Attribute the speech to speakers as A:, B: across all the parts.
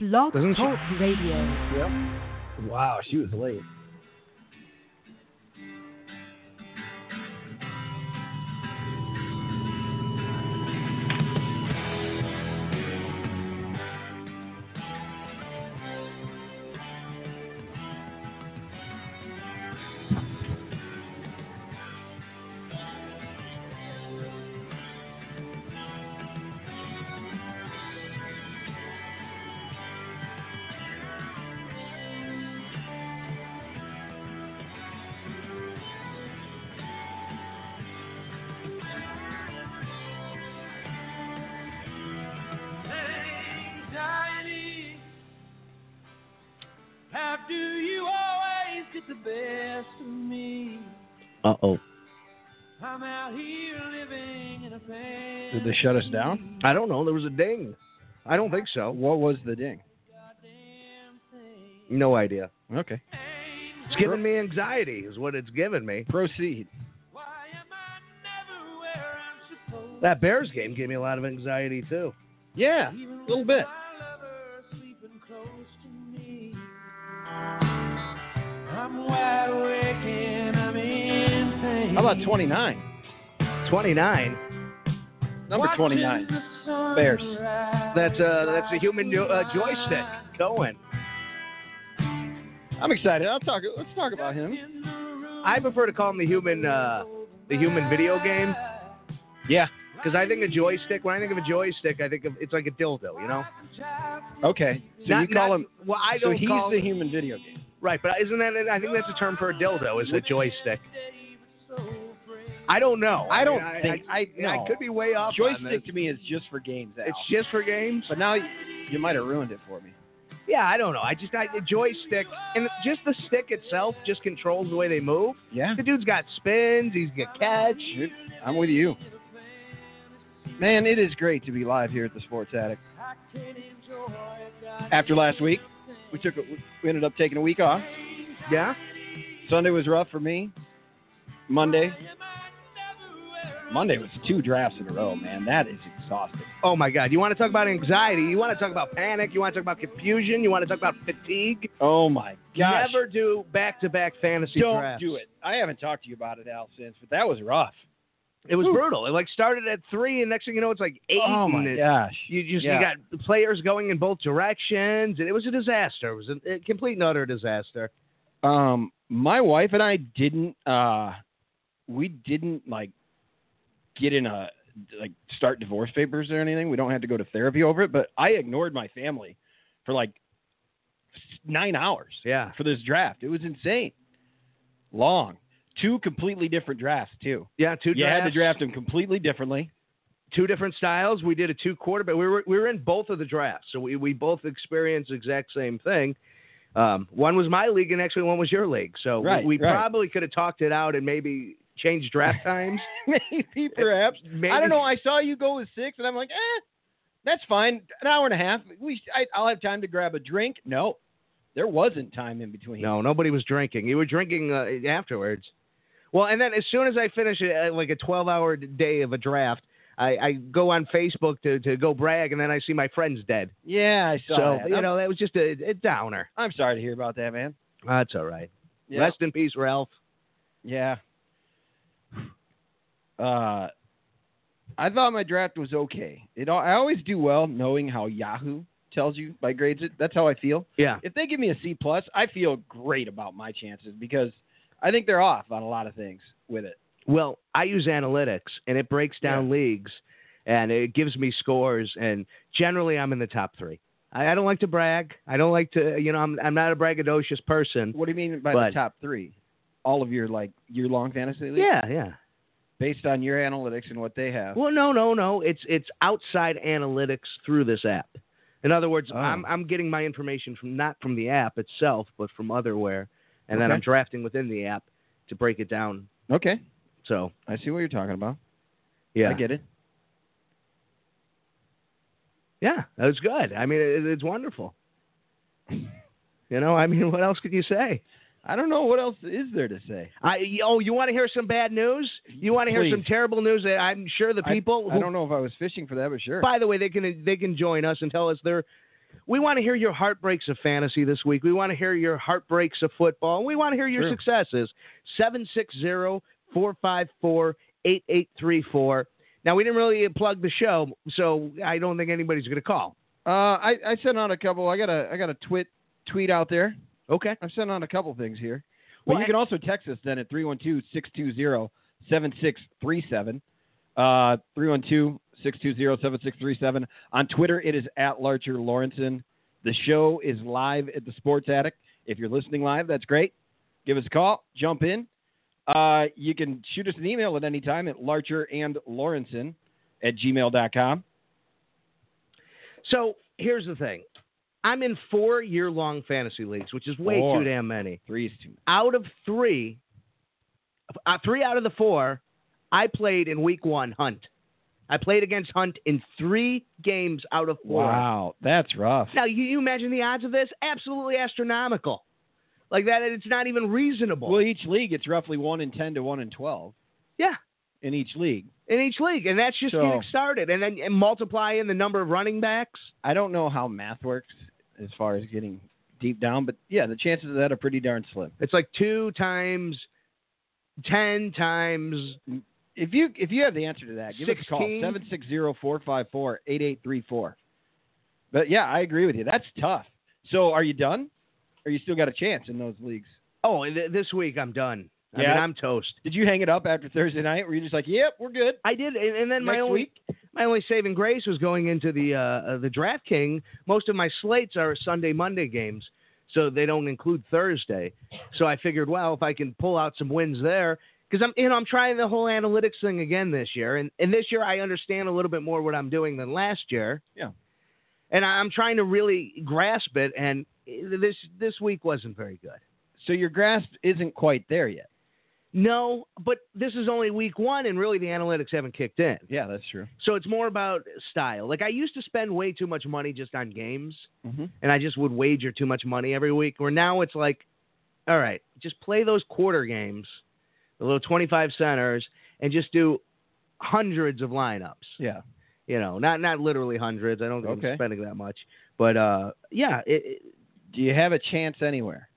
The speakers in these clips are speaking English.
A: Blog
B: Doesn't she-
A: Talk Radio.
B: Yep. Wow, she was late.
C: Anxiety. How do you always get the best of me?
D: Uh oh.
C: I'm out here living in a
E: Did they shut us down?
B: I don't know. There was a ding. I don't think so.
E: What was the ding?
B: No idea.
E: Okay.
B: It's giving me anxiety, is what it's giving me.
E: Proceed.
C: Why am I never where I'm supposed
B: That Bears game gave me a lot of anxiety too.
E: Yeah,
C: Even
E: a little
C: with
E: bit.
C: my lover sleeping close to me. I'm wide awake and I'm in pain.
E: How about 29?
B: 29.
E: Number 29. Bears.
C: Bears.
B: That's uh, that's a human jo- uh, joystick. Cohen.
E: I'm excited. I'll talk. Let's talk about him.
B: I prefer to call him the human uh, the human video game
E: Yeah.
B: because I think a joystick. When I think of a joystick, I think of it's like a dildo, you know.
E: Okay. So
B: Not-
E: you call
B: not-
E: him.
B: Well, I
E: So
B: don't
E: he's
B: call
E: the human video game.
B: right, but isn't that? I think that's a term for a dildo. Is a joystick. I don't know.
E: I don't
B: mean,
E: think-
B: I, I,
E: no.
B: I could be way off. on this.
E: Joystick to me is just for games. Al.
B: It's just for games.
E: but now you, you might have ruined it for me.
B: Yeah, I don't know. I just I, the joystick and just the stick itself just controls the way they move.
E: Yeah.
B: The dude's got spins. He's got catch.
E: Dude, I'm with you. Man, it is great to be live here at the Sports Attic. After last week, we took a, we ended up taking a week off.
B: Yeah.
E: Sunday was rough for me. Monday, Monday was two drafts in a row. Man, that is exhausting.
B: Oh my God! You want to talk about anxiety? You want to talk about panic? You want to talk about confusion? You want to talk about fatigue?
E: Oh my gosh!
B: Never do back-to-back fantasy
E: don't
B: drafts.
E: do it. I haven't talked to you about it, Al, since, but that was rough.
B: It was
E: Whew.
B: brutal. It like started at three, and next thing you know, it's like eight.
E: oh
B: and
E: my
B: it-
E: gosh!
B: You just
E: Yeah.
B: you got the players going in both directions, and it was a disaster. It was a, a complete and utter disaster.
E: um my wife and I didn't uh we didn't like get in a like start divorce papers or anything. We don't have to go to therapy over it, but I ignored my family for like 9 hours
B: Yeah.
E: for this draft. It was insane. Long. Two completely different drafts, too.
B: Yeah. Two.
E: you had to
B: drafts.
E: draft them completely differently.
B: two different styles. We did a two quarterback. We were we were in both of the drafts, so we, we both experienced the exact same thing. Um, one was my league, and actually one was your league. So we-
E: Right,
B: we,
E: right.
B: probably could have talked it out and maybe changed draft times.
E: Maybe perhaps.
B: Maybe-
E: I don't know. I saw you go with six, and I'm like, eh, that's fine. An hour and a half. We, I, I'll have time to grab a drink. No, there wasn't time in between.
B: No, nobody was drinking. You were drinking uh, afterwards. Well, and then as soon as I finish uh, like a 12 hour day of a draft, I, I go on Facebook to, to go brag, and then I see my friend's dead.
E: Oh, Yeah, I saw
B: So,
E: that.
B: you
E: I'm,
B: know, that was just a, a downer.
E: I'm sorry to hear about that, man.
B: That's all right.
E: Yeah.
B: Rest in peace, Ralph.
E: yeah. Uh, I thought my draft was okay. It al- I always do well knowing how Yahoo tells you by grades it. That's how I feel.
B: Yeah.
E: If they give me a C plus, I feel great about my chances because I think they're off on a lot of things with it.
B: Well, I use analytics and it breaks down leagues and it gives me scores and generally I'm in the top three. I, I don't like to brag. I don't like to you know, I'm I'm not a braggadocious person.
E: What do you mean by
B: But-
E: the top three? All of your like year long fantasy leagues?
B: Yeah, yeah.
E: Based on your analytics and what they have.
B: Well no, no, no. It's it's outside analytics through this app. In other words,
E: Oh.
B: I'm I'm getting my information from not from the app itself, but from otherwhere. And then
E: Okay.
B: I'm drafting within the app to break it down.
E: Okay.
B: So
E: I see what you're talking about.
B: yeah.
E: I get it.
B: Yeah, that was good. I mean, it, it's wonderful. you know, I mean, what else could you say?
E: I don't know what else is there to say.
B: I oh, you want to hear some bad news? You want to hear some
E: Please.
B: terrible news? That I'm sure the
E: I-
B: people.
E: I,
B: who-
E: don't know if I was fishing for that, but sure.
B: By the way, they can they can join us and tell us their We want to hear your heartbreaks of fantasy this week. We want to hear your heartbreaks of football. We want to hear your
E: Sure.
B: successes. 760 454 8834. Now, we didn't really plug the show, so I don't think anybody's going to call.
E: Uh, I, I sent out a couple. I got a I got a twit tweet out there.
B: Okay.
E: I've sent out a couple things here. Well,
B: Well,
E: you can also text us then at 312-620-7637. Uh, 312-620-7637. On Twitter, it is at Larcher Lawrenson. The show is live at the Sports Attic. If you're listening live, that's great. Give us a call. Jump in. Uh, you can shoot us an email at any time at Larcher and Lawrenson at gmail.com.
B: So here's the thing I'm in four year long fantasy leagues, which is way
E: Four.
B: too damn many.
E: Three is two.
B: Out of three, uh, three out of the four, I played in week one, Hunt. I played against Hunt in three games out of four.
E: Wow, that's rough.
B: Now, you, you imagine the odds of this? Absolutely astronomical. Like that, it's not even reasonable.
E: Well, each league, it's roughly 1 in 10 to 1 in 12
B: yeah,
E: in each league.
B: in each league. And that's just
E: So-
B: getting started. And then and multiply in the number of running backs.
E: I don't know how math works as far as getting deep down, but yeah, the chances of that are pretty darn slim.
B: It's like two times, 10 times
E: If you if you have the answer to that, give us a call
B: 16.
E: 760-454-8834. But yeah, I agree with you. That's tough. So are you done? Or you still got a chance in those leagues?
B: Oh, and th- this week I'm done. I
E: Yeah.
B: mean, I'm toast.
E: Did you hang it up after Thursday night? Were you just like, "Yep, we're good."
B: I did, and, and then my
E: Next
B: only
E: week?
B: my only saving grace was going into the uh, uh, the DraftKings. Most of my slates are Sunday Monday games, so they don't include Thursday. So I figured, well, if I can pull out some wins there, because I'm you know I'm trying the whole analytics thing again this year, and and this year I understand a little bit more what I'm doing than last year.
E: Yeah.
B: and I- I'm trying to really grasp it, and this this week wasn't very good.
E: So your grasp isn't quite there yet.
B: No, but this is only week one, and really the analytics haven't kicked in.
E: Yeah, that's true.
B: So it's more about style. Like I used to spend way too much money just on games,
E: Mm-hmm.
B: and I just would wager too much money every week. Where now it's like, all right, just play those quarter games, the little twenty-five centers, and just do hundreds of lineups.
E: Yeah.
B: You know, not not literally hundreds. I don't think
E: Okay.
B: I'm spending that much, but uh, yeah. It,
E: Do you have a chance anywhere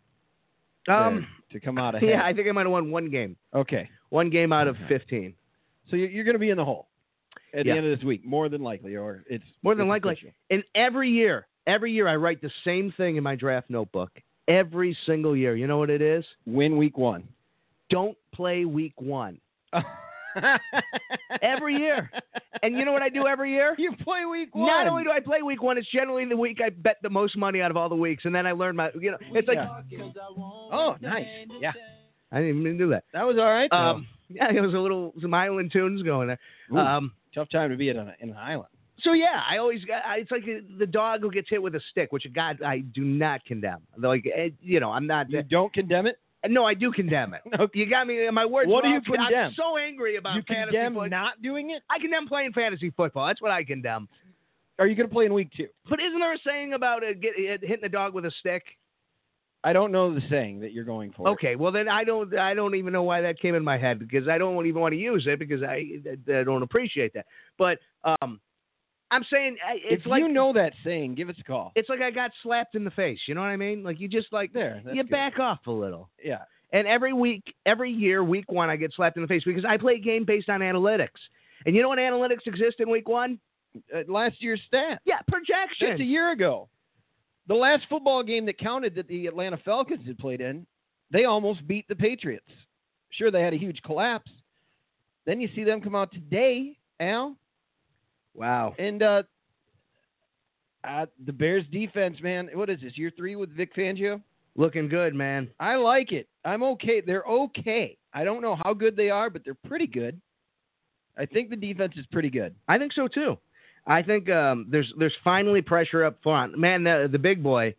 B: it, um,
E: to, to come out ahead?
B: yeah, I think I might have won one game,
E: okay.
B: one game out of
E: Okay.
B: fifteen.
E: So you- you're going to be in the hole at
B: Yeah.
E: the end of this week, more than likely, or it's
B: More than
E: it's
B: likely.
E: official.
B: And every year, every year I write the same thing in my draft notebook. Every single year. You know what it is?
E: win week one.
B: Don't play week one. Every year. And you know what I do every year?
E: You play week one.
B: Not only do I play week one, it's generally the week I bet the most money out of all the weeks. And then I learn my, you know, it's like,
E: Yeah. Oh, nice. Yeah,
B: I didn't even do that.
E: that was all right. though.
B: Um, yeah, it was a little, some island tunes going there.
E: Ooh,
B: Um,
E: tough time to be in, a, in an island.
B: so yeah, I always got. I- It's like the dog who gets hit with a stick, which God, I do not condemn. Like, eh, you know, I'm not. eh,
E: You don't condemn it.
B: No, I do condemn it.
E: Okay.
B: You got me. My words.
E: What do
B: were
E: you
B: all twi-
E: condemn?
B: I'm so angry about
E: You
B: fantasy
E: condemn
B: football.
E: not doing it.
B: I condemn playing fantasy football. That's what I condemn.
E: Are you going to play in week two?
B: But isn't there a saying about uh get, uh, hitting a dog with a stick?
E: I don't know the saying that you're going for.
B: Okay, well then I don't. I don't even know why that came in my head because I don't even want to use it because I, I don't appreciate that. But um, I'm saying I- it's
E: If
B: like
E: you know that saying, give us a call.
B: it's like I got slapped in the face. You know what I mean? Like you just like
E: there. that's
B: you
E: good.
B: back off a little.
E: Yeah.
B: And every week, every year, week one, I get slapped in the face because I play a game based on analytics. And you know what analytics exist in week one?
E: Uh, last year's stat.
B: Yeah,
E: Just a
B: projections.
E: year ago. The last football game that counted that the Atlanta Falcons had played in, they almost beat the Patriots. Sure, they had a huge collapse. Then you see them come out today, Al,
B: Wow.
E: and uh, uh, the Bears defense, man. What is this, year three with Vic Fangio?
B: Looking good, man.
E: I like it. I'm okay. They're okay. I don't know how good they are, but they're pretty good. I think the defense is pretty good.
B: I think so too. I think um, there's there's finally pressure up front. Man, the, the big boy,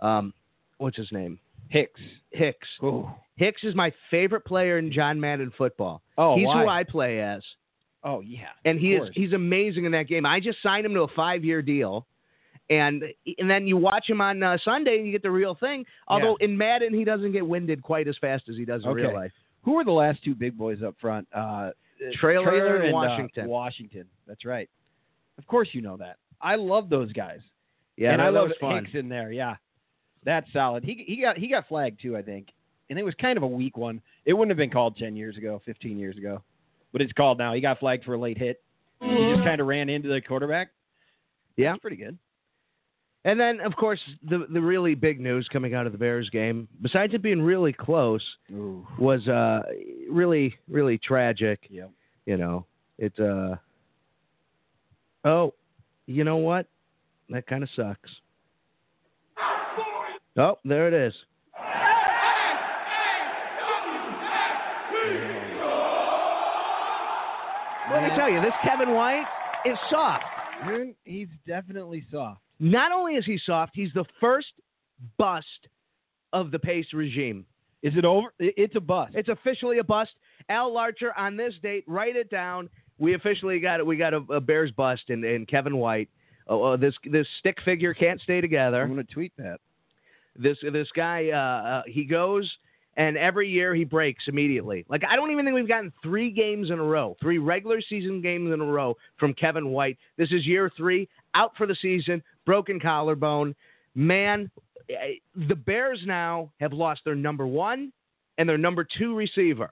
B: um, what's his name?
E: Hicks.
B: Hicks.
E: Oh,
B: Hicks is my favorite player in John Madden football.
E: oh,
B: he's
E: why?
B: who I play as,
E: oh, yeah.
B: and he
E: Of
B: is
E: course.
B: he's amazing in that game. I just signed him to a five year deal, and and then you watch him on uh, Sunday and you get the real thing. Although in Madden he doesn't get winded quite as fast as he does in real
E: Okay.
B: life.
E: Who were the last two big boys up front? Uh,
B: Traylor and
E: uh,
B: Washington.
E: Washington. That's right. Of course you know that. I love those guys.
B: Yeah,
E: and
B: that,
E: I
B: that
E: love
B: was fun.
E: Hanks in there. Yeah, that's solid. He he got he got flagged too, I think, and it was kind of a weak one. It wouldn't have been called ten years ago, fifteen years ago, but it's called now. He got flagged for a late hit. He just kind of ran into the quarterback.
B: Yeah.
E: It's pretty good.
B: And then, of course, the the really big news coming out of the Bears game, besides it being really close,
E: Ooh,
B: was uh, really really tragic.
E: Yep.
B: You know, it. Uh, oh, you know what? That kind of sucks. Oh, there it is. Let me tell you, this Kevin White is soft.
E: Dude, he's definitely soft.
B: Not only is he soft, he's the first bust of the Pace regime.
E: Is it over? It- It's a bust.
B: It's officially a bust. Al Larcher on this date, write it down. We officially got it. We got a, a Bears bust and, and Kevin White. Oh, oh, this this stick figure can't stay
E: I'm
B: together.
E: gonna tweet that.
B: This this guy uh, uh, he goes and every year he breaks immediately. Like I don't even think we've gotten three games in a row, three regular season games in a row from Kevin White. This is year three, out for the season, broken collarbone. Man, eh, the Bears now have lost their number one and their number two receiver.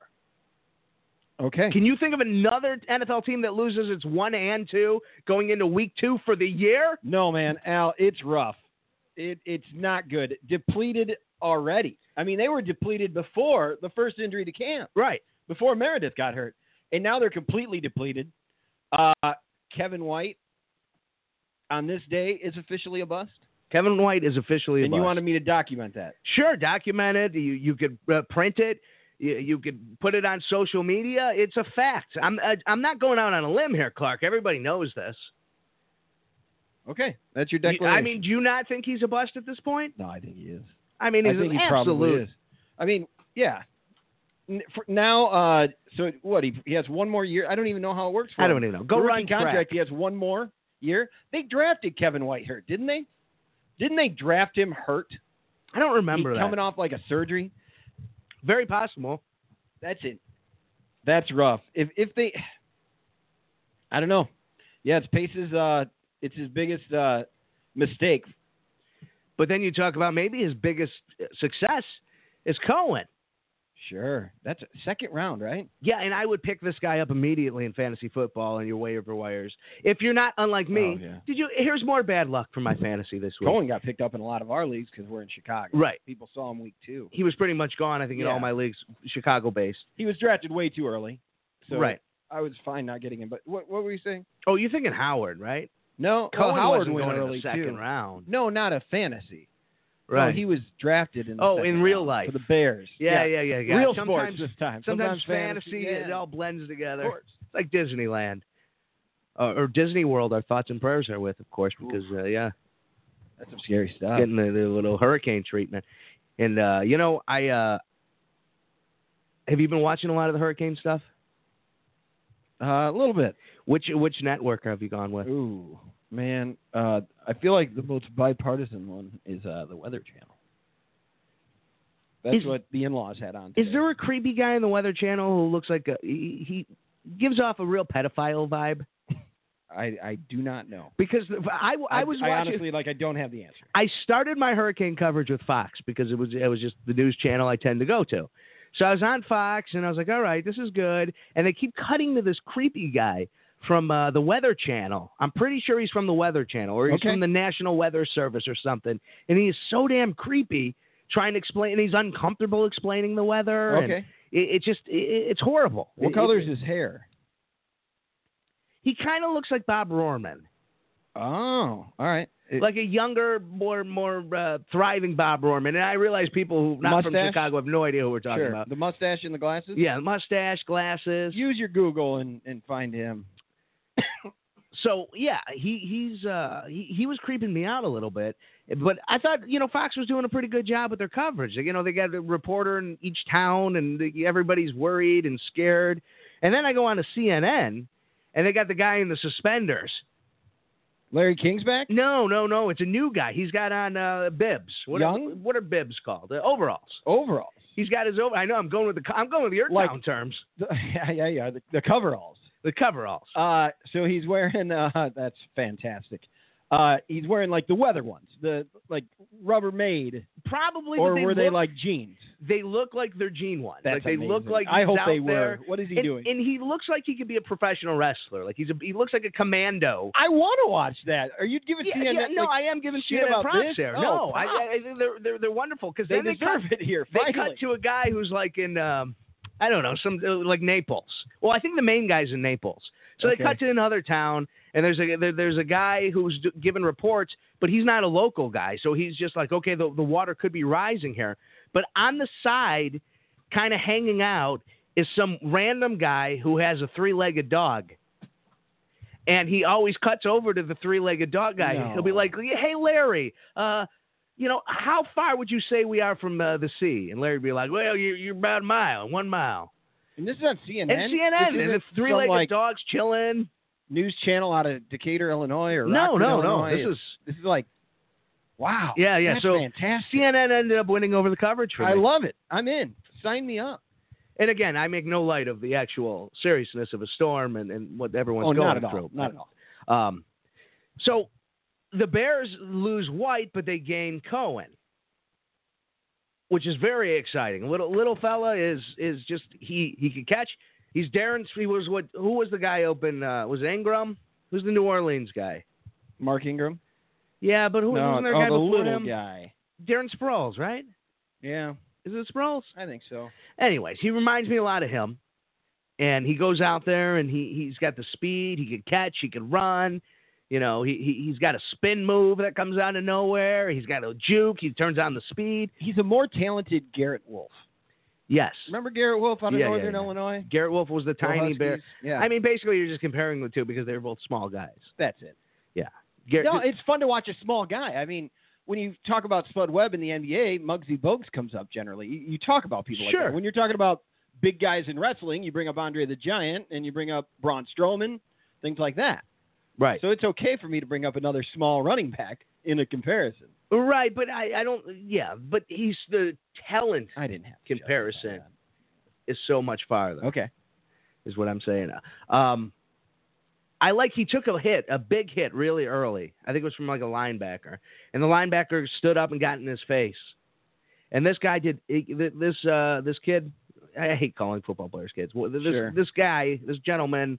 E: Okay.
B: Can you think of another NFL team that loses its one and two going into week two for the year?
E: No, man, Al, it's rough. It it's not good. Depleted already. I mean, they were depleted before the first injury to camp,
B: Right.
E: before Meredith got hurt, and now they're completely depleted. Uh, Kevin White on this day is officially a bust,
B: Kevin White is officially a
E: and
B: bust.
E: you wanted me to document that.
B: Sure, document it. You, you could uh, print it. You, you could put it on social media. It's a fact. I'm, I, I'm not going out on a limb here, Clark. Everybody knows this.
E: Okay, that's your
B: You-
E: declaration.
B: I mean, do you not think he's a bust at this point?
E: no, I think he is.
B: I mean, he's
E: I think
B: an
E: he probably
B: absolute.
E: is. I mean, yeah. N- for now, uh, so what? He, he has one more year. I don't even know how it works. For
B: I
E: him.
B: don't even know. Go
E: The
B: run
E: rookie contract.
B: track.
E: He has one more year. They drafted Kevin Whitehurt, didn't they? Didn't they draft him hurt?
B: I don't remember
E: He-
B: that.
E: coming off like a surgery.
B: Very possible.
E: That's it. That's rough. If if they, I don't know. Yeah, it's Pace's. Uh, it's his biggest uh, mistake.
B: But then you talk about maybe his biggest uh, success is Cohen.
E: Sure, that's second round, right?
B: Yeah, and I would pick this guy up immediately in fantasy football and your waiver wires. If you're not unlike me,
E: Oh, yeah.
B: did you? Here's more bad luck for my fantasy this week.
E: Cohen got picked up in a lot of our leagues because we're in Chicago.
B: Right,
E: People saw him week two.
B: he was pretty much gone. I think in
E: Yeah.
B: all my leagues, Chicago based.
E: He was drafted way too early. So
B: right.
E: I was fine not getting him. But what what were you saying?
B: Oh, you're thinking Howard, right?
E: No,
B: Cohen
E: oh, Howard
B: wasn't
E: went
B: going
E: early
B: in the second
E: too.
B: round.
E: No, not a fantasy.
B: Right.
E: No, he was drafted in. The
B: Oh,
E: second
B: in real
E: round
B: life.
E: for the Bears.
B: yeah, yeah, yeah, yeah.
E: Real
B: sometimes,
E: sports this time.
B: Sometimes, fantasy,
E: fantasy. yeah.
B: it all blends
E: Of
B: together.
E: course.
B: It's like Disneyland uh, or Disney World. Our thoughts and prayers are with, of course, because uh, yeah,
E: That's some scary stuff.
B: getting the, the little hurricane treatment. And uh, you know, I uh, have you been watching a lot of the hurricane stuff?
E: Uh, a little bit.
B: Which which network have you gone with?
E: Ooh, man. Uh, I feel like the most bipartisan one is uh, the Weather Channel. That's
B: Is-
E: what the in-laws had on.
B: Is
E: today.
B: there a creepy guy in the Weather Channel who looks like a, he, he gives off a real pedophile vibe?
E: I I do not know.
B: Because I, I was
E: I
B: watching.
E: honestly like I don't have the answer.
B: I started my hurricane coverage with Fox because it was it was just the news channel I tend to go to. So I was on Fox and I was like, all right, this is good. And they keep cutting to this creepy guy from uh, the Weather Channel. I'm pretty sure he's from the Weather Channel or he's
E: Okay.
B: from the National Weather Service or something. And he is so damn creepy trying to explain. And he's uncomfortable explaining the weather. and
E: Okay.
B: it, it just it, it's horrible.
E: What
B: It-
E: color
B: it-
E: is his hair?
B: He kind of looks like Bob Rohrman,
E: Oh, all right. It-
B: like a younger, more more uh, thriving Bob Rohrman. And I realize people who not from
E: Mustache?
B: Chicago have no idea who we're talking
E: sure.
B: about.
E: The mustache and the glasses.
B: Yeah, mustache, glasses.
E: Use your Google and, and find him.
B: so yeah, he he's uh, he he was creeping me out a little bit, but I thought you know Fox was doing a pretty good job with their coverage. You know they got a reporter in each town, and the, everybody's worried and scared. And then I go on to CNN, and they got the guy in the suspenders.
E: Larry King's back.
B: No, no, no. It's a new guy. He's got on uh, bibs. What Are,
E: Young?
B: what are bibs called? Uh, overalls.
E: Overalls.
B: He's got his over. I know. I'm going with the. co- I'm going with your
E: Like-
B: town terms.
E: The, yeah, yeah, yeah. The, the coveralls.
B: The coveralls.
E: Uh, so he's wearing. Uh, that's fantastic. Uh, he's wearing like the weather ones, the like Rubbermaid,
B: Probably,
E: or
B: but
E: were they
B: look-
E: like jeans?
B: they look like they're Gene one.
E: That's
B: like they look
E: amazing.
B: like
E: I
B: he's
E: hope
B: out
E: they
B: there.
E: were. What is he
B: and,
E: doing?
B: and he looks like he could be a professional wrestler. Like he's a, he looks like a commando.
E: I want to watch that. Are you giving
B: Yeah,
E: CNN?
B: yeah, no,
E: like,
B: I am giving
E: shit
B: CNN
E: about
B: props
E: this?
B: there.
E: Oh,
B: no, I,
E: props.
B: I, I- they're, they're they're wonderful because
E: they
B: then they cut,
E: deserve it here.
B: they
E: finally.
B: cut to a guy who's like in um, I don't know some uh, like Naples. Well, I think the main guy's in Naples, so
E: Okay.
B: they cut to another town. And there's a there, there's a guy who's d- giving reports, but he's not a local guy, so he's just like, okay, the the water could be rising here. But on the side, kind of hanging out, is some random guy who has a three legged dog. And he always cuts over to the three legged dog guy.
E: No.
B: He'll be like, hey, Larry, uh, you know, how far would you say we are from uh, the sea? And Larry'd be like, well, you're, you're about a mile, one mile.
E: and this is on CNN.
B: And, CNN, and it's three legged
E: like
B: dog's chilling.
E: news channel out of Decatur, Illinois, or
B: No,
E: Rockford,
B: no, no.
E: Illinois.
B: This is
E: this is like, wow.
B: Yeah, Oh, yeah,
E: That's
B: so
E: fantastic.
B: CNN ended up winning over the coverage for
E: I
B: me.
E: love it. I'm in. Sign me up.
B: and again, I make no light of the actual seriousness of a storm and, and what everyone's
E: oh,
B: going
E: not at all.
B: through.
E: Not at all.
B: Um, so the Bears lose White, but they gain Cohen, which is very exciting. Little little fella is is just he he could catch. He's Darren. He was what? Who was the guy open? Uh, was it Ingram? Who's the New Orleans guy?
E: Mark Ingram.
B: Yeah, but who
E: no,
B: wasn't there a
E: oh,
B: guy
E: the
B: before
E: little
B: him?
E: guy.
B: Darren Sproles, right?
E: Yeah,
B: Is it Sproles?
E: I think so.
B: Anyways, he reminds me a lot of him. And he goes out there and he he's got the speed, he could catch, he could run. You know, he, he he's got a spin move that comes out of nowhere. He's got a juke. He turns on the speed.
E: He's a more talented Garrett Wolf.
B: Yes,
E: Remember Garrett Wolf out of
B: Yeah, yeah,
E: Northern
B: yeah.
E: Illinois?
B: Garrett Wolf was the
E: Go
B: tiny
E: Huskies.
B: bear.
E: Yeah,
B: I mean, basically, you're just comparing the two because they were both small guys.
E: that's it.
B: Garrett,
E: No, it's fun to watch a small guy. I mean, when you talk about Spud Webb in the NBA, Muggsy Bogues comes up generally. You, you talk about people like
B: Sure.
E: that. When you're talking about big guys in wrestling, you bring up Andre the Giant and you bring up Braun Strowman, things like that.
B: right,
E: So it's okay for me to bring up another small running back in a comparison.
B: right, but I, I don't. Yeah, but he's the talent
E: I didn't have to justify
B: Comparison.
E: that.
B: is so much farther.
E: Okay.
B: is what I'm saying. Um, I like he took a hit, a big hit, really early. I think it was from like a linebacker, and the linebacker stood up and got in his face. And this guy did this. Uh, this kid, I hate calling football players kids. Well, This
E: Sure.
B: this guy, this gentleman,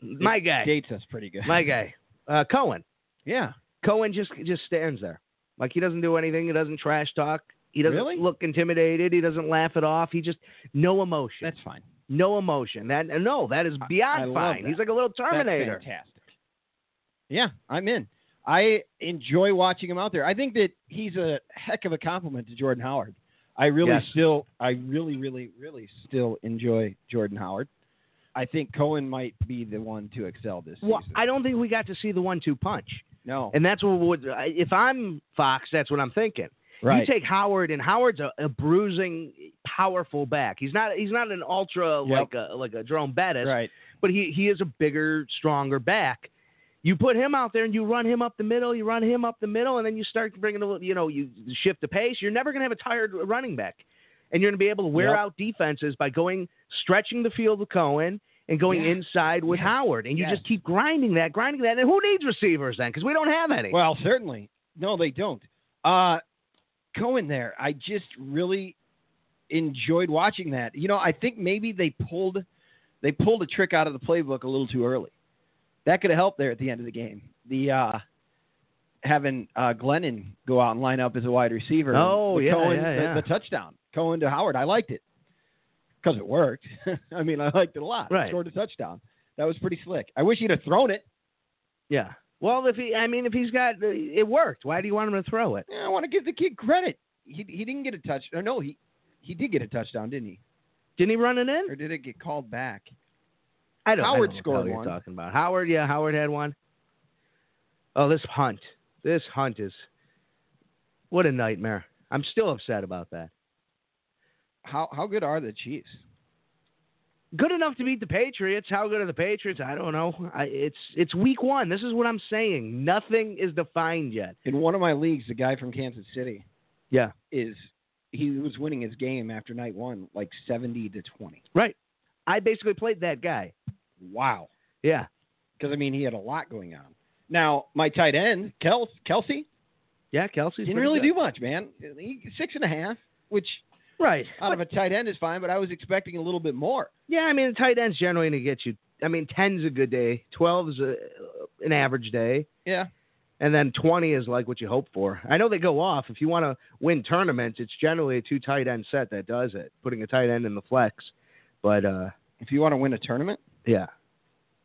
B: my guy,
E: Dates us pretty good.
B: my guy, uh, Cohen.
E: yeah.
B: Cohen just just stands there, like he doesn't do anything. He doesn't trash talk. He doesn't
E: Really?
B: look intimidated. He doesn't laugh it off. He just no emotion
E: That's fine.
B: no emotion. That no, that is
E: I- I
B: beyond
E: love
B: fine.
E: that.
B: He's like a little Terminator.
E: That's fantastic. Yeah, I'm in. I enjoy watching him out there. I think that he's a heck of a compliment to Jordan Howard. I really
B: Yes.
E: still, I really, really, really still enjoy Jordan Howard. I think Cohen might be the one to excel this
B: Well,
E: season.
B: I don't think we got to see the one-two punch,
E: no,
B: and that's what would. I- If I'm Fox, that's what I'm thinking.
E: right?
B: You take Howard, and Howard's a, a bruising, powerful back. He's not. He's not an ultra
E: Yep.
B: like a like a Jerome Bettis,
E: right.
B: but he he is a bigger, stronger back. You put him out there and you run him up the middle. You run him up the middle, and then you start bringing a little. You know, you shift the pace. You're never going to have a tired running back, and you're going to be able to wear
E: Yep.
B: out defenses by going stretching the field with Cohen and going
E: Yeah.
B: inside with
E: Yes.
B: Howard, and you
E: Yes.
B: just keep grinding that, grinding that. And who needs receivers then? Because we don't have any.
E: Well, certainly. No, they don't. Uh, Cohen there, I just really enjoyed watching that. You know, I think maybe they pulled they pulled a trick out of the playbook a little too early. That could have helped there at the end of the game. The uh, having uh, Glennon go out and line up as a wide receiver. and
B: Oh,
E: the
B: yeah,
E: Cohen,
B: yeah,
E: the-
B: yeah.
E: The, touchdown, Cohen to Howard. I liked it because it worked. I mean, I liked it a lot.
B: Right.
E: Scored a touchdown. That was pretty slick. I wish he'd have thrown it.
B: yeah. Well, if he, I mean, if he's got, it worked. Why do you want him to throw it?
E: Yeah, I want to give the kid credit. He he didn't get a touch. Or no, he he did get a touchdown, didn't he?
B: Didn't he run it in?
E: Or did it get called back?
B: I don't,
E: Howard
B: I don't
E: scored
B: know what
E: one.
B: you're talking about. Howard, yeah, Howard had one. Oh, this hunt. This hunt is what a nightmare. I'm still upset about that.
E: How how good are the Chiefs?
B: Good enough to beat the Patriots. How good are the Patriots? I don't know. I, it's it's week one. This is what I'm saying. Nothing is defined yet.
E: In one of my leagues, the guy from Kansas City
B: Yeah.
E: is he was winning his game after night one, like seventy to twenty.
B: I basically played that guy.
E: Wow.
B: Yeah.
E: Because I mean, he had a lot going on. Now my tight end Kels Kelsey
B: Yeah, Kelsey's
E: didn't
B: pretty
E: really
B: good.
E: do much, man. He, six and a half, which
B: right.
E: out of a tight end is fine, but I was expecting a little bit more.
B: Yeah, I mean, tight ends generally going to get you. I mean, 10's a good day, 12's a, an average day,
E: Yeah,
B: and then 20 is like what you hope for. I know they go off. If you want to win tournaments, it's generally a two tight end set that does it, putting a tight end in the flex. But uh,
E: if you want to win a tournament
B: yeah,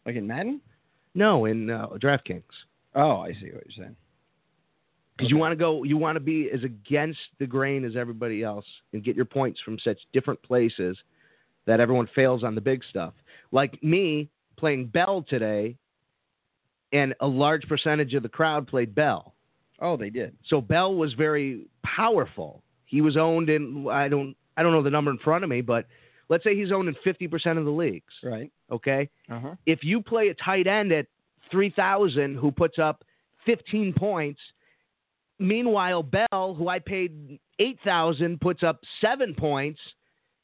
E: like in Madden.
B: no, in uh, DraftKings.
E: Oh, I see what you're saying.
B: Because you want to go, you want to be as against the grain as everybody else and get your points from such different places that everyone fails on the big stuff. Like me playing Bell today, and a large percentage of the crowd played Bell.
E: Oh, they did.
B: So Bell was very powerful. He was owned in I don't I don't know the number in front of me, but let's say he's owned in 50% of the leagues.
E: Right.
B: Okay,
E: Uh huh.
B: if you play a tight end at 3,000 who puts up 15 points, meanwhile, Bell, who I paid 8,000, puts up seven points,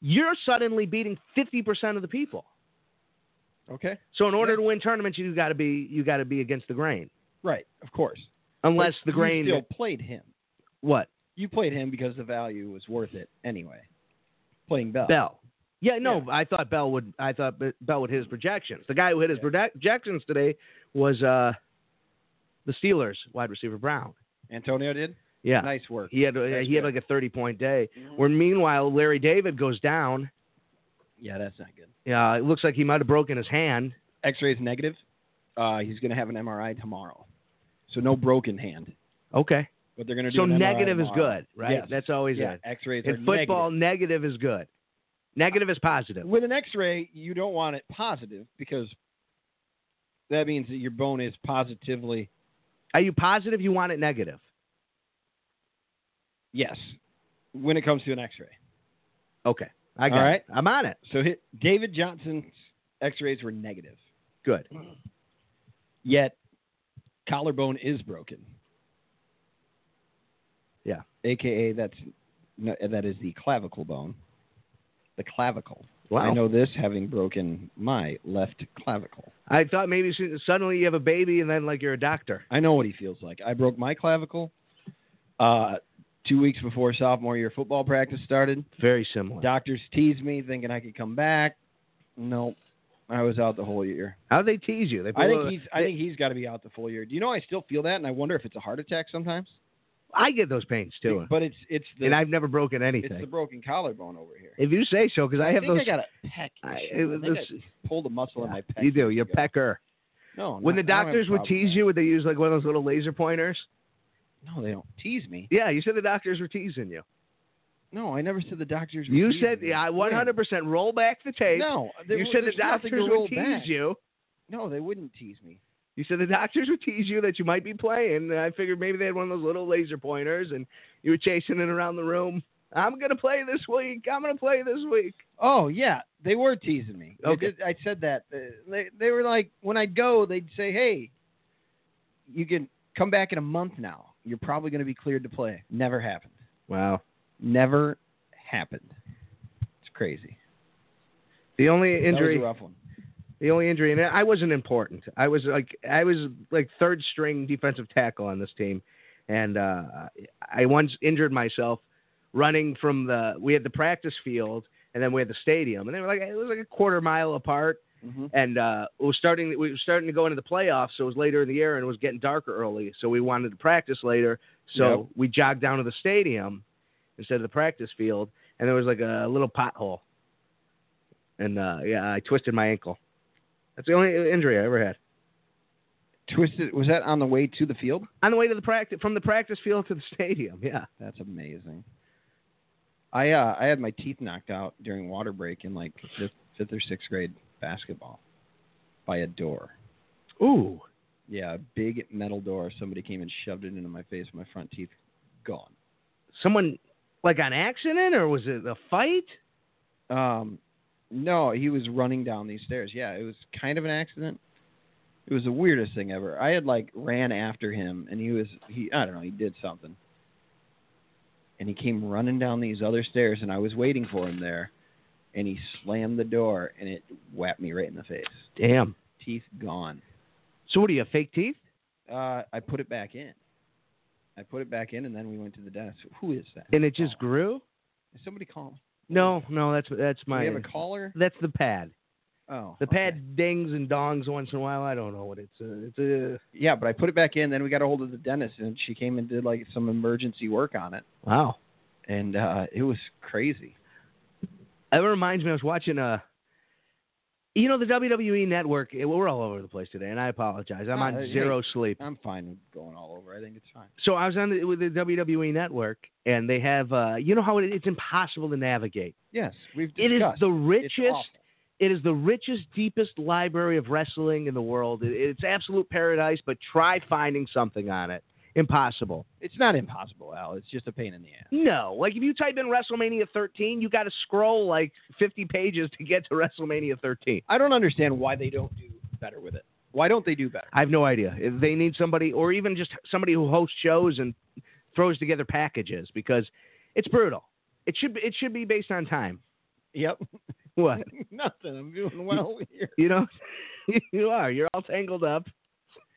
B: you're suddenly beating 50% of the people.
E: Okay.
B: So in order to win tournaments, you got to be you got to be against the grain,
E: Right. Of course.
B: unless
E: But
B: the grain
E: You still played him.
B: what
E: You played him because the value was worth it anyway. Playing Bell.
B: Bell. Yeah, no, I thought Bell would. I thought B- Bell would hit his projections. The guy who hit his project- projections today was uh, the Steelers wide receiver Brown.
E: Antonio did.
B: Yeah,
E: Nice work.
B: He had a,
E: That's
B: he had
E: good. Mm-hmm.
B: like a thirty point day. Where meanwhile Larry David goes down.
E: Yeah, that's not good.
B: Uh, it looks like he might have broken his hand.
E: X-rays negative. Uh, he's going to have an MRI tomorrow, so no broken hand.
B: Okay,
E: But they're going to do
B: so
E: an MRI
B: negative is
E: tomorrow.
B: good, right?
E: Yes.
B: That's always
E: Yeah,
B: it.
E: X-rays are
B: In football, negative. is good. Negative is positive.
E: negative. With an X-ray, you don't want it positive because that means that your bone is positively
B: Are you positive? You want it negative?
E: yes when it comes to an X-ray.
B: Okay, I got.
E: All
B: it.
E: right.
B: I'm on it.
E: So hit, David Johnson's X-rays were negative.
B: Good.
E: yet collarbone is broken.
B: Yeah.
E: AKA that's no, that is the clavicle bone. The clavicle.
B: Wow.
E: I know this having broken my left clavicle.
B: I thought maybe s- suddenly you have a baby and then like you're a doctor.
E: I know what he feels like. I broke my clavicle uh, two weeks before sophomore year football practice started.
B: Very similar.
E: Doctors teased me thinking I could come back. Nope. I was out the whole year.
B: How they tease you? They put
E: I
B: a
E: think
B: little-
E: he's I think he's got to be out the full year. Do you know I still feel that and I wonder if it's a heart attack sometimes?
B: I get those pains too,
E: But it's it's the
B: and I've never broken
E: It's
B: anything.
E: the broken collarbone over here.
B: if you say so, because I have
E: think
B: those.
E: I got a pec.
B: I-
E: issue. I,
B: it-
E: think I
B: this-
E: pulled a muscle in my pec.
B: you do. You're
E: years ago.
B: pecker.
E: No.
B: When
E: Oh, no,
B: the doctors would tease you, would they use like one of those little laser pointers?
E: No, they don't tease me.
B: Yeah, you said the doctors were teasing you.
E: No, I never said the doctors. Were
B: You
E: teasing
B: said, uh,
E: me.
B: yeah, I
E: When?
B: 100% roll back the tape.
E: No, there
B: you
E: was-
B: said the
E: there's
B: doctors
E: nothing to
B: would
E: roll
B: tease
E: back.
B: you.
E: No, they wouldn't tease me.
B: You said the doctors would tease you that you might be playing. And I figured maybe they had one of those little laser pointers and you were chasing it around the room. I'm going to play this week. I'm going to play this week.
E: Oh yeah, they were teasing me. They
B: Okay.
E: did- I said that. Uh, They they were like, when I'd go, they'd say, hey, you can come back in a month now. You're probably going to be cleared to play. Never happened.
B: Wow.
E: Never happened. It's crazy.
B: The only
E: That was a
B: injury,
E: rough one.
B: the only injury, and I wasn't important. I was like, I was like third string defensive tackle on this team, and uh, I once injured myself running from the. We had the practice field, and then we had the stadium, and they were like, it was like a quarter mile apart,
E: Mm-hmm.
B: and uh, it was starting. We were starting to go into the playoffs, so it was later in the year, and it was getting darker early, so we wanted to practice later, so
E: Yep.
B: we jogged down to the stadium instead of the practice field, and there was like a little pothole, and uh, yeah, I twisted my ankle. That's the only injury I ever had.
E: Twisted was that on the way to the field?
B: On the way to the practice, from the practice field to the stadium, yeah.
E: That's amazing. I uh, I had my teeth knocked out during water break in like fifth, fifth or sixth grade basketball by a door.
B: Ooh,
E: Yeah, a big metal door. Somebody came and shoved it into my face. My front teeth gone.
B: someone like on accident or was it a fight?
E: Um, no, he was running down these stairs. Yeah, it was kind of an accident. It was the weirdest thing ever. I had like ran after him, and he was he I don't know he did something, and he came running down these other stairs, and I was waiting for him there, and he slammed the door, and it whacked me right in the face.
B: Damn.
E: Teeth gone.
B: So what do you have, fake teeth?
E: Uh, I put it back in. I put it back in, and then we went to the desk. Who is that?
B: And it just grew?
E: Is somebody calling?
B: No, no, that's that's
E: Do
B: my
E: we have a caller?
B: that's the pad.
E: Oh,
B: The
E: okay.
B: pad dings and dongs once in a while. I don't know what it's. Uh, it's a
E: Yeah, but I put it back in. Then we got a hold of the dentist, and she came and did like some emergency work on it,
B: wow.
E: and uh, it was crazy.
B: It reminds me, I was watching a. You know the WWE Network. it- we're all over the place today, and I apologize. I'm
E: Uh,
B: on
E: hey.
B: zero sleep.
E: I'm fine with going all over. I think it's fine.
B: So I was on the, with the WWE Network, and they have. Uh, you know how it, it's impossible to navigate.
E: Yes, we've
B: It
E: discussed.
B: is the
E: It's awful.
B: richest. It is the richest, deepest library of wrestling in the world. It, it's absolute paradise. But try finding something on it. Impossible.
E: It's not impossible, Al. It's just a pain in the ass.
B: No, like if you type in WrestleMania 13, you got to scroll like 50 pages to get to WrestleMania 13.
E: I don't understand why they don't do better with it. Why don't they do better?
B: I have no idea. If They need somebody, or even just somebody who hosts shows and throws together packages because it's brutal. It should be, it should be based on time.
E: Yep.
B: What
E: Nothing. I'm doing well here.
B: you know, you are. You're all tangled up.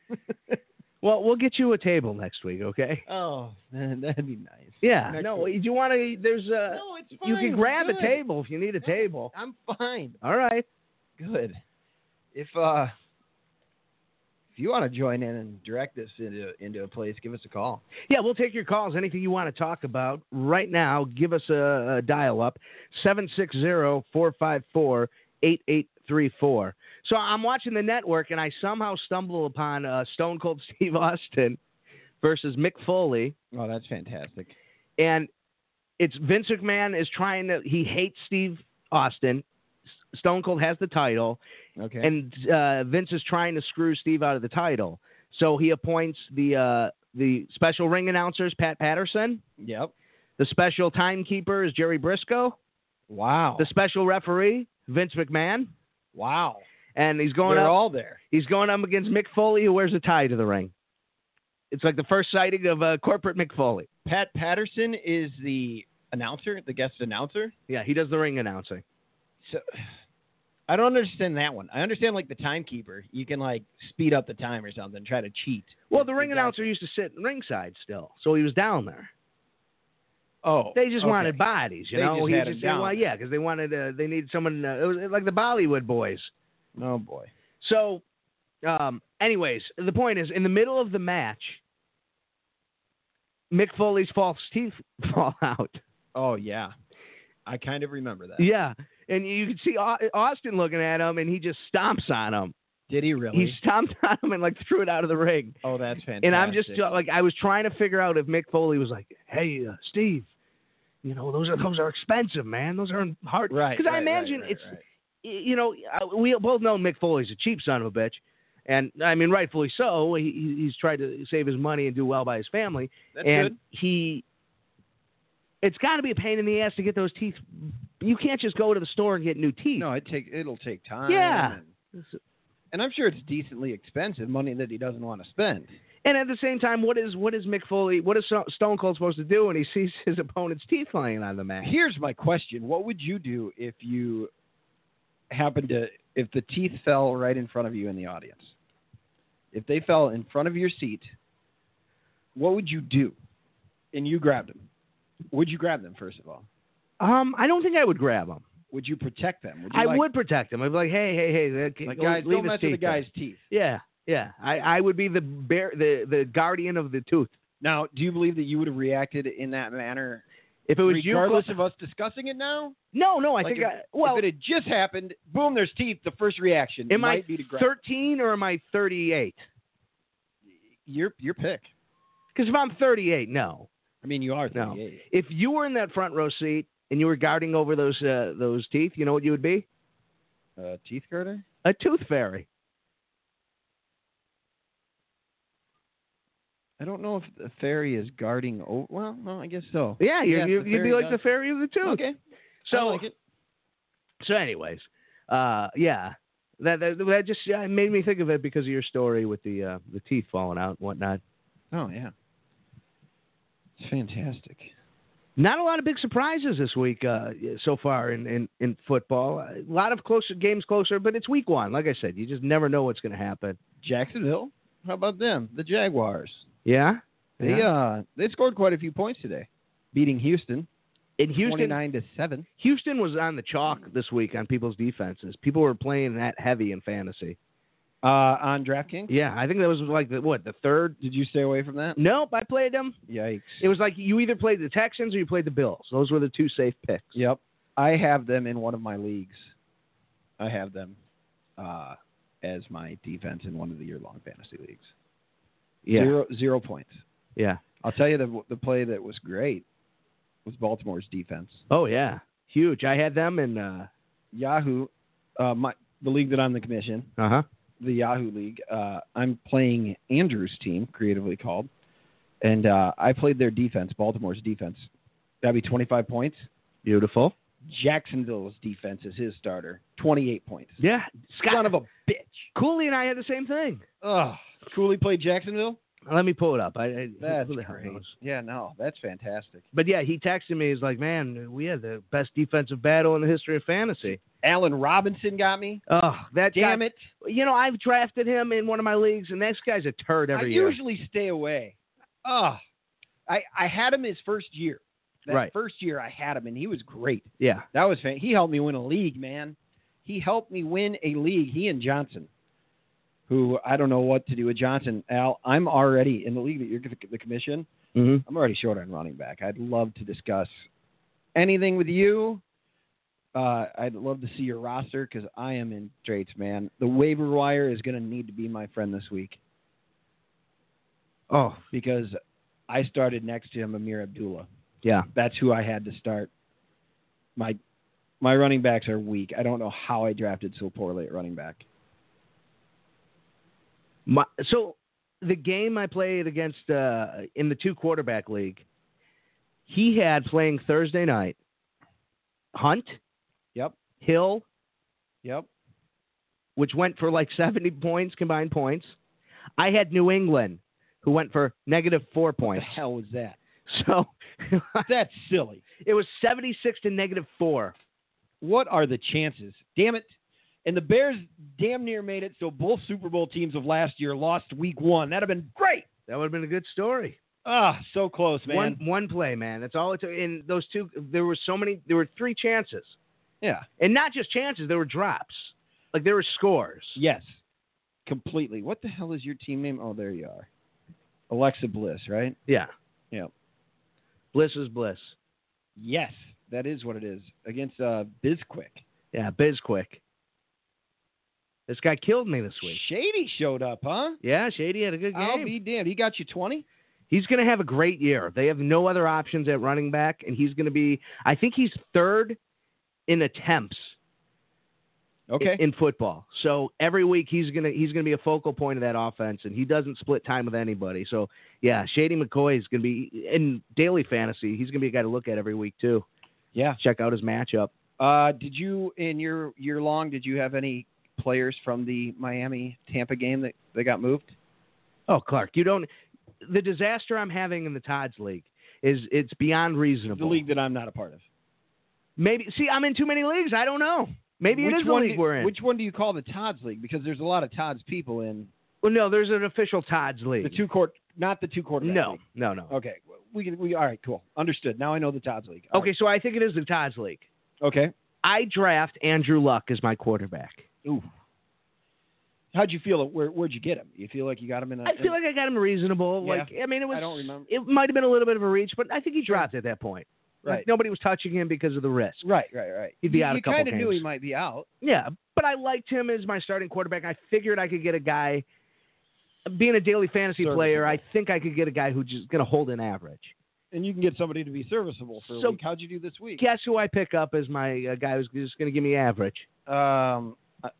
B: Well, we'll get you a table next week, okay?
E: oh, man, that'd be nice.
B: Yeah.
E: Next
B: no,
E: week.
B: you want to? There's a.
E: no, it's fine.
B: you can grab
E: Good.
B: a table if you need a
E: No,
B: table.
E: I'm fine.
B: All right.
E: Good. If uh, if you want to join in and direct us into into a place, give us a call.
B: Yeah, we'll take your calls. Anything you want to talk about right now, give us a, a dial up 760 454 8834. So I'm watching the network and I somehow stumble upon uh, Stone Cold Steve Austin versus Mick Foley.
E: Oh, that's fantastic.
B: And it's Vince McMahon is trying to, he hates Steve Austin. S- Stone Cold has the title
E: Okay.
B: and uh, Vince is trying to screw Steve out of the title. So he appoints the uh, the special ring announcers Pat Patterson.
E: yep.
B: The special timekeeper is Jerry Briscoe.
E: Wow.
B: The special referee Vince McMahon,
E: wow.
B: and he's going
E: They're
B: up.
E: all there.
B: he's going up against Mick Foley, who wears a tie to the ring. It's like the first sighting of uh, corporate Mick Foley.
E: Pat Patterson is the announcer, the guest announcer.
B: Yeah, he does the ring announcing.
E: So I don't understand that one. I understand like the timekeeper. You can like speed up the time or something, try to cheat.
B: Well, the ring
E: Exactly.
B: announcer used to sit ringside still, so he was down there.
E: Oh,
B: They just
E: okay.
B: wanted bodies, you
E: They
B: know.
E: just
B: he
E: had
B: just
E: him down.
B: well, yeah, because they wanted uh, they needed someone. Uh, it was like the Bollywood boys.
E: Oh boy.
B: So, um, anyways, the point is, in the middle of the match, Mick Foley's false teeth fall out.
E: Oh yeah. I kind of remember that.
B: Yeah, and you can see Au- Austin looking at him, and he just stomps on him.
E: Did he really?
B: He stomped on him and like threw it out of the ring.
E: oh, that's fantastic.
B: And I'm just uh, like, I was trying to figure out if Mick Foley was like, "Hey, uh, Steve." You know those are those are expensive, man. Those are hard.
E: right.
B: Because I
E: right,
B: imagine
E: right, right,
B: it's
E: right.
B: you know, I- we both know Mick Foley's a cheap son of a bitch, and I mean, rightfully so. He, he- he's tried to save his money and do well by his family,
E: That's
B: and
E: good.
B: he. It's got to be a pain in the ass to get those teeth. You can't just go to the store and get new teeth.
E: No, it take it'll take time.
B: Yeah.
E: And, and I'm sure it's decently expensive money that he doesn't want to spend.
B: And at the same time, what is what is Mick Foley? What is So- Stone Cold supposed to do when he sees his opponent's teeth lying on the mat?
E: Here's my question: What would you do if you happened to if the teeth fell right in front of you in the audience? If they fell in front of your seat, what would you do? And you grabbed them. Would you grab them first of all?
B: Um, I don't think I would grab him.
E: Would you protect them? Would you
B: I
E: like,
B: would protect him. I'd be like, hey, hey, hey, uh,
E: like
B: leave
E: guys,
B: his
E: don't mess
B: teeth
E: with the
B: there."
E: guy's teeth.
B: Yeah, yeah. I, I would be the bear, the the guardian of the tooth.
E: Now, do you believe that you would have reacted in that manner,
B: If it was
E: regardless
B: you,
E: of us discussing it now?
B: no, no. I
E: Like,
B: think
E: if-
B: I, well,
E: if it had just happened, boom, there's teeth. The first reaction
B: am
E: might
B: I
E: be to grab.
B: 13 or am I 38?
E: your your pick.
B: Because if I'm 38, no.
E: I mean, you are
B: No.
E: 38.
B: If you were in that front row seat and you were guarding over those uh, those teeth, you know what you would be?
E: Uh, teeth girder?
B: A tooth fairy.
E: I don't know if the fairy is guarding. O- well, no, I guess so.
B: Yeah, you,
E: Yeah,
B: you,
E: the
B: you'd be
E: fairy
B: like
E: does.
B: the fairy of the tooth.
E: Okay.
B: So,
E: I like it.
B: so anyways, uh, yeah. That, that, that just uh, made me think of it because of your story with the uh, the teeth falling out and whatnot.
E: Oh yeah. It's fantastic.
B: Not a lot of big surprises this week uh, so far in, in, in football. A lot of closer games closer, but it's week one. Like I said, you just never know what's going to happen.
E: Jacksonville How about them? The Jaguars.
B: Yeah.
E: They uh they scored quite a few points today, beating Houston,
B: In Houston,
E: 29 to seven.
B: Houston was on the chalk this week on people's defenses. People were playing that heavy in fantasy.
E: Uh, on DraftKings.
B: Yeah, I think that was like the, what the third.
E: Did you stay away from that?
B: Nope, I played them.
E: Yikes.
B: It was like you either played the Texans or you played the Bills. Those were the two safe picks.
E: Yep. I have them in one of my leagues. I have them uh, as my defense in one of the year long fantasy leagues.
B: Yeah,
E: Zero, zero points.
B: yeah.
E: I'll tell you the, the play that was great was Baltimore's defense.
B: Oh yeah, huge. I had them in. Uh
E: Yahoo, uh, my, the league that I'm the commission,
B: huh.
E: the Yahoo League, uh, I'm playing Andrew's team, creatively called, and uh, I played their defense, Baltimore's defense. That'd be 25 points.
B: Beautiful.
E: Jacksonville's defense is his starter, 28 points.
B: Yeah, Scott
E: Son of a bitch.
B: Cooley and I had the same thing.
E: Ugh. Cooley played Jacksonville?
B: Let me pull it up. I, I
E: That's
B: who the hell
E: great.
B: knows?
E: Yeah, no, that's fantastic.
B: But yeah, he texted me. He's like, "Man, we had the best defensive battle in the history of fantasy."
E: Allen Robinson got me.
B: Oh, that
E: Damn
B: guy-
E: it.
B: You know, I've drafted him in one of my leagues, and this guy's a turd every
E: I
B: year.
E: usually stay away. Ugh. I, I had him his first year. That
B: Right.
E: first year I had him, and he was great.
B: yeah,
E: That was fan. He helped me win a league, man. He helped me win a league. He and Johnson, who I don't know what to do with Johnson. Al, I'm already in the league that you're the commission.
B: mm-hmm.
E: I'm already short on running back. I'd love to discuss anything with you. Uh, I'd love to see your roster because I am in straits, man. The waiver wire is going to need to be my friend this week
B: oh
E: because I started next to him, Amir Abdullah.
B: yeah,
E: That's who I had to start. My my running backs are weak. I don't know how I drafted so poorly at running back.
B: My, so the game I played against uh, in the two quarterback league, he had playing Thursday night. Hunt,
E: Yep.
B: Hill,
E: Yep.
B: which went for like seventy points combined points. I had New England, who went for negative four
E: What the
B: points.
E: hell was that?
B: So
E: That's silly.
B: it was seventy six to negative four.
E: What are the chances? Damn it. And the Bears damn near made it, so both Super Bowl teams of last year lost week one. That'd have been great.
B: That would have been a good story.
E: Ah, so close, man.
B: One one play, man. That's all it took. And those two, there were so many. There were three chances,
E: Yeah.
B: and not just chances. There were drops. Like there were scores.
E: Yes. Completely. What the hell is your team name? Oh, there you are. Alexa Bliss, right?
B: Yeah.
E: Yep.
B: Bliss is bliss.
E: Yes. That is what it is. Against uh Bizquick.
B: Yeah. Bizquick. This guy killed me this week.
E: Shady showed up, huh?
B: Yeah, Shady had a good
E: I'll
B: game.
E: be damned. He got you 20?
B: he's going to have a great year. They have no other options at running back, and he's going to be. I think he's third in attempts
E: Okay.
B: in, in football. So every week he's gonna he's gonna be a focal point of that offense, and he doesn't split time with anybody. So yeah, Shady McCoy is gonna be in daily fantasy. He's gonna be a guy to look at every week too.
E: yeah.
B: Check out his matchup.
E: Uh, did you, in your year long, did you have any players from the Miami Tampa game that, that got moved?
B: Oh, Clark, you don't. The disaster I'm having in the Todd's league is it's beyond reasonable.
E: that I'm not a part of.
B: Maybe see, I'm in too many leagues. I don't know. Maybe
E: which
B: it is the
E: one
B: league
E: do-
B: we're in.
E: Which one do you call the Todd's League? Because there's a lot of Todd's people in
B: well, no, there's an official Todd's league.
E: the two court, not the two quarterback.
B: no,
E: league.
B: no, no.
E: Okay. We can, we, all right, cool. Understood. Now I know the Todd's League. All
B: Okay, so I think it is the Todd's league.
E: right. Okay.
B: I draft Andrew Luck as my quarterback.
E: Ooh. How'd you feel? Where, where'd you get him? You feel like you got him in a.
B: I feel like I got him reasonable.
E: Uh, Yeah.
B: Like I mean, it was.
E: I don't remember.
B: It might have been a little bit of a reach, but I think he dropped at that point. Like,
E: Right.
B: nobody was touching him because of the risk.
E: Right, right, right.
B: He'd be
E: you
B: out a
E: you
B: couple
E: kinda knew
B: games.
E: he might be out.
B: Yeah, but I liked him as my starting quarterback. I figured I could get a guy. Being a daily fantasy
E: Serviceable.
B: player, I think I could get a guy who's just going to hold an average.
E: and you can get somebody to be serviceable for a
B: So-
E: week. How'd you do this week?
B: Guess who I pick up as my uh, guy who's just going to give me average?
E: Um. uh,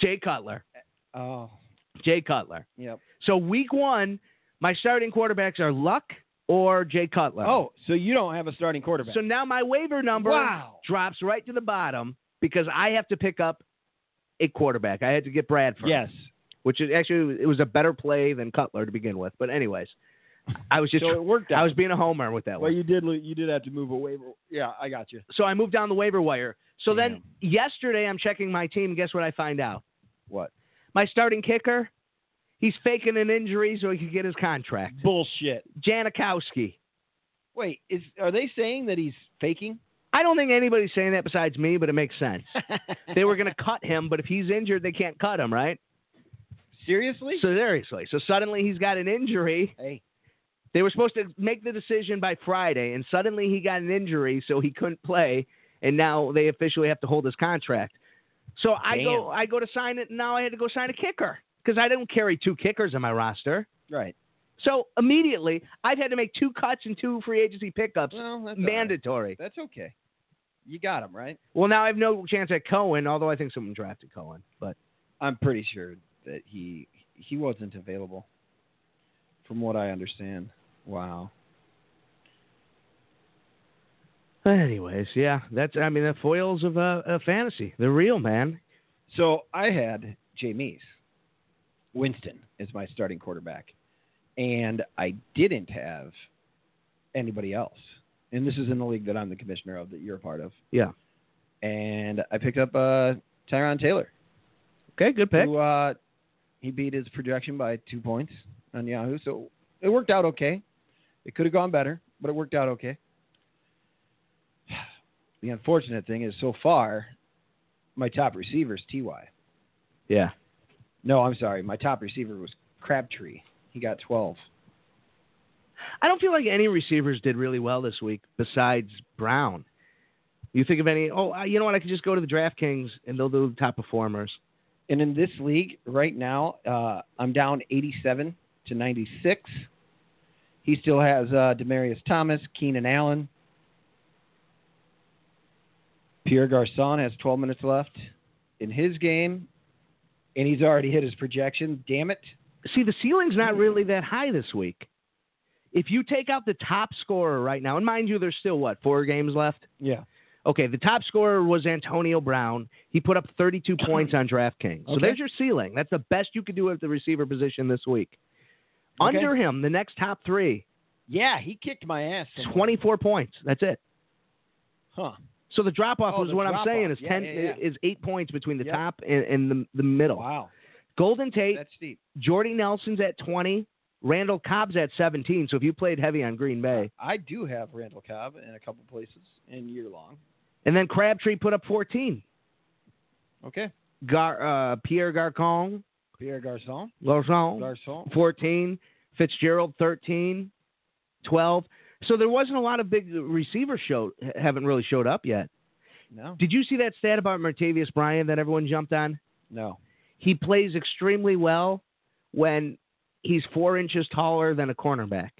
B: Jay Cutler.
E: Oh.
B: Jay Cutler.
E: Yep.
B: So week one, my starting quarterbacks are Luck or Jay Cutler.
E: Oh, so you don't have a starting quarterback.
B: so now my waiver number
E: wow.
B: drops right to the bottom because I have to pick up a quarterback. I had to get Bradford.
E: Yes.
B: Which is actually it was a better play than Cutler to begin with. But anyways, I was just
E: so it worked out.
B: I was being a homer with that
E: well,
B: one.
E: you did. lo- You did have to move a waiver. Yeah, I got you.
B: So I moved down the waiver wire. So then
E: Damn.
B: yesterday I'm checking my team. Guess what I find out?
E: What?
B: My starting kicker He's faking an injury so he could get his contract.
E: Bullshit.
B: Janikowski.
E: Wait, is are they saying that he's faking?
B: I don't think anybody's saying that besides me, but it makes sense. they were going to cut him, but if he's injured, they can't cut him, right?
E: seriously.
B: So seriously, so suddenly he's got an injury.
E: hey,
B: They were supposed to make the decision by Friday, and suddenly he got an injury, so he couldn't play, and now they officially have to hold his contract. So I go, I go to sign it, and now I had to go sign a kicker because I don't carry two kickers on my roster.
E: right.
B: So immediately, I've had to make two cuts and two free agency pickups,
E: Well, that's all right.
B: mandatory.
E: That's okay. You got him right.
B: Well, now I have no chance at Cohen, although I think someone drafted Cohen, but
E: I'm pretty sure that he he wasn't available, from what I understand. Wow.
B: but anyways, yeah, that's I mean the foils of uh, uh, fantasy, the real man.
E: So I had Jameis Winston as my starting quarterback, and I didn't have anybody else. And this is in the league that I'm the commissioner of, that you're a part of.
B: Yeah.
E: And I picked up uh, Tyron Taylor,
B: Okay, good pick.
E: who uh, he beat his projection by two points on Yahoo. So it worked out okay. It could have gone better, but it worked out okay. The unfortunate thing is, so far, my top receiver is Ty.
B: Yeah.
E: No, I'm sorry. My top receiver was Crabtree. He got 12.
B: I don't feel like any receivers did really well this week besides Brown. You think of any? Oh, uh, you know what? I could just go to the DraftKings and they'll do the top performers.
E: And in this league right now, uh, I'm down 87 to 96. He still has uh, Demarius Thomas, Keenan Allen. Pierre Garcon has 12 minutes left in his game, and he's already hit his projection. Damn it.
B: See, the ceiling's not really that high this week. If you take out the top scorer right now, and mind you, there's still what four games left.
E: Yeah.
B: Okay, the top scorer was Antonio Brown. He put up 32 points on DraftKings. So
E: Okay.
B: there's your ceiling. That's the best you could do at the receiver position this week.
E: Okay.
B: Under him, the next top three,
E: Yeah, he kicked my ass. somewhat.
B: 24 points. That's it.
E: Huh.
B: So the drop off
E: Oh,
B: was
E: the
B: what I'm
E: drop-off.
B: saying is
E: Yeah,
B: ten
E: yeah, yeah.
B: is eight points between the
E: Yep.
B: top and, and the the middle.
E: Wow.
B: Golden Tate,
E: That's steep.
B: Jordy Nelson's at twenty, Randall Cobb's at seventeen. So if you played heavy on Green Bay,
E: I do have Randall Cobb in a couple places in year long.
B: and then Crabtree put up fourteen.
E: Okay.
B: Gar, uh, Pierre Garcon,
E: Pierre Garcon.
B: Garcon,
E: Garcon.
B: fourteen, Fitzgerald 13, 12. So there wasn't a lot of big receiver show haven't really showed up yet.
E: No.
B: Did you see that stat about Martavius Bryant that everyone jumped on?
E: No.
B: he plays extremely well when he's four inches taller than a cornerback.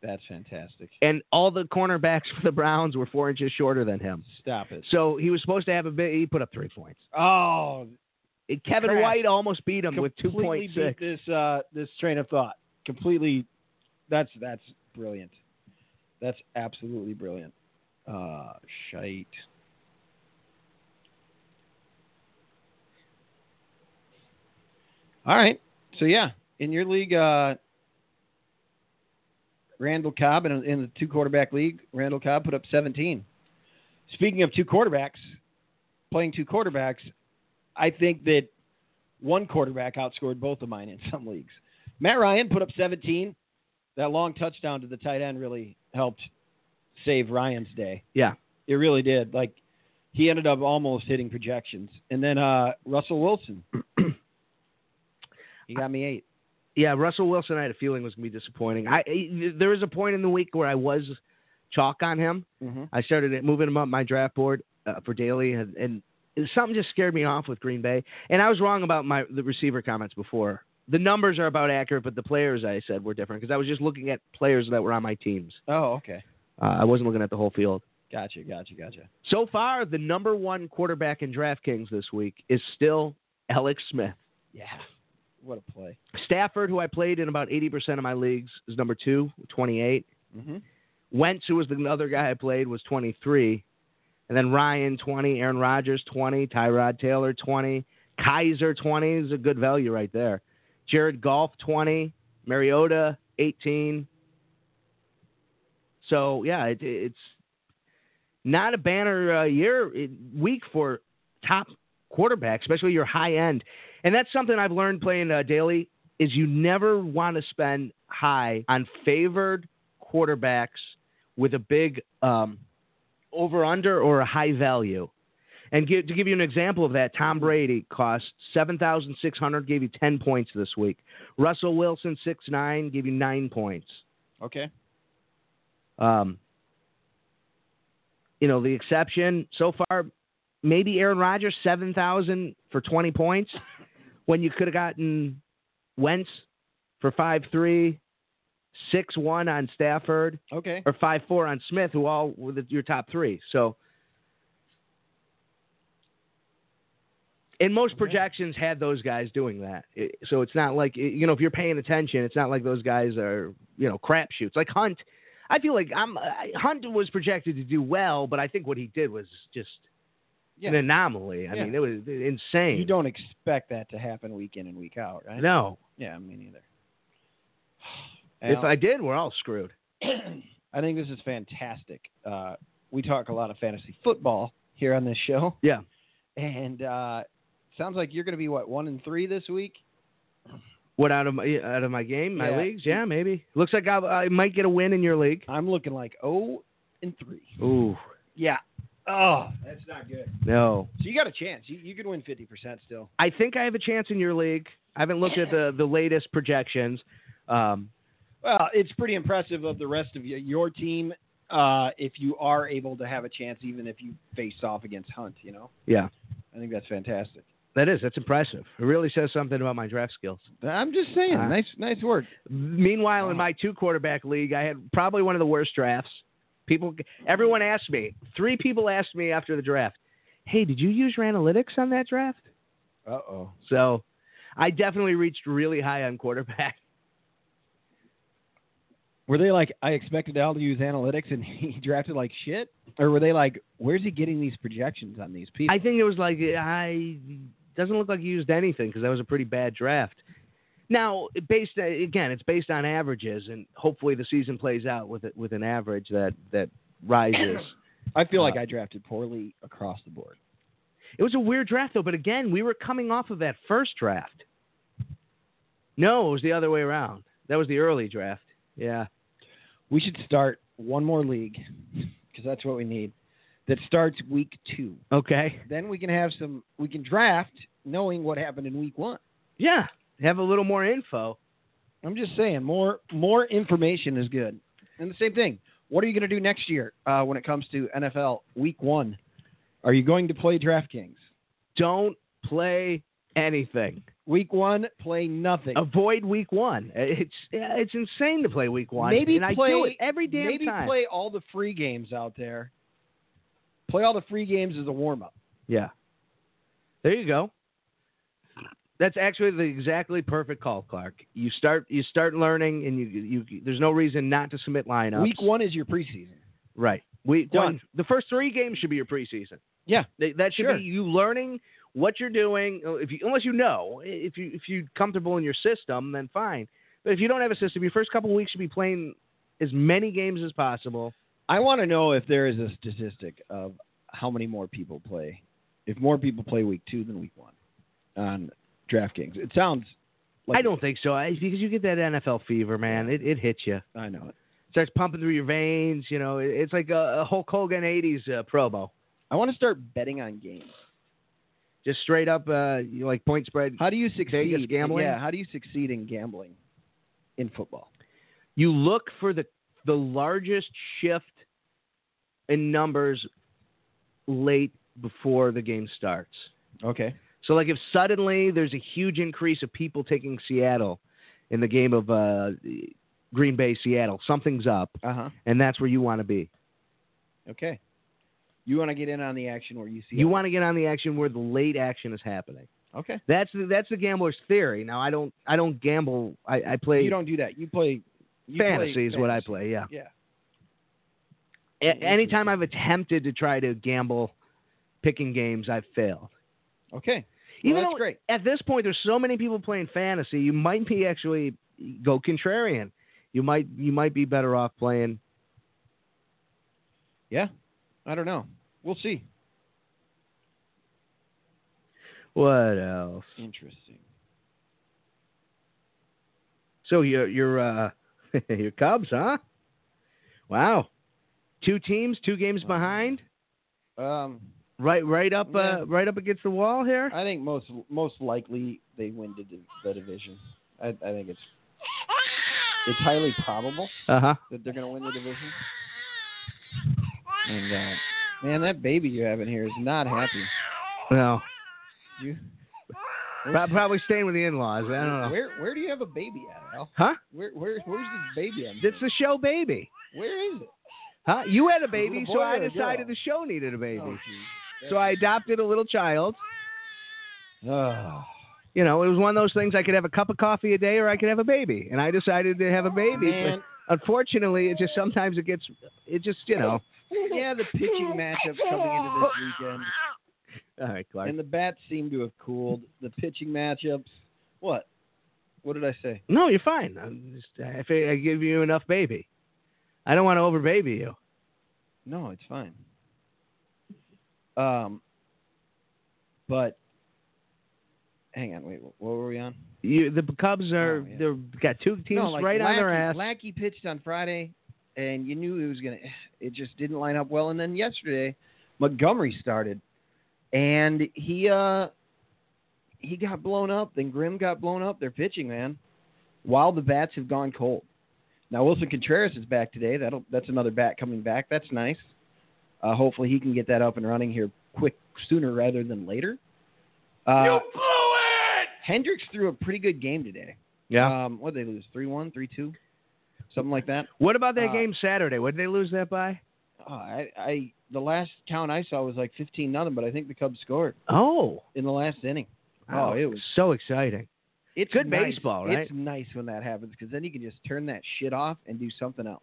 E: That's fantastic.
B: And all the cornerbacks for the Browns were four inches shorter than him.
E: Stop it.
B: So he was supposed to have a bit. He put up three points.
E: Oh,
B: And Kevin
E: Crap.
B: White almost beat him with two
E: completely
B: point six.
E: beat This uh, this train of thought completely. That's that's brilliant. That's absolutely brilliant. Uh, shite. All right. So yeah, in your league, uh, Randall Cobb in, in the two quarterback league, Randall Cobb put up 17. Speaking of two quarterbacks, playing two quarterbacks, I think that one quarterback outscored both of mine in some leagues. Matt Ryan put up 17. That long touchdown to the tight end really helped save Ryan's day.
B: Yeah.
E: It really did. Like he ended up almost hitting projections. And then uh, Russell Wilson. he got me 8.
B: Yeah, Russell Wilson, I had a feeling was going to be disappointing. I I- there was a point in the week where I was chalk on him.
E: Mm-hmm.
B: I started moving him up my draft board uh, for daily, and, and something just scared me off with Green Bay. And I was wrong about my the receiver comments before. The numbers are about accurate, but the players I said were different because I was just looking at players that were on my teams.
E: Oh, okay.
B: Uh, I wasn't looking at the whole field.
E: Gotcha, gotcha, gotcha.
B: So far, the number one quarterback in DraftKings this week is still Alex Smith.
E: Yeah. What a play.
B: Stafford, who I played in about 80% of my leagues, is number two, 28.
E: Mm-hmm.
B: Wentz, who was the other guy I played, was 23. And then Ryan, 20. Aaron Rodgers, 20. Tyrod Taylor, 20. Kaiser, 20 is a good value right there. Jared Goff, 20. Mariota, 18. So, yeah, it, it's not a banner uh, year it, week for top quarterback, especially your high end. And that's something I've learned playing uh, daily is you never want to spend high on favored quarterbacks with a big um, over under or a high value. And gi- to give you an example of that, Tom Brady cost seven thousand six hundred, gave you ten points this week. Russell Wilson six nine, gave you nine points.
E: Okay.
B: Um, you know, the exception so far, maybe Aaron Rodgers, 7,000 for 20 points when you could have gotten Wentz for 5 3, 6 1 on Stafford,
E: Okay.
B: or 5 4 on Smith, who all were the, your top three. So, and most
E: Okay.
B: projections had those guys doing that. It- so it's not like, you know, if you're paying attention, it's not like those guys are, you know, crapshoots. Like Hunt, I feel like I'm I- Hunt was projected to do well, but I think what he did was just an
E: Yeah.
B: anomaly. I
E: Yeah.
B: mean, it was insane.
E: You don't expect that to happen week in and week out, right?
B: No,
E: Yeah, me neither.
B: if I did, we're all screwed.
E: I think this is fantastic. Uh, we talk a lot of fantasy football here on this show.
B: Yeah.
E: And uh, sounds like you're going to be what one and three this week.
B: What out of my out of my game, my
E: Yeah.
B: leagues? Yeah, maybe. Looks like I, I might get a win in your league.
E: I'm looking like oh and three.
B: Ooh,
E: Yeah. Oh, that's not good.
B: no.
E: So you got a chance. You you could win fifty percent still.
B: I think I have a chance in your league. I haven't looked at the, the latest projections. Um,
E: Well, it's pretty impressive of the rest of your, your team uh, if you are able to have a chance, even if you face off against Hunt. You know.
B: Yeah.
E: I think that's fantastic.
B: that is, that's impressive. It really says something about my draft skills.
E: I'm just saying,
B: Uh,
E: nice nice work.
B: Meanwhile, in
E: Wow.
B: my two quarterback league, I had probably one of the worst drafts. People, everyone asked me. Three people asked me after the draft, "Hey, did you use your analytics on that draft?"
E: Uh oh.
B: So, I definitely reached really high on quarterback.
E: Were they like, I expected Al to use analytics and he drafted like shit? Or were they like, where's he getting these projections on these people?
B: I think it was like I doesn't look like he used anything because that was a pretty bad draft. Now, based again, it's based on averages, and hopefully the season plays out with it, with an average that that rises.
E: I feel
B: uh,
E: like I drafted poorly across the board.
B: it was a weird draft though, but again, we were coming off of that first draft. No, it was the other way around. That was the early draft. Yeah,
E: We should start one more league because that's what we need. That starts week two.
B: Okay.
E: Then we can have some. We can draft knowing what happened in week one.
B: Yeah, have a little more info.
E: I'm just saying, more more information is good. And the same thing. What are you going to do next year uh, when it comes to NFL Week One? Are you going to play DraftKings?
B: Don't play anything.
E: Week One, play nothing.
B: Avoid week one. It's yeah, it's insane to play week one.
E: Maybe
B: and I
E: play-
B: do it every damn
E: Maybe
B: time.
E: play all the free games out there. Play all the free games as a warm up.
B: Yeah. There you go. That's actually the exactly perfect call, Clark. You start you start learning, and you you there's no reason not to submit lineups.
E: Week One is your preseason.
B: right? Week
E: Done.
B: one. The first three games should be your preseason.
E: Yeah.
B: Th- that should
E: Sure.
B: be you learning what you're doing. Uh, If you unless you know, if you if you're comfortable in your system, then fine. But if you don't have a system, your first couple weeks should be playing as many games as possible.
E: I want to know if there is a statistic of how many more people play, if more people play Week Two than Week One on DraftKings. It sounds. like
B: I don't think so. I, because you get that NFL fever, man. It it hits you.
E: I know it.
B: starts pumping through your veins. You know, it- it's like a, a Hulk Hogan '80s uh, promo,
E: I want to start betting on games.
B: just straight up, uh, you know, like point spread.
E: How do you succeed?
B: Vegas gambling?
E: Yeah. How do you succeed in gambling in football?
B: You look for the the largest shift in numbers late before the game starts.
E: Okay.
B: So, like, if suddenly there's a huge increase of people taking Seattle in the game of uh, Green Bay Seattle, something's up,
E: Uh huh.
B: and that's where you want to be.
E: Okay. You want to get in on the action where you see.
B: You want to get on the action where the late action is happening.
E: Okay.
B: That's the, that's the gambler's theory. Now I don't I don't gamble. I, I play
E: You don't do that. You play. You
B: fantasy
E: play
B: is what I
E: fantasy.
B: play. Yeah.
E: Yeah.
B: A- anytime
E: Interesting.
B: I've attempted to try to gamble, picking games, I've failed.
E: Okay. Well,
B: Even
E: that's
B: though
E: great.
B: at this point there's so many people playing fantasy, you might be actually go contrarian. You might you might be better off playing.
E: I don't know. We'll see.
B: What else?
E: Interesting.
B: So your your uh, your Cubs, huh? Wow, two teams, two games
E: Wow.
B: behind,
E: Um,
B: right right up
E: Yeah.
B: uh, right up against the wall here.
E: I think most most likely they win the, div- the division. I, I think it's it's highly probable
B: Uh huh.
E: that they're going to win the division. And uh, man, that baby you have in here is not happy.
B: Well,
E: You,
B: pro- probably staying with the in-laws. I don't know.
E: Where where do you have a baby at, Al?
B: Huh?
E: Where where where's this baby at?
B: It's the show, baby.
E: where is it?
B: Huh? You had a baby,
E: boy
B: so I
E: or a
B: decided
E: girl?
B: the show needed a baby.
E: Oh, geez.
B: So I adopted a little child.
E: Oh.
B: You know, it was one of those things I could have a cup of coffee a day or I could have a baby. And I decided to have a baby.
E: Man,
B: But unfortunately, it just sometimes it gets, it just, you know.
E: yeah, the pitching matchup coming into this weekend,
B: All right, Clark.
E: and the bats seem to have cooled. The pitching matchups, what? What did I say?
B: No, you're fine. I'm just, I, fi- I give you enough baby. I don't want to over baby you.
E: No, it's fine. Um, but hang on, wait, what were we on?
B: You, the Cubs are
E: Oh, yeah.
B: they've got two teams
E: no, like
B: right
E: Lackey,
B: on their ass.
E: Lackey pitched on Friday, and you knew he was gonna. It just didn't line up well. And then yesterday, Montgomery started, and he uh he got blown up. Then Grimm got blown up. They're pitching, man. While the bats have gone cold. Now Wilson Contreras is back today. That'll that's another bat coming back. That's nice. Uh, hopefully he can get that up and running here quick sooner rather than later. Uh,
C: you blew it!
E: Hendricks threw a pretty good game today. Um, what did they lose? 3 1, 3 2? Something like that.
B: what about that
E: uh,
B: game Saturday? What did they lose that by?
E: Oh, I, I The last count I saw was like 15 nothing, but I think the Cubs scored
B: Oh,
E: in the last inning.
B: wow,
E: Oh, it was-
B: so exciting.
E: It's
B: Good
E: nice.
B: baseball, right?
E: It's nice when that happens because then you can just turn that shit off and do something else.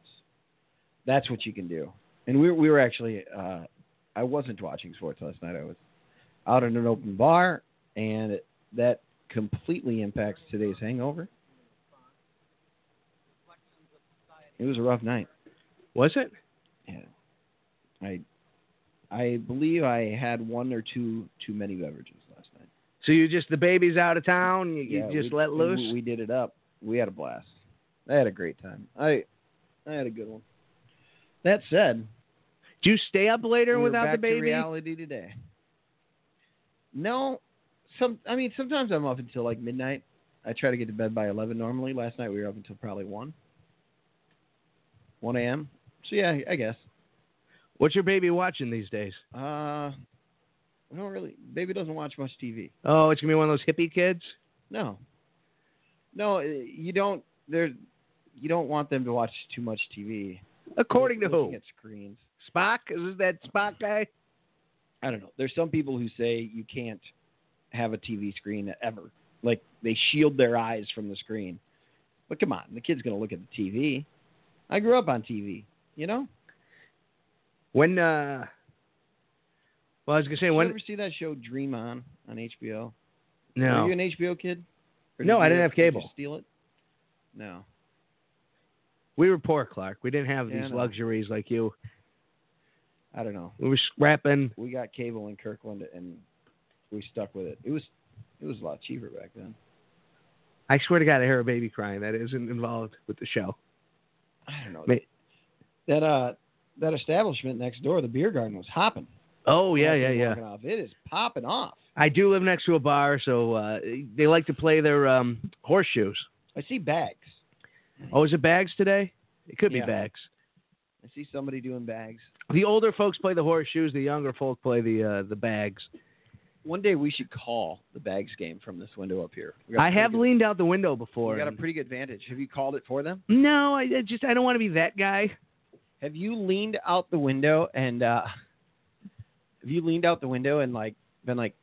E: That's what you can do. And we, we were actually, uh, I wasn't watching sports last night. I was out at an open bar, and it, that completely impacts today's hangover. It was a rough night.
B: Was it?
E: I I believe I had one or two too many beverages last night.
B: So you just the baby's out of town. You,
E: Yeah,
B: you just
E: we-
B: let loose.
E: We, we did it up. We had a blast. I had a great time. I I had a good one. That said,
B: Do you stay up later
E: we were
B: without the
E: back to
B: baby?
E: reality today. No, some I mean sometimes I'm up until like midnight. I try to get to bed by eleven normally. Last night we were up until probably one. One a.m. So yeah, I guess.
B: What's your baby watching these days?
E: Uh, we don't really. Baby doesn't watch much TV.
B: Oh, it's gonna be one of those hippie kids.
E: No. No, uh, you don't. There, you don't want them to watch too much TV.
B: According to
E: Look-
B: who?
E: looking At screens.
B: Spock? Is this that Spock guy?
E: I don't know. There's some people who say you can't have a TV screen ever. Like they shield their eyes from the screen. But come on, the kid's gonna look at the TV. I grew up on TV. You know.
B: When? uh Well, I was gonna say
E: Did
B: when.
E: you ever see that show Dream On on HBO? Were
B: No.
E: you an HBO kid?
B: No,
E: did
B: I
E: you-
B: didn't have
E: did you
B: cable.
E: steal it. No.
B: We were poor, Clark. We didn't have
E: Yeah,
B: these
E: no.
B: luxuries like you.
E: I don't know.
B: We were scrapping.
E: we got cable in Kirkland and we stuck with it. It was it was a lot cheaper back then.
B: I swear to God, I hear a baby crying. That isn't involved with the show.
E: I don't know.
B: Ma-
E: that uh that establishment next door, the beer garden was hopping.
B: Oh yeah,
E: After
B: yeah, yeah.
E: walking Off. It is popping off.
B: I do live next to a bar, so uh, they like to play their um, horseshoes.
E: I see bags.
B: Oh, is it bags today? It could be
E: Yeah.
B: bags.
E: I see somebody doing bags.
B: The older folks play the horseshoes. The younger folk play the uh, the bags.
E: One day we should call the bags game from this window up here. We got a
B: I
E: pretty
B: have
E: good,
B: leaned out the window
E: we
B: before.
E: got a
B: and-
E: pretty good vantage. Have you called it for them?
B: no, I, I just I don't want to be that guy.
E: Have you leaned out the window and uh have you leaned out the window and like been like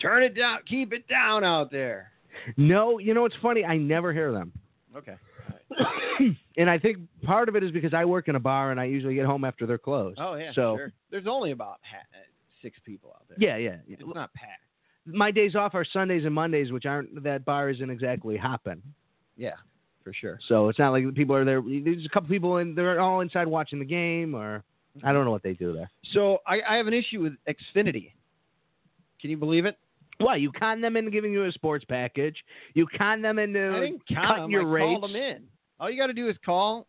E: turn it down, keep it down out there?
B: No, you know what's funny? I never hear them.
E: Okay.
B: and I think part of it is because I work in a bar and I usually get home after they're closed.
E: Oh yeah,
B: So
E: sure. There's only about ha- uh, six people out there.
B: yeah, yeah, yeah.
E: it's not packed.
B: My days off are Sundays and Mondays, which aren't that bar isn't exactly hopping.
E: Yeah, for sure.
B: So it's not like people are there. There's a couple people and they're all inside watching the game, or I don't know what they do there.
E: So I, I have an issue with Xfinity. Can you believe it?
B: Well, you con them into giving you a sports package. You con them
E: I
B: into
E: didn't count
B: cutting
E: them.
B: your
E: I
B: rates.
E: called them in. All you got to do is call.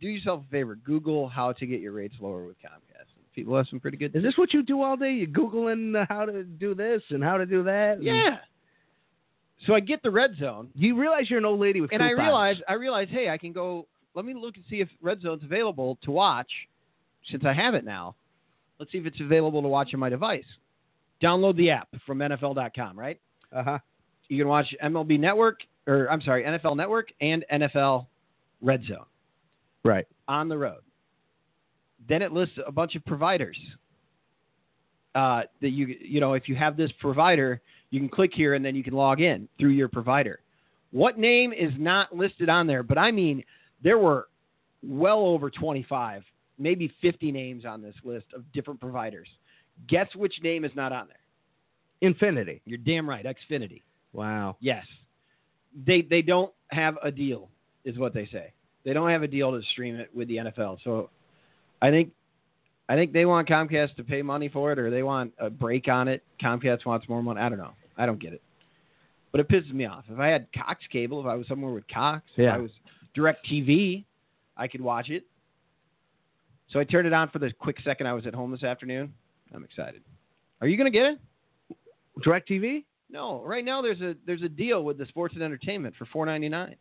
E: Do yourself a favor. Google how to get your rates lower with Comcast. People have some pretty good.
B: Is this what you do all day? You googling uh, how to do this and how to do that. and-
E: Yeah. So I get the red zone,
B: You realize you're an old lady with
E: and I
B: coupons.
E: realize I realize, hey, I can go. Let me look and see if red zone's available to watch, since I have it now. Let's see if it's available to watch on my device. Download the app from NFL.com. Right.
B: Uh-huh.
E: You can watch MLB Network, or I'm sorry, NFL Network and NFL Red Zone.
B: Right.
E: on the road. Then it lists a bunch of providers uh, that you you know if you have this provider, you can click here and then you can log in through your provider. What name is not listed on there? But I mean, there were well over 25, maybe 50 names on this list of different providers. Guess which name is not on there?
B: Infinity.
E: You're damn right, Xfinity.
B: Wow.
E: Yes. They they don't have a deal, is what they say. They don't have a deal to stream it with the NFL. So I think I think they want Comcast to pay money for it or they want a break on it. Comcast wants more money. I don't know. I don't get it. But it pisses me off. If I had Cox cable, if I was somewhere with Cox, if
B: Yeah.
E: I was direct TV, I could watch it. So I turned it on for the quick second I was at home this afternoon. I'm excited. Are you gonna get it?
B: DirecTV?
E: No, right now there's a there's a deal with the sports and entertainment for four ninety nine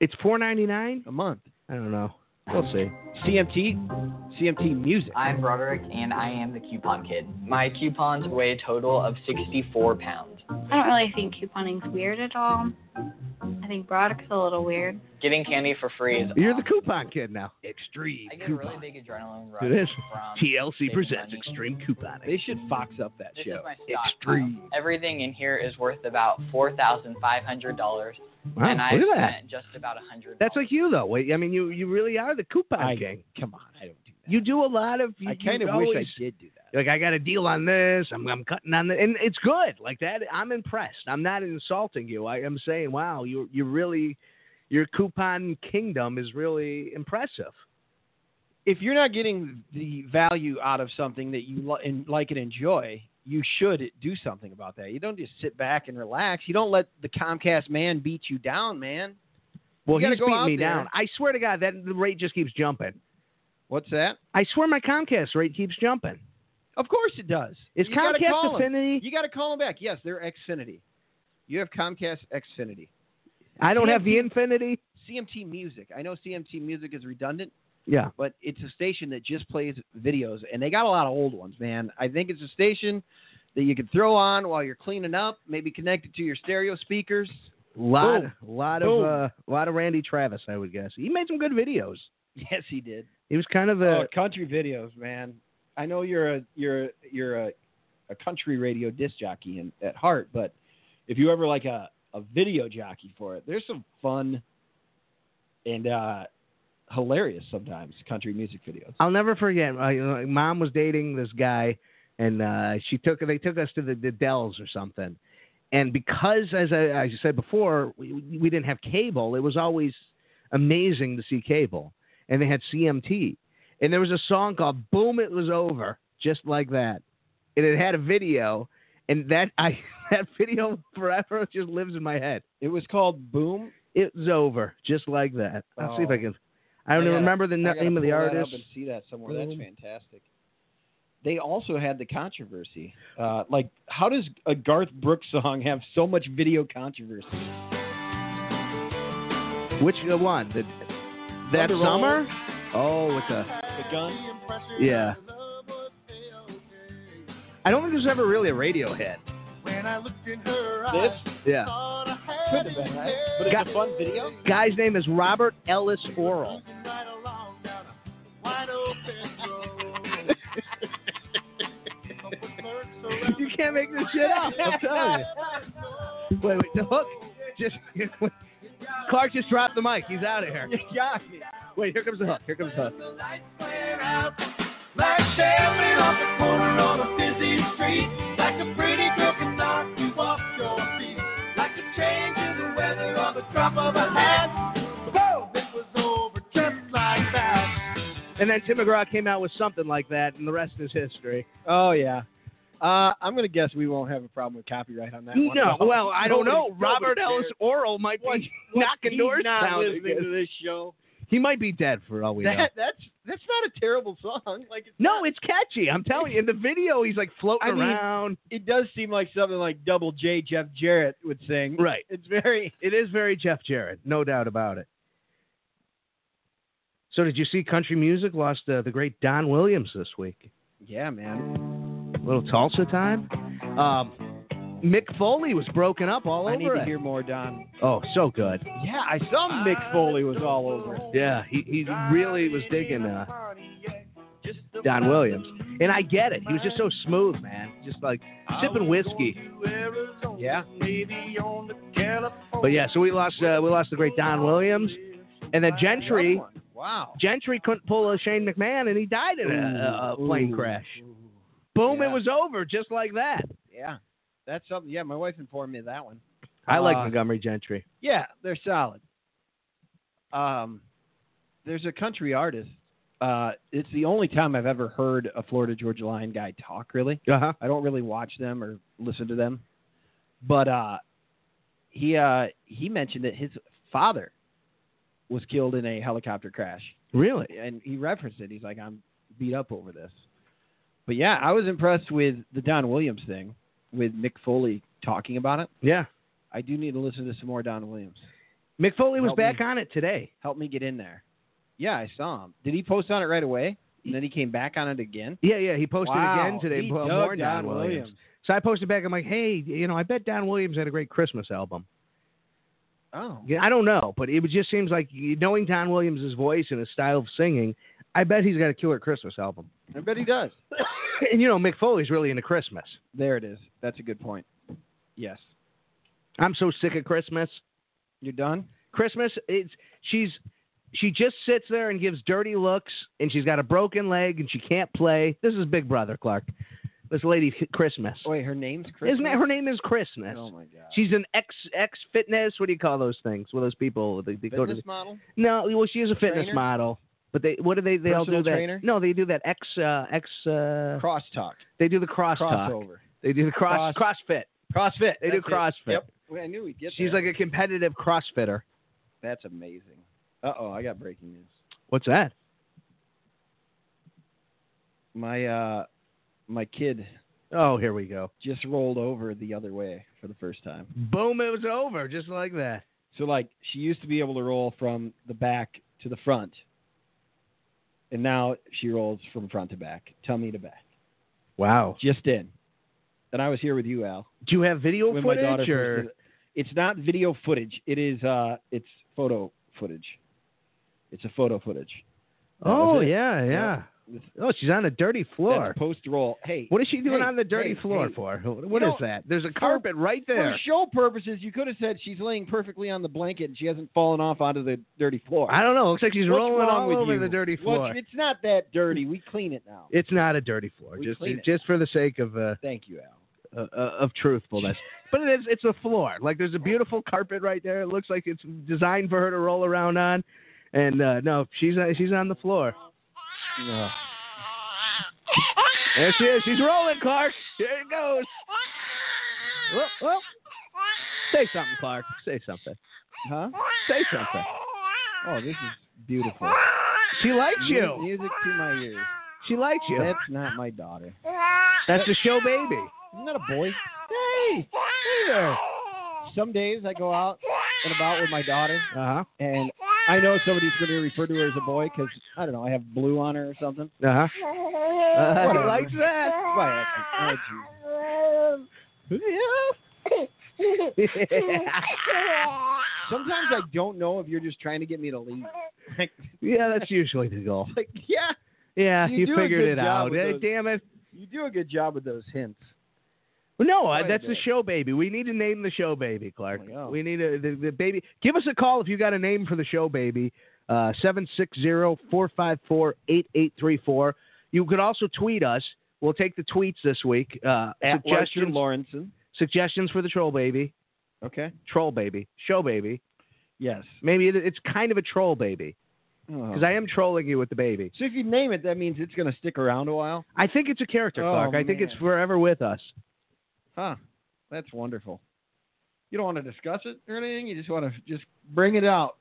B: It's four ninety nine?
E: a month.
B: I don't know. We'll see.
E: CMT, CMT Music.
A: I'm Broderick, and I am the coupon kid. My coupons weigh a total of 64 pounds.
D: I don't really think couponing's weird at all. I think Broderick's a little weird.
A: Getting candy for free is
B: You're the
A: awesome.
B: coupon kid now.
E: Extreme.
A: I get a really big adrenaline rush
B: It is.
A: from
B: TLC
A: saving
B: presents
A: money.
B: Extreme Couponing.
E: They should fox up that
A: This
E: show.
A: is my stock.
B: Extreme.
A: Everything in here is worth about four thousand five hundred dollars,
B: Wow,
A: and I
B: look at that.
A: spent just about a hundred.
B: That's like you though. Wait, I mean, you you really are the coupon
E: I,
B: king.
E: come on, I don't do that.
B: You do a lot of. You,
E: I kind
B: you
E: of wish
B: always-
E: I did do that.
B: Like I got a deal on this. I'm I'm cutting on that, and it's good. Like that, I'm impressed. I'm not insulting you. I am saying, wow, you you really, your coupon kingdom is really impressive.
E: If you're not getting the value out of something that you li- and like and enjoy, you should do something about that. You don't just sit back and relax. You don't let the Comcast man beat you down, man.
B: Well,
E: You gotta
B: he's
E: go
B: beating
E: out
B: me
E: there.
B: down. I swear to God, that the rate just keeps jumping.
E: What's that?
B: I swear my Comcast rate keeps jumping.
E: Of course it does.
B: Is
E: You gotta call
B: Comcast
E: 'em.
B: Affinity?
E: You got to call them back. Yes, they're Xfinity. You have Comcast Xfinity.
B: I don't
E: Yeah,
B: have the
E: you-
B: Infinity.
E: CMT Music. I know CMT Music is redundant,
B: Yeah.
E: but it's a station that just plays videos, and they got a lot of old ones, man. I think it's a station that you could throw on while you're cleaning up, maybe connect it to your stereo speakers.
B: Lot,
E: Boom.
B: lot of,
E: Boom.
B: uh, lot of Randy Travis, I would guess. He made some good videos.
E: Yes, he did.
B: He was kind of
E: oh,
B: a,
E: country videos, man. I know you're a you're a- you're a, a country radio disc jockey in, at heart, but if you ever like a, a video jockey for it, there's some fun and uh, hilarious sometimes country music videos.
B: I'll never forget. uh, My, my mom was dating this guy, and uh, she took they took us to the, the Dells or something. And because, as I, as I said before, we, we didn't have cable, it was always amazing to see cable. And they had CMT, and there was a song called "Boom It Was Over," just like that. And it had a video, and that I that video forever just lives in my head.
E: It was called Boom.
B: It was over, just like that. I'll see if I
E: Oh.
B: can. I don't
E: I gotta-
B: remember the
E: I gotta
B: name of the
E: pull that
B: artist.
E: Up and see that somewhere. That's
B: Boom.
E: fantastic. They also had the controversy. Uh, like, how does a Garth Brooks song have so much video controversy?
B: Which one? The, that
E: Thunder Roll.
B: summer? Oh, with the
E: The gun.
B: yeah. I don't think there's ever really a radio hit.
E: This
B: Yeah.
E: could have been, right? But it's
B: Got-
E: a fun video.
B: Guy's name is Robert Ellis Oral. You can't make this shit up. I'm telling you. Wait, wait. The hook. Just Clark just dropped the mic. He's out of here. Wait, here comes the hook. Here comes the hook. And then Tim McGraw came out with something like that, and the rest is history.
E: Oh yeah. Uh, I'm gonna guess we won't have a problem with copyright on that one.
B: No, well, I don't
E: Nobody-
B: know. Robert
E: nobody
B: Ellis
E: cares.
B: Oral might
E: What-
B: be knocking
E: He's
B: doors
E: not
B: down.
E: listening to this show.
B: He might be dead for all we know.
E: That that's that's not a terrible song. Like it's
B: No,
E: not-
B: it's catchy. I'm telling you. In the video, he's like floating
E: I mean-
B: around.
E: it does seem like something like Double J Jeff Jarrett would sing.
B: Right.
E: It's very
B: It is very Jeff Jarrett, no doubt about it. So, did you see country music lost uh, the great Don Williams this week?
E: yeah, man.
B: little Tulsa time. Um, Mick Foley was broken up all
E: I need
B: over
E: to
B: it.
E: hear more Don.
B: oh, so good.
E: Yeah, I saw Mick Foley was all over. it.
B: Yeah, he, he really was digging uh, Don Williams. And I get it. He was just so smooth, man. Just like sipping whiskey.
E: Yeah.
B: But yeah, so we lost uh, we lost the great Don Williams, and then Gentry
E: Wow.
B: Gentry couldn't pull a Shane McMahon, and he died in a, a, a plane
E: Ooh.
B: crash. Boom!
E: Yeah.
B: It was over just like that.
E: Yeah. That's something. Yeah, my wife informed me of that one.
B: I like
E: Uh,
B: Montgomery Gentry.
E: Yeah, they're solid. Um, there's a country artist. Uh, it's the only time I've ever heard a Florida Georgia Line guy talk. Really,
B: Uh huh.
E: I don't really watch them or listen to them, but uh, he uh, he mentioned that his father was killed in a helicopter crash,
B: Really?
E: and he referenced it. He's like, I'm beat up over this. But yeah, I was impressed with the Don Williams thing with Mick Foley talking about it.
B: Yeah.
E: I do need to listen to some more Don Williams.
B: Mick Foley was
E: Help
B: back
E: me.
B: on it today.
E: help me get in there. Yeah, I saw him. Did he post on it right away? And then he came back on it again.
B: Yeah, yeah. He posted
E: Wow,
B: again today.
E: he
B: more
E: dug
B: more
E: Don
B: Williams.
E: Williams.
B: So I posted back. I'm like, hey, you know, I bet Don Williams had a great Christmas album.
E: Oh,
B: Yeah, I don't know, but it just seems like knowing Don Williams' voice and his style of singing, I bet he's got a killer Christmas album.
E: I bet he does.
B: and you know, Mick Foley's really into Christmas.
E: There it is. That's a good point. Yes,
B: I'm so sick of Christmas.
E: you're done.
B: Christmas, it's she's she just sits there and gives dirty looks, and she's got a broken leg, and she can't play. This is Big Brother Clark. This lady Christmas.
E: Oh, wait, her name's Chris.
B: Isn't that her name is Christmas?
E: Oh my god.
B: She's an ex ex fitness. What do you call those things? What are those people? They, they go to
E: Business model.
B: no. Well, she is a fitness
E: Trainer?
B: model, but they what do they? They all do
E: Personal
B: that.
E: trainer?
B: No, they do that ex uh, ex. Uh,
E: Crosstalk.
B: they do the cross talk.
E: Crossover.
B: They do the cross,
E: Cross-
B: CrossFit.
E: CrossFit.
B: They do
E: That's it.
B: CrossFit.
E: Yep. Well, I knew we'd get
B: She's
E: there.
B: like a competitive CrossFitter.
E: That's amazing. Uh oh, I got breaking news.
B: What's that?
E: My uh, my kid
B: Oh, here we go.
E: just rolled over the other way for the first time.
B: Boom! It was over, just like that.
E: So like she used to be able to roll from the back to the front. And now she rolls from front to back, tummy to back.
B: Wow.
E: Just in. And I was here with you, Al.
B: Do you have video
E: when my daughter
B: footage
E: first
B: or?
E: did it. it's not video footage. It is uh it's photo footage. It's a photo footage. That was
B: Oh
E: it.
B: yeah, yeah.
E: This-
B: Oh, she's on a dirty floor.
E: That's post roll. Hey,
B: What is she doing
E: Hey,
B: on the dirty
E: hey,
B: floor
E: hey.
B: for? What
E: You
B: is
E: know, oh,
B: that? There's a carpet right there.
E: for show purposes, you could have said she's laying perfectly on the blanket and she hasn't fallen off onto the dirty floor.
B: I don't know. Looks like she's
E: What's
B: rolling
E: wrong
B: all
E: with
B: over
E: you?
B: the dirty
E: What's-
B: floor.
E: it's not that dirty. We clean it now.
B: It's not a dirty floor.
E: We
B: just
E: clean it.
B: just for the sake of uh,
E: Thank you, Al.
B: uh, of truthfulness. but it is it's a floor. Like there's a beautiful carpet right there. It looks like it's designed for her to roll around on. And uh, no, she's uh, she's on the floor.
E: Yeah.
B: There she is. She's rolling, Clark. Here it goes. Whoop, whoop. Say something, Clark. Say something.
E: Huh?
B: Say something.
E: Oh, this is beautiful.
B: She likes
E: Mu-
B: you.
E: Music to my ears.
B: She likes you.
E: That's not my daughter.
B: That's the show baby.
E: Isn't that a boy? Hey, hey there. Some days I go out and about with my daughter,
B: Uh
E: and I know somebody's going to refer to her as a boy because, I don't know, I have blue on her or something.
B: huh. Uh huh. Uh, she
E: Whatever.
B: likes that.
E: By accident. Oh, geez. Sometimes I don't know if you're just trying to get me to leave. Like,
B: yeah, that's usually the goal.
E: like yeah,
B: Yeah,
E: You
B: you,
E: do a
B: figured
E: good
B: it
E: job
B: out.
E: with
B: Eh,
E: those-
B: Damn it.
E: you do a good job with those hints.
B: No, uh,
E: Quite a
B: that's the
E: bit.
B: show baby. We need to name the show baby, Clark.
E: Oh, yeah.
B: We need a, the, the baby. Give us a call if you got a name for the show baby. Uh, 760-454-8834. You could also tweet us. We'll take the tweets this week. Uh,
E: At Lester
B: suggestions,
E: Lawrenson.
B: suggestions for the troll baby,
E: Okay.
B: troll baby, show baby.
E: Yes.
B: Maybe it, it's kind of a troll baby.
E: Oh.
B: because I am trolling you with the baby.
E: So if you name it, that means it's going to stick around a while.
B: I think it's a character,
E: Oh,
B: Clark. I think it's
E: man.
B: forever with us.
E: Huh. That's wonderful. You don't want to discuss it or anything. You just want to just bring it out.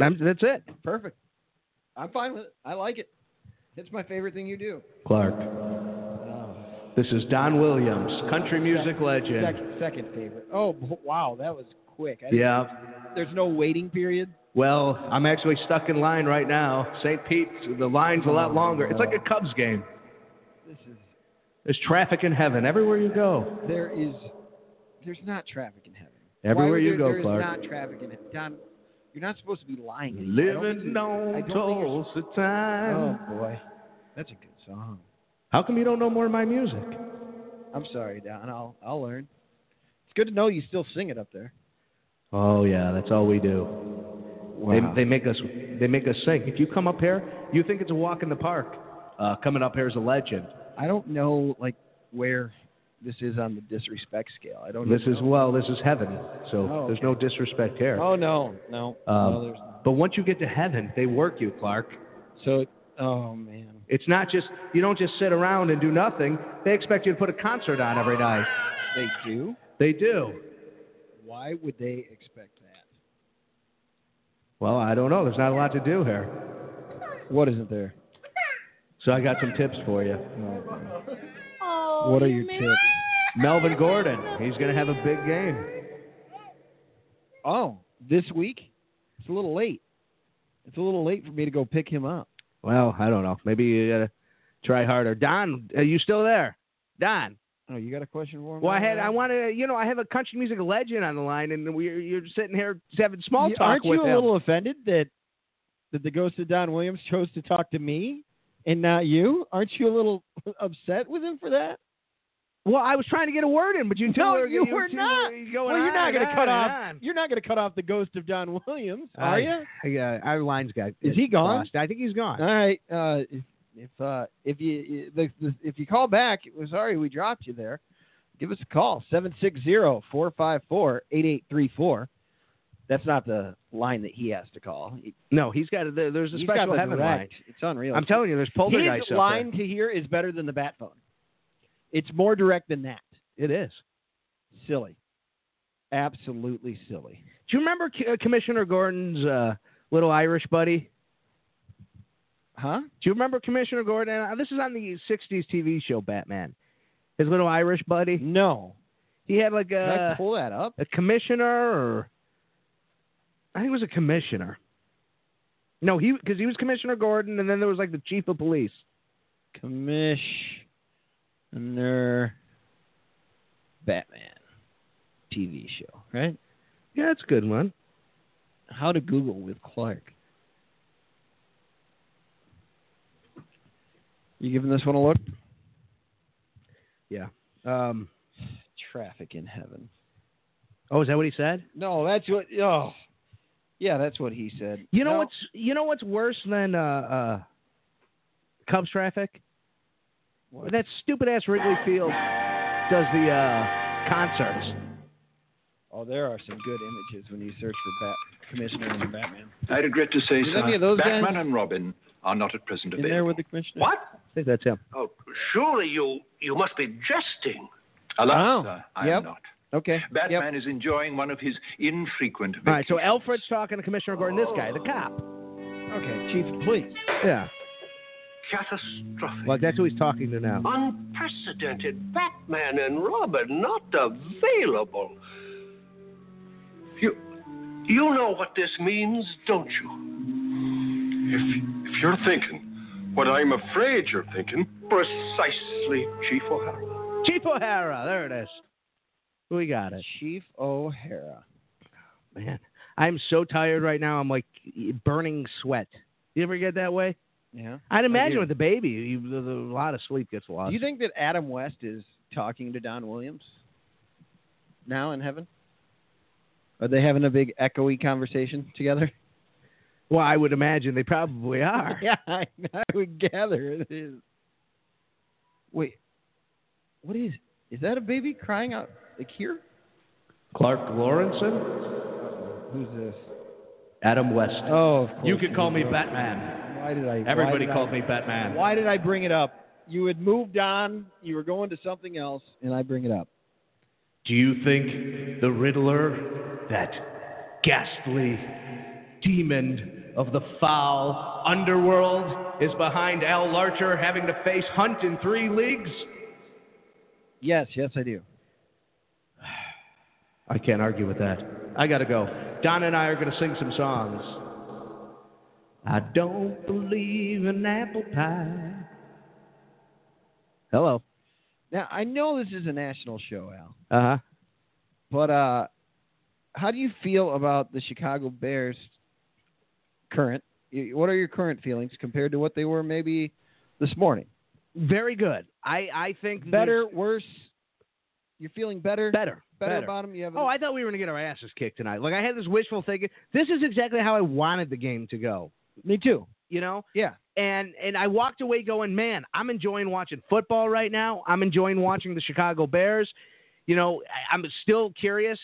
B: I'm- that's it,
E: Perfect. I'm fine with it. I like it. It's my favorite thing you do.
B: Clark. This is Don Williams, country music legend.
E: Second, second favorite. Oh b- wow, that was quick. I,
B: Yeah.
E: There's no waiting period.
B: Well, I'm actually stuck in line right now. St. Pete's, the line's a lot longer. It's like a Cubs game.
E: This is
B: There's traffic in heaven everywhere you go.
E: there is there's not traffic in heaven. Why
B: Everywhere
E: would
B: you
E: there,
B: go,
E: there is
B: Clark.
E: not traffic in heaven. Don, you're not supposed to be lying. anymore. I don't think
B: Living
E: you're- I
B: on
E: don't think you're-
B: Tulsa time.
E: Oh boy, that's a good song.
B: How come you don't know more of my music?
E: I'm sorry, Don. I'll I'll learn. It's good to know you still sing it up there.
B: Oh yeah, that's all we do. They, they make us they make us sing. If you come up here, you think it's a walk in the park. Uh, coming up here is a legend.
E: I don't know like where this is on the disrespect scale. I don't.
B: This
E: even
B: is
E: know.
B: well, this is heaven. So
E: Oh,
B: there's no disrespect here.
E: Oh no, no.
B: Um,
E: no there's not.
B: But once you get to heaven, they work you, Clark.
E: So, oh man.
B: It's not just you don't just sit around and do nothing. They expect you to put a concert on every night.
E: They do?
B: They do.
E: Why would they expect that?
B: Well, I don't know. There's not a lot to do here.
E: What isn't there?
B: So I got some tips for you.
E: what are your tips?
B: Melvin Gordon, he's going to have a big game.
E: Oh, this week? It's a little late. It's a little late for me to go pick him up.
B: Well, I don't know. Maybe you got to try harder. Don, are you still there? Don.
E: Oh, you got a question for me?
B: Well, I had I wanted to, you know I have a country music legend on the line, and we you're sitting here having small talk
E: Aren't
B: with
E: you a
B: him.
E: little offended that that the ghost of Don Williams chose to talk to me and not you? Aren't you a little upset with him for that?
B: Well, I was trying to get a word in, but you
E: No,
B: know
E: you were not.
B: Going
E: well, you're not
B: going
E: gonna
B: to
E: cut off. You're not going to cut off the ghost of Don Williams, are you?
B: Yeah, our line's got.
E: Is he gone?
B: lost. I think he's gone.
E: All right. Uh, if if, uh, if you if, the- if you call back, we're sorry we dropped you there. Give us a call 760-454-8834. That's not the line that he has to call. He,
B: no, he's got. There, there's a
E: he's
B: special
E: got the
B: heaven line.
E: direct. It's unreal.
B: I'm telling you, there's poltergeist
E: His
B: up
E: line to here is better than the bat phone. It's more direct than that.
B: there. It is.
E: Silly. Absolutely silly.
B: Do you remember C- uh, Commissioner Gordon's uh, little Irish buddy?
E: Huh?
B: Do you remember Commissioner Gordon? Uh, This is on the '60s TV show Batman. His little Irish buddy.
E: No.
B: He had like
E: Can I
B: a
E: pull that up?
B: a commissioner, or I think it was a commissioner. No, he because he was Commissioner Gordon, and then there was like the chief of police.
E: Commissioner Batman TV show, right?
B: Yeah, that's a good one.
E: How to Google with Clark. You giving this one a look?
B: Um,
E: Traffic in Heaven.
B: oh, is that what he said?
E: No, that's what. Oh, yeah, that's what he said.
B: You know
E: No,
B: what's you know what's worse than uh, uh, Cubs traffic?
E: What?
B: That stupid ass Wrigley Field does the uh, concerts.
E: Oh, there are some good images when you search for Bat Commissioner and Batman.
F: I regret to say,
E: Is
F: sir,
E: any of those
F: Batman
E: guys-
F: and Robin are not at present
E: In
F: available.
E: there with the Commissioner.
G: What?
B: I think that's him.
G: Oh, surely you you must be jesting.
E: Oh,
F: Alas, sir, I
E: yep.
F: am not.
E: Okay. Yep.
F: Batman is enjoying one of his infrequent.
B: All right, so Alfred's talking to Commissioner Gordon. This guy, the cop.
E: Okay, Chief of Police.
B: Yeah.
G: Catastrophic.
B: Well, that's who he's talking to now.
G: Unprecedented. Batman and Robin not available. You you know what this means, don't you?
F: If, if you're thinking what I'm afraid you're thinking,
G: Precisely, Chief O'Hara.
B: Chief O'Hara. There it is. We got it.
E: Chief O'Hara.
B: Man, I'm so tired right now. I'm like burning sweat. You ever get that way?
E: Yeah.
B: I'd imagine
E: do.
B: with the baby, you, the, the, a lot of sleep gets lost.
E: Do you think that Adam West is talking to Don Williams now in heaven? Are they having a big echoey conversation together?
B: well, I would imagine they probably are.
E: Yeah, I, I would gather it is. Wait, what is? Is that a baby crying out like here?
B: Clark Lawrenson?
E: Who's this?
B: Adam West.
E: Oh, of course
B: you can call me
E: did.
B: Batman.
E: Why did I?
B: Everybody
E: why did I-
B: called me Batman.
E: Why did I bring it up? You had moved on. You were going to something else, and I bring it up.
B: Do you think the Riddler, that ghastly demon of the foul underworld, is behind Al Larcher having to face Hunt in three leagues?
E: Yes, yes, I do.
B: I can't argue with that. I gotta go. Don and I are gonna sing some songs. I don't believe in apple pie. Hello.
E: Now I know this is a national show, Al,
B: Uh huh.
E: but uh, how do you feel about the Chicago Bears? Current, y- what are your current feelings compared to what they were maybe this morning?
B: Very good. I, I think
E: Better, worse? You're feeling better,
B: there's- better,
E: better, about them. You have a-
B: Oh, I thought we were gonna get our asses kicked tonight. Like I had this wishful thinking. This is exactly how I wanted the game to go.
E: me too.
B: You know.
E: Yeah.
B: And and I walked away going, man, I'm enjoying watching football right now. I'm enjoying watching the Chicago Bears. You know, I, I'm still curious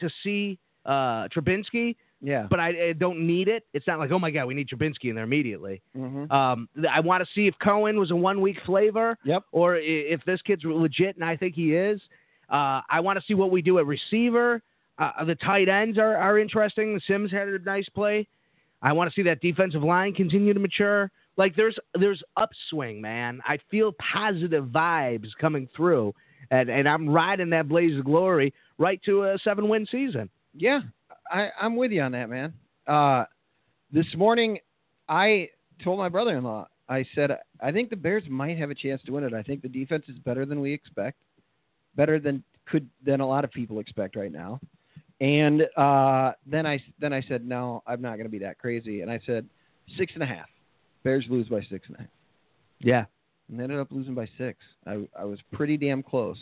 B: to see uh, Trubinsky,
E: Yeah.
B: but I, I don't need it. It's not like, oh my god, we need Trubinsky in there immediately.
E: hmm
B: Um, th- I want to see if Cohen was a one week flavor
E: Yep.
B: or i- if this kid's legit, and I think he is. Uh, I want to see what we do at receiver. Uh, the tight ends are, are interesting. Sims had a nice play. I want to see that defensive line continue to mature. Like there's there's upswing, man. I feel positive vibes coming through, and and I'm riding that blaze of glory right to a seven win season.
E: Yeah, I, I'm with you on that, man. Uh, this morning, I told my brother-in-law. I said, I think the Bears might have a chance to win it. I think the defense is better than we expect, better than could than a lot of people expect right now. And uh, then I then I said, no, I'm not going to be that crazy. And I said, six and a half. Bears lose by six and a half.
B: Yeah,
E: And they ended up losing by six. I, I was pretty damn close.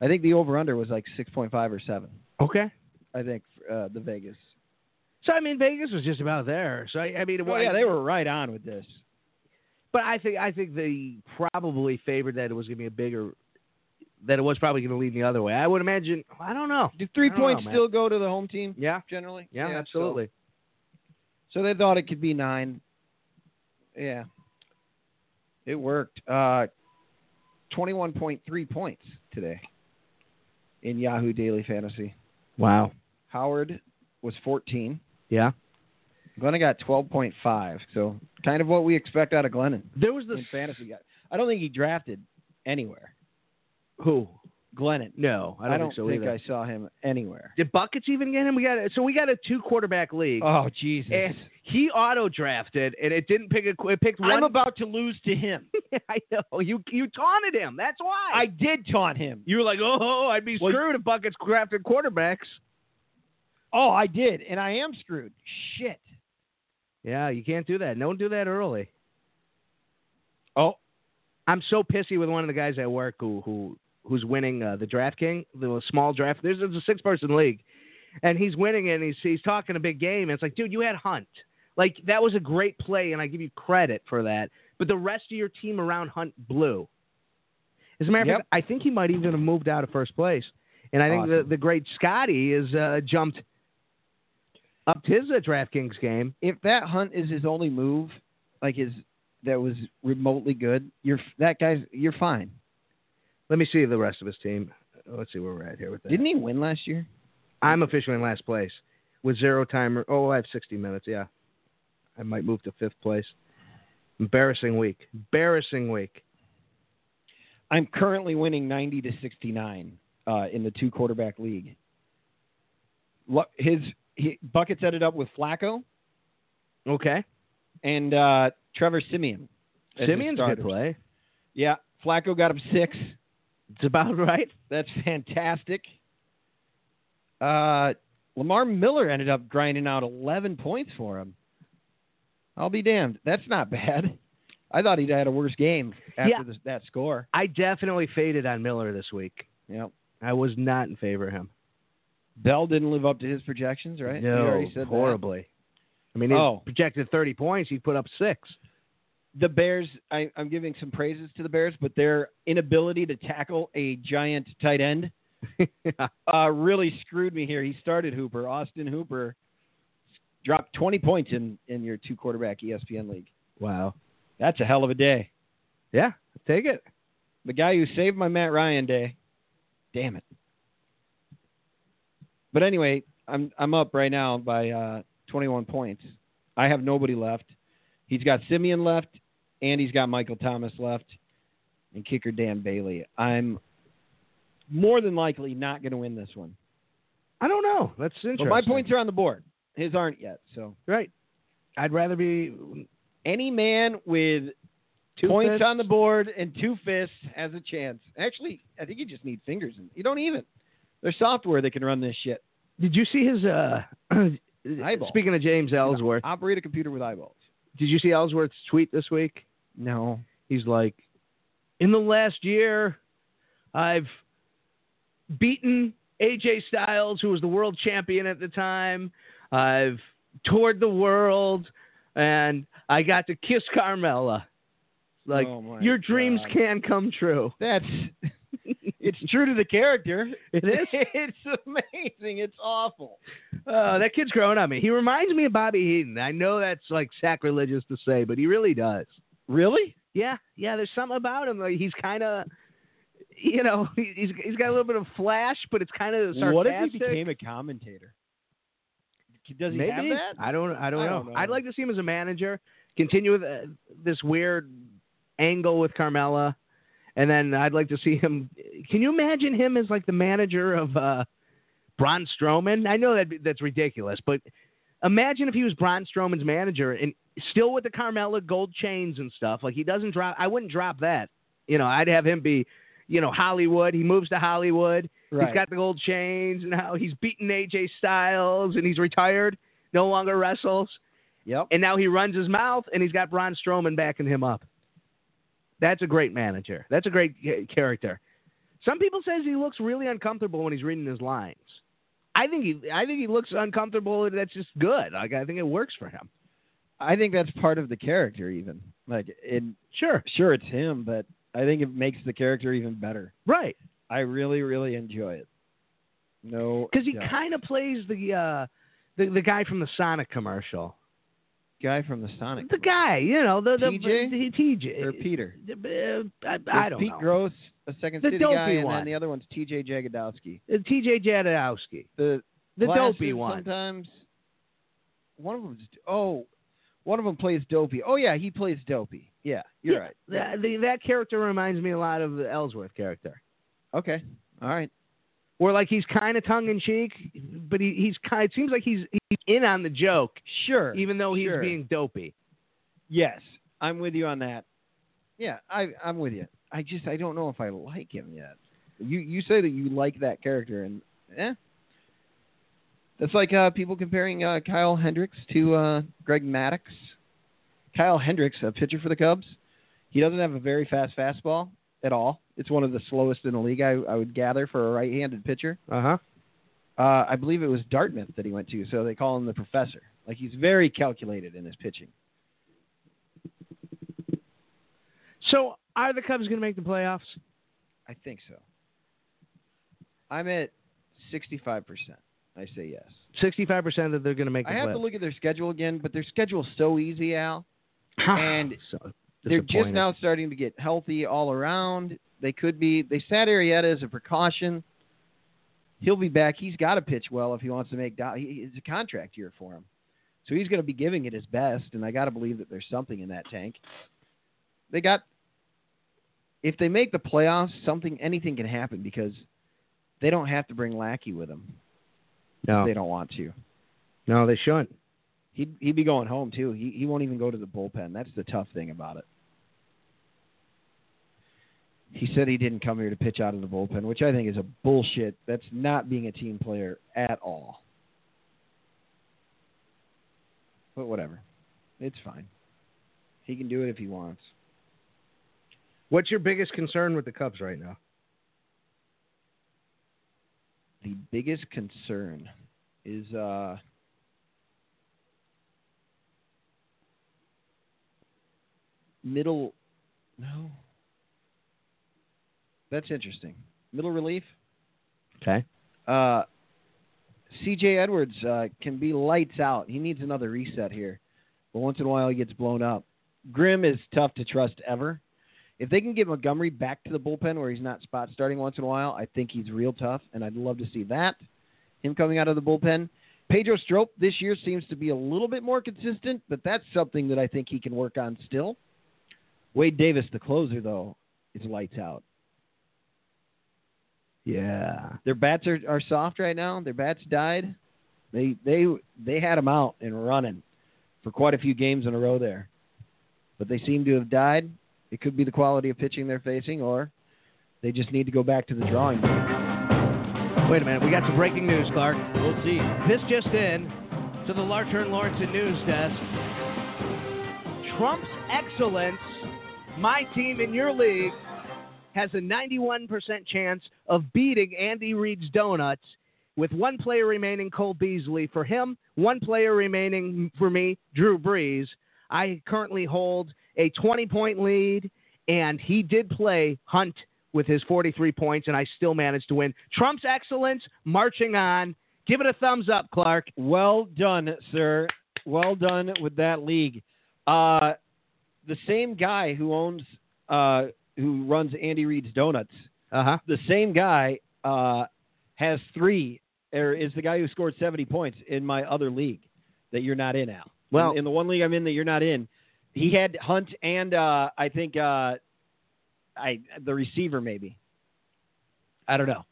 E: I think the over/under was like 6.5 or seven.
B: okay.
E: I think uh, the Vegas
B: So I mean, Vegas was just about there. So I, I mean,
E: Well,
B: I-
E: Oh, yeah, they were right on with this.
B: But I think I think they probably favored that it was going to be a bigger that it was probably going to lead the other way. I would imagine. I don't know.
E: Do three
B: I don't
E: points
B: know, man.
E: still go to the home team
B: Yeah,
E: generally?
B: yeah,
E: so-
B: absolutely.
E: So, they thought it could be nine. Yeah, it worked. Uh, Twenty-one point three points today in Yahoo Daily Fantasy.
B: Wow.
E: Howard was fourteen.
B: Yeah.
E: Glennon got twelve point five. So kind of what we expect out of Glennon
B: There was this
E: in fantasy. I don't think he drafted anywhere.
B: who?
E: Glennon.
B: No, I don't, think so either.
E: I saw him anywhere.
B: Did buckets even get him? We got a, so we got a two quarterback league.
E: Oh Jesus!
B: and he auto drafted, and it didn't pick a. qu- It picked one.
E: I'm about to lose to him.
B: I know you. You taunted him. That's why.
E: I did taunt him.
B: you were like, oh, I'd be
E: Well,
B: screwed if buckets drafted quarterbacks.
E: Oh, I did, and I am screwed. Shit.
B: Yeah, you can't do that. Don't do that early.
E: Oh.
B: I'm so pissy with one of the guys at work who who who's winning uh, the DraftKings, the small draft. There's, there's a six person league, and he's winning it. And he's he's talking a big game. And it's like, dude, you had Hunt. Like that was a great play, and I give you credit for that. But the rest of your team around Hunt blew. As a matter of
E: Yep.
B: fact, I think he might even have moved out of first place. And I think the,
E: Awesome.
B: the great Scotty is uh, jumped up his uh, DraftKings game.
E: If that hunt is his only move, like his that was remotely good, you're that guy's you're fine.
B: Let me see the rest of his team. Let's see where we're at here with that.
E: Didn't he win last year?
B: I'm officially in last place with zero timer. Oh, I have 60 minutes. Yeah, I might move to fifth place. Embarrassing week. Embarrassing week.
E: I'm currently winning 90 to 69 uh, in the two quarterback league. Lu- His he, buckets ended up with Flacco
B: Okay.
E: and uh, Trevor Simeon. as his
B: Simeon's good
E: starters.
B: play.
E: Yeah, Flacco got him six.
B: It's about right.
E: That's fantastic. Uh, Lamar Miller ended up grinding out 11 points for him. I'll be damned. That's not bad. I thought he'd had a worse game after
B: Yeah.
E: this, that score.
B: I definitely faded on Miller this week.
E: Yep.
B: I was not in favor of him.
E: Bell didn't live up to his projections, right? We
B: No,
E: already said that.
B: horribly. I mean, he
E: Oh.
B: projected 30 points. He put up six.
E: The Bears, I, I'm giving some praises to the Bears, but their inability to tackle a giant tight end uh, really screwed me here. He started Hooper. Austin Hooper dropped 20 points in, in your two quarterback E ESPN league.
B: Wow.
E: That's a hell of a day.
B: Yeah, take it.
E: The guy who saved my Matt Ryan day. Damn it. But anyway, I'm I'm up right now by uh, 21 points. I have nobody left. He's got Simeon left, and he's got Michael Thomas left, and kicker Dan Bailey. I'm more than likely not going to win this one.
B: I don't know. That's interesting.
E: But my points are on the board. His aren't yet. So
B: right. I'd rather be
E: any man with
B: two
E: points
B: fists.
E: on the board and two fists has a chance. Actually, I think you just need fingers. and You don't even. There's software that can run this shit.
B: Did you see his? uh
E: Eyeball.
B: Speaking of James Ellsworth,
E: Operate a computer with eyeballs.
B: did you see Ellsworth's tweet this week?
E: No.
B: He's like, in the last year, I've beaten AJ Styles, who was the world champion at the time. I've toured the world, and I got to kiss Carmella. Like
E: Oh, my
B: your dreams
E: God.
B: can come true.
E: That's it's true to the character.
B: It is.
E: It's amazing. It's awful.
B: Oh, that kid's growing on me. He reminds me of Bobby Heaton. I know that's like sacrilegious to say, but he really does.
E: Really?
B: Yeah, yeah. There's something about him. Like he's kind of, you know, he- he's he's got a little bit of flash, but it's kind of sarcastic.
E: What if he became a commentator? Does he
B: Maybe.
E: have that?
B: I don't. I don't,
E: I
B: know.
E: don't know.
B: I'd like to see him as a manager. Continue with uh, this weird angle with Carmella, and then I'd like to see him. Can you imagine him as like the manager of uh, Braun Strowman? I know that that's ridiculous, but imagine if he was Braun Strowman's manager and still with the Carmella gold chains and stuff. Like he doesn't drop. I wouldn't drop that. You know, I'd have him be. You know, Hollywood. He moves to Hollywood. He's got the gold chains and how he's beaten AJ Styles and he's retired, no longer wrestles,
E: Yep.
B: and now he runs his mouth and he's got Braun Strowman backing him up. That's a great manager. That's a great ca- character. Some people says he looks really uncomfortable when he's reading his lines. I think he I think he looks uncomfortable. and That's just good. Like I think it works for him.
E: I think that's part of the character, even. Like, in
B: Sure.
E: sure, it's him, but I think it makes the character even better.
B: Right.
E: I really, really enjoy it. No,
B: Because he
E: doubt.
B: kind of plays the uh the, the guy from the Sonic commercial.
E: guy from the Sonic
B: The guy, you know, the the
E: TJ?
B: the- TJ
E: or Peter.
B: Uh, I, I
E: There's
B: don't
E: Pete
B: know.
E: Gross, a second
B: The
E: city
B: dopey
E: guy, and
B: one.
E: then the other one's T.J. Jagodowski.
B: Uh, T.J. Jadowski,
E: The
B: the
E: glasses
B: dopey one.
E: Sometimes one of them's oh, one of them plays dopey. Oh yeah, he plays dopey. Yeah, you're right.
B: That, the, that character reminds me a lot of the Ellsworth character,
E: Okay, all right.
B: where like he's kind of tongue in cheek, but he, he's kind. It seems like he's he's in on the joke,
E: Sure.
B: even though he's
E: Sure.
B: being dopey.
E: yes, I'm with you on that. Yeah, I I'm with you. I just I don't know if I like him yet. You you say that you like that character and eh. That's like uh, people comparing uh, Kyle Hendricks to uh, Greg Maddox. Kyle Hendricks, a pitcher for the Cubs, he doesn't have a very fast fastball at all. It's one of the slowest in the league, I, I would gather, for a right-handed pitcher.
B: Uh huh.
E: Uh, I believe it was Dartmouth that he went to, so they call him the professor. Like he's very calculated in his pitching.
B: So are the Cubs going to make the playoffs?
E: I think so. I'm at 65%. I say yes.
B: Sixty-five percent that they're going to make the
E: I have to
B: playoffs.
E: look at their schedule again, but their schedule's so easy, Al. and
B: Ah, so
E: They're just
B: disappointed.
E: now starting to get healthy all around. They could be. They sat Arietta as a precaution. He'll be back. He's got to pitch well if he wants to make. Do- he- It's a contract year for him, so he's going to be giving it his best. And I got to believe that there's something in that tank. They got. If they make the playoffs, something anything can happen because they don't have to bring Lackey with them. if
B: No,
E: They don't want to.
B: no, they shouldn't.
E: He'd he'd be going home too. He he won't even go to the bullpen. That's the tough thing about it. He said he didn't come here to pitch out of the bullpen, which I think is a bullshit. That's not being a team player at all. But whatever. It's fine. He can do it if he wants.
B: What's your biggest concern with the Cubs right now?
E: The biggest concern is uh middle no that's interesting middle relief
B: Okay.
E: uh CJ Edwards uh, can be lights out. He needs another reset here, but once in a while he gets blown up. Grimm is tough to trust ever. If they can get Montgomery back to the bullpen where he's not spot starting once in a while, I think he's real tough, and I'd love to see that. Him coming out of the bullpen. Pedro Strop this year seems to be a little bit more consistent, but that's something that I think he can work on still. Wade Davis, the closer, though, is lights out.
B: Yeah.
E: Their bats are, are soft right now. Their bats died. They they they had them out and running for quite a few games in a row there, but they seem to have died. It could be the quality of pitching they're facing, or they just need to go back to the drawing board.
B: Wait a minute. We got some breaking news, Clark.
E: We'll see.
B: This just in to the Larcher and Lawrence News Desk. Trump's excellence, my team in your league, has a 91% chance of beating Andy Reid's Donuts with one player remaining, Cole Beasley. For him, one player remaining for me, Drew Brees. I currently hold a 20 point lead, and he did play Hunt with his 43 points, and I still managed to win. Trump's excellence marching on. Give it a thumbs up, Clark.
E: Well done, sir. Well done with that league. Uh, the same guy who owns, uh, who runs Andy Reid's Donuts,
B: Uh huh.
E: the same guy uh, has three, or is the guy who scored 70 points in my other league that you're not in, Al.
B: Well-
E: in, in the one league I'm in that you're not in, he had Hunt and uh, I think uh, I the receiver maybe. I don't know.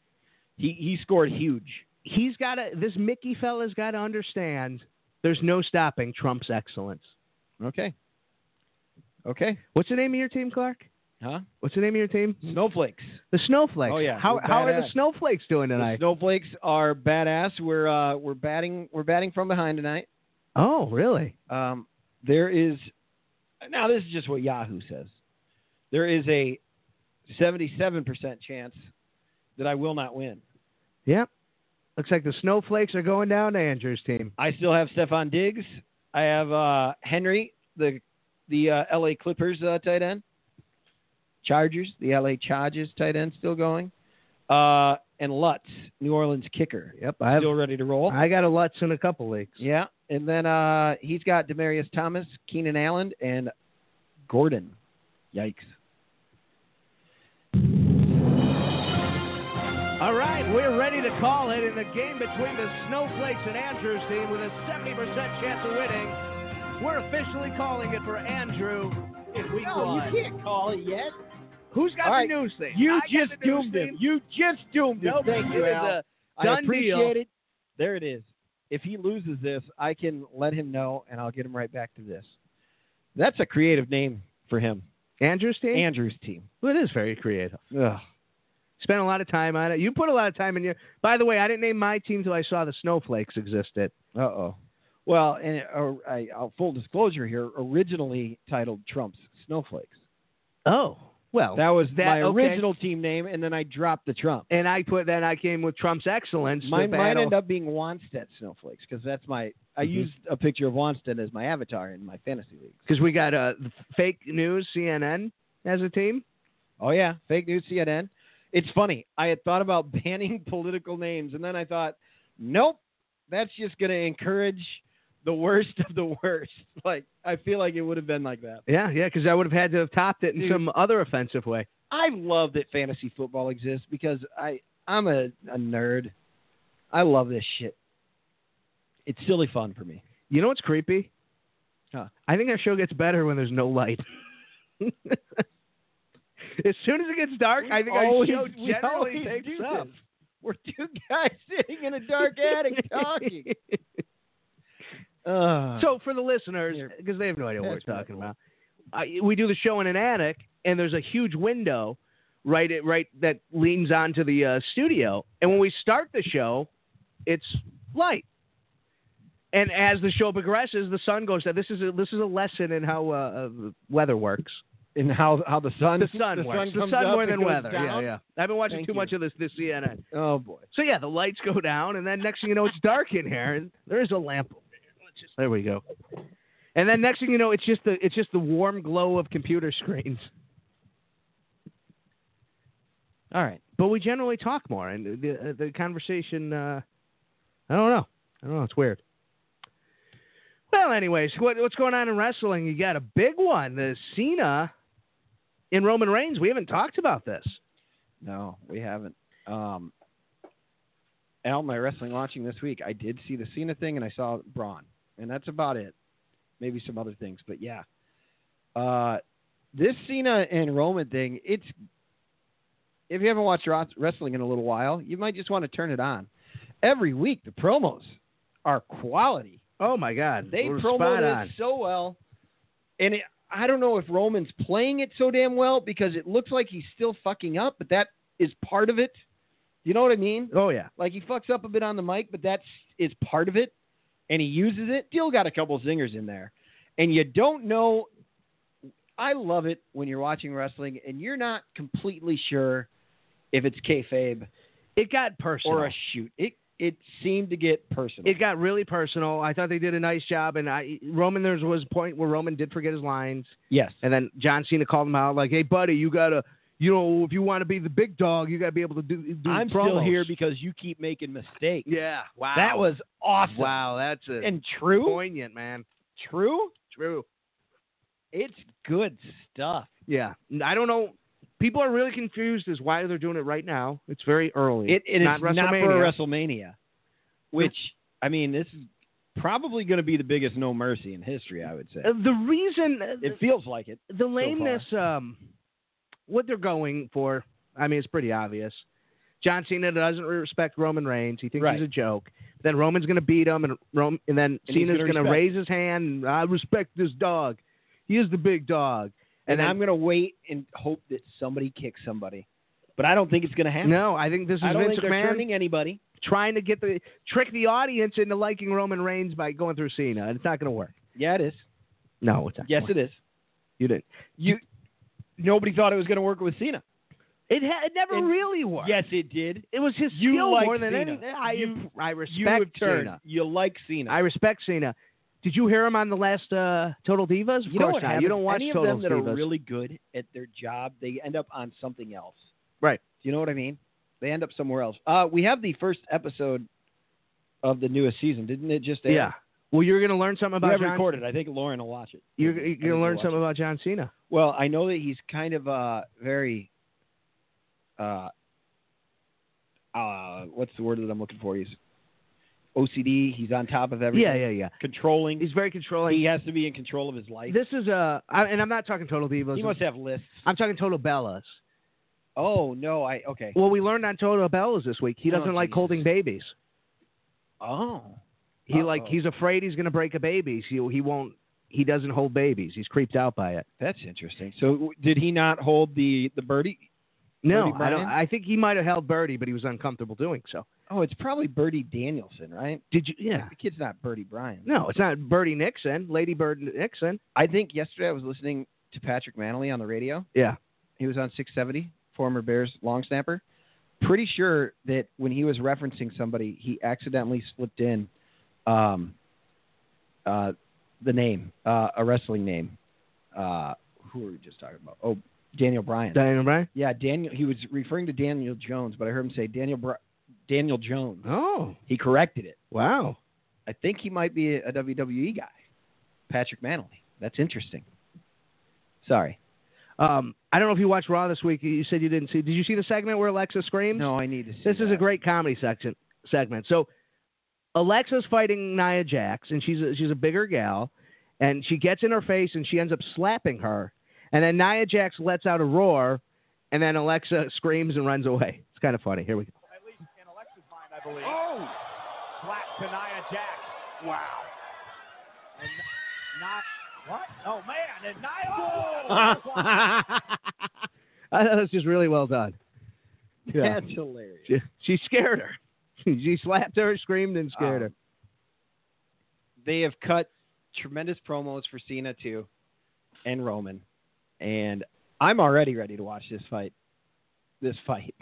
E: He he scored huge.
B: He's got to, this Mickey fella's got to understand there's no stopping Trump's excellence.
E: Okay. Okay.
B: What's the name of your team, Clark?
E: Huh?
B: What's the name of your team?
E: Snowflakes.
B: The Snowflakes.
E: Oh, yeah.
B: How,
E: We're
B: how are the
E: badass.
B: Snowflakes doing
E: The
B: tonight?
E: snowflakes are badass. We're uh, we're batting we're batting from behind tonight.
B: oh, really?
E: Um, there is now this is just what Yahoo says. There is a 77% chance that I will not win.
B: Yep. Looks like the Snowflakes are going down to Andrew's team.
E: I still have Stefan Diggs. I have uh, Henry, the the uh, LA Clippers uh, tight end. Chargers, the LA Chargers tight end still going. Uh, and Lutz, New Orleans kicker.
B: Yep. I have,
E: still ready to roll.
B: I got a Lutz in a couple leagues.
E: Yeah, and then uh, he's got Demarius Thomas, Keenan Allen, and Gordon. Yikes!
B: All right, we're ready to call it in the game between the Snowflakes and Andrew's team with a 70% chance of winning. We're officially calling it for Andrew in week one.
E: can't call it yet.
B: Who's got
E: All
B: the
E: right,
B: news thing?
E: You
B: I got
E: just
B: the news
E: doomed him.
B: thing.
E: You just doomed him.
B: Nope,
E: Thank
B: it
E: you,
B: is
E: Al.
B: a
E: I
B: done
E: appreciate
B: deal.
E: it. There it is. If he loses this, I can let him know, and I'll get him right back to this. That's a creative name for him.
B: Andrew's team.
E: Andrew's team.
B: well, it is very creative.
E: Ugh.
B: Spent a lot of time on it. You put a lot of time in your. By the way, I didn't name my team till I saw the Snowflakes existed.
E: Uh oh. Well, and uh, I, uh, full disclosure here, originally titled Trump's Snowflakes.
B: Oh, well,
E: That was
B: that-
E: my
B: okay.
E: original team name, and then I dropped the Trump.
B: and I put then I came with Trump's excellence. to
E: Mine might
B: battle-
E: end up being Wanstead Snowflakes because that's my. I
B: Mhm.
E: used a picture of Wanstead as my avatar in my fantasy league.
B: because we got uh, fake news CNN as a team.
E: Oh yeah, fake news CNN. It's funny. I had thought about banning political names, and then I thought, nope, that's just going to encourage the worst of the worst. Like I feel like it would have been like that.
B: Yeah, yeah, because I would have had to have topped it in
E: Dude.
B: some other offensive way.
E: I love that fantasy football exists because I I'm a, a nerd. I love this shit. It's silly fun for me.
B: You know what's creepy?
E: Huh.
B: I think our show gets better when there's no light. as soon as it gets dark, I think
E: always-
B: our show
E: we
B: generally
E: always
B: takes
E: do
B: up.
E: this. We're two guys sitting in a dark attic talking. Uh,
B: so for the listeners,
E: Here.
B: because they have no idea what we're
E: That's what
B: talking
E: I
B: about, I, we do the show in an attic, and there's a huge window right at, right that leans onto the uh, studio. And when we start the show, it's light. And as the show progresses, the sun goes down. This is a, this is a lesson in how uh, uh, weather works.
E: and how how the sun
B: The sun works. the
E: comes
B: sun
E: up
B: more
E: and
B: than
E: goes
B: weather.
E: down.
B: Yeah, yeah. I've been watching
E: Thank
B: too
E: you.
B: much of this this CNN.
E: Oh boy.
B: So yeah, the lights go down, and then next thing you know, it's dark in here, and there is a lamp. Over here. Let's just- there we go. And then next thing you know, it's just the it's just the warm glow of computer screens.
E: All right.
B: But we generally talk more, and the the conversation uh, uh, I don't know. I don't know. It's weird. Well, anyways, what, what's going on in wrestling? You got a big one. The Cena in Roman Reigns. We haven't talked about this.
E: No, we haven't. Um, Al, my wrestling launching this week, I did see the Cena thing and I saw Braun, and that's about it. Maybe some other things, but yeah. Uh, this Cena and Roman thing, it's if you haven't watched ros- wrestling in a little while, you might just want to turn it on. Every week, the promos are quality.
B: Oh my God,
E: They
B: We're
E: promote
B: spot
E: it
B: on.
E: so well, and it, I don't know if Roman's playing it so damn well because it looks like he's still fucking up, but that is part of it. You know what I mean?
B: Oh yeah.
E: Like he fucks up a bit on the mic, but that's is part of it, and he uses it. Still got a couple zingers in there, and you don't know. I love it when you're watching wrestling and you're not completely sure if it's kayfabe
B: It got personal.
E: or a shoot. It it seemed to get personal.
B: it got really personal. I thought they did a nice job, and I Roman there was a point where Roman did forget his lines,
E: yes,
B: and then John Cena called him out like, "Hey, buddy, you gotta, you know, if you want to be the big dog, you gotta be able to do." do
E: I'm still
B: promos."
E: here because you keep making mistakes.
B: yeah, wow,
E: That was awesome
B: wow, that's a
E: and true.
B: poignant, man.
E: True.
B: True.
E: It's good stuff.
B: Yeah, I don't know. People are really confused as why they're doing it right now. It's very early.
E: It, it is
B: not
E: not
B: WrestleMania.
E: for a WrestleMania, which I mean, this is probably going to be the biggest No Mercy in history. I would say
B: Uh, the reason
E: it feels like it.
B: the lameness um what they're going for i mean it's pretty obvious john cena doesn't respect roman reigns he thinks
E: Right.
B: he's a joke then roman's going to beat him and Rom- and then
E: he's
B: cena's
E: gonna
B: going to raise
E: respect.
B: his hand and i respect this dog he is the big dog
E: And,
B: and,
E: I'm going to wait and hope that somebody kicks somebody, but I don't think it's going to happen.
B: then, no i think this is
E: I don't
B: vince
E: think they're
B: mcmahon
E: turning anybody.
B: trying to get the trick the audience into liking roman reigns by going through cena and it's not going to work
E: Yeah, it is.
B: no it's not
E: Yes,
B: gonna work.
E: it is.
B: you didn't
E: You. Nobody thought it was going to work with Cena.
B: it, ha- it never
E: And-
B: really worked
E: Yes, it did.
B: it was his
E: You
B: skill
E: like
B: more than
E: Cena.
B: anything i,
E: You-
B: I
E: you have
B: respect
E: turned.
B: cena
E: You like Cena.
B: I respect Cena. Did you hear him on the last uh, Total Divas? Of
E: you know
B: course not.
E: what happens?
B: You don't watch
E: Any of
B: Total
E: them that
B: Divas.
E: are really good at their job, they end up on something else.
B: Right.
E: Do you know what I mean? They end up somewhere else. Uh, we have the first episode of the newest season, didn't it? Just air?
B: yeah. Well, you're going to learn something
E: we
B: about
E: have
B: John.
E: recorded. I think Lauren will watch it.
B: You're,
E: I
B: you're going
E: think
B: to
E: we'll
B: learn
E: watch
B: something
E: it.
B: about John Cena.
E: Well, I know that he's kind of uh, very. Uh, uh, what's the word that I'm looking for? He's OCD. He's on top of everything.
B: Yeah, yeah, yeah.
E: Controlling.
B: He's very controlling.
E: he has to be in control of his life.
B: This is a, I, and I'm not talking Total Divas.
E: he must have lists.
B: I'm talking Total Bellas.
E: Oh no! I okay.
B: Well, we learned on Total Bellas this week. He
E: Oh,
B: doesn't like
E: Jesus.
B: holding babies.
E: Oh.
B: He like
E: Uh-oh.
B: he's afraid he's going to break a baby. So he won't. He doesn't hold babies. He's creeped out by it.
E: That's interesting. So w- did he not hold the the birdie?
B: No,
E: Birdie
B: I don't.
E: Bryan?
B: I think he might have held Birdie, but he was uncomfortable doing so.
E: Oh, it's probably Birdie Danielson, right?
B: Did you? Yeah.
E: The kid's not Birdie Bryan.
B: No, it's not Bertie Nixon, Lady Bird Nixon.
E: I think yesterday I was listening to Patrick Manley on the radio.
B: Yeah.
E: He was on 670, former Bears long snapper. Pretty sure that when he was referencing somebody, he accidentally slipped in um, uh, the name, uh, a wrestling name. Uh, who were we just talking about? Oh, Daniel Bryan.
B: Diana Bryan?
E: Yeah, Daniel. He was referring to Daniel Jones, but I heard him say Daniel Br- Daniel Jones.
B: Oh,
E: He corrected it.
B: wow.
E: I think he might be a WWE guy, Patrick Manley. That's interesting. Sorry.
B: Um, I don't know if you watched Raw this week. You said you didn't see. Did you see the segment where Alexa screams?
E: No, I need to. See
B: This is
E: that.
B: a great comedy section segment. So Alexa's fighting Nia Jax, and she's a, she's a bigger gal, and she gets in her face, and she ends up slapping her, and then Nia Jax lets out a roar, and then Alexa screams and runs away. It's kind of funny. Here we go.
H: at least in Alexa's mind, I believe. Oh! Slap to Nia Jax. Wow. And not what? Oh man! And oh! Nia.
B: I thought it was just really well done. Yeah.
E: That's hilarious.
B: She, she scared her. she slapped her, screamed, and scared her.
E: Um, They have cut tremendous promos for Cena too, and Roman, and I'm already ready to watch this fight. This fight.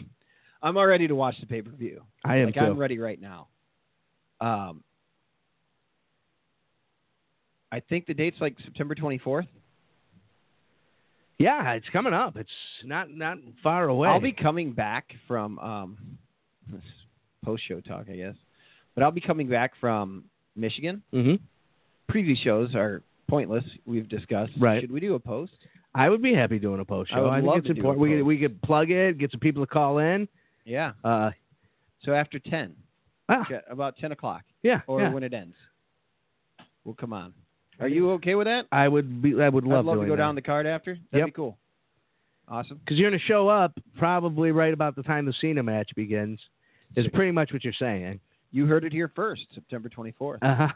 E: I'm already to watch the pay per view.
B: I am
E: like
B: too.
E: I'm ready right now. Um, I think the date's like September 24th.
B: yeah, it's coming up. It's not not far away.
E: I'll be coming back from um, post show talk, I guess. But I'll be coming back from Michigan.
B: Mm-hmm.
E: Preview shows are pointless. We've discussed.
B: Right.
E: Should we do a post?
B: I would be happy doing a post
E: I
B: show.
E: would
B: I, think
E: love
B: it's
E: to do a
B: important. We could,
E: post.
B: we could plug it, get some people to call in.
E: Yeah.
B: Uh,
E: So after ten,
B: ah,
E: okay, about ten o'clock,
B: yeah,
E: or
B: yeah.
E: when it ends, we'll come on. Are you okay with that?
B: I would be. I would love,
E: I'd love to
B: doing
E: go
B: that.
E: down the card after. That'd
B: Yep.
E: be cool. Awesome.
B: because you're going to show up probably right about the time the Cena match begins. Is pretty much what you're saying.
E: You heard it here first, September 24th.
B: Uh-huh.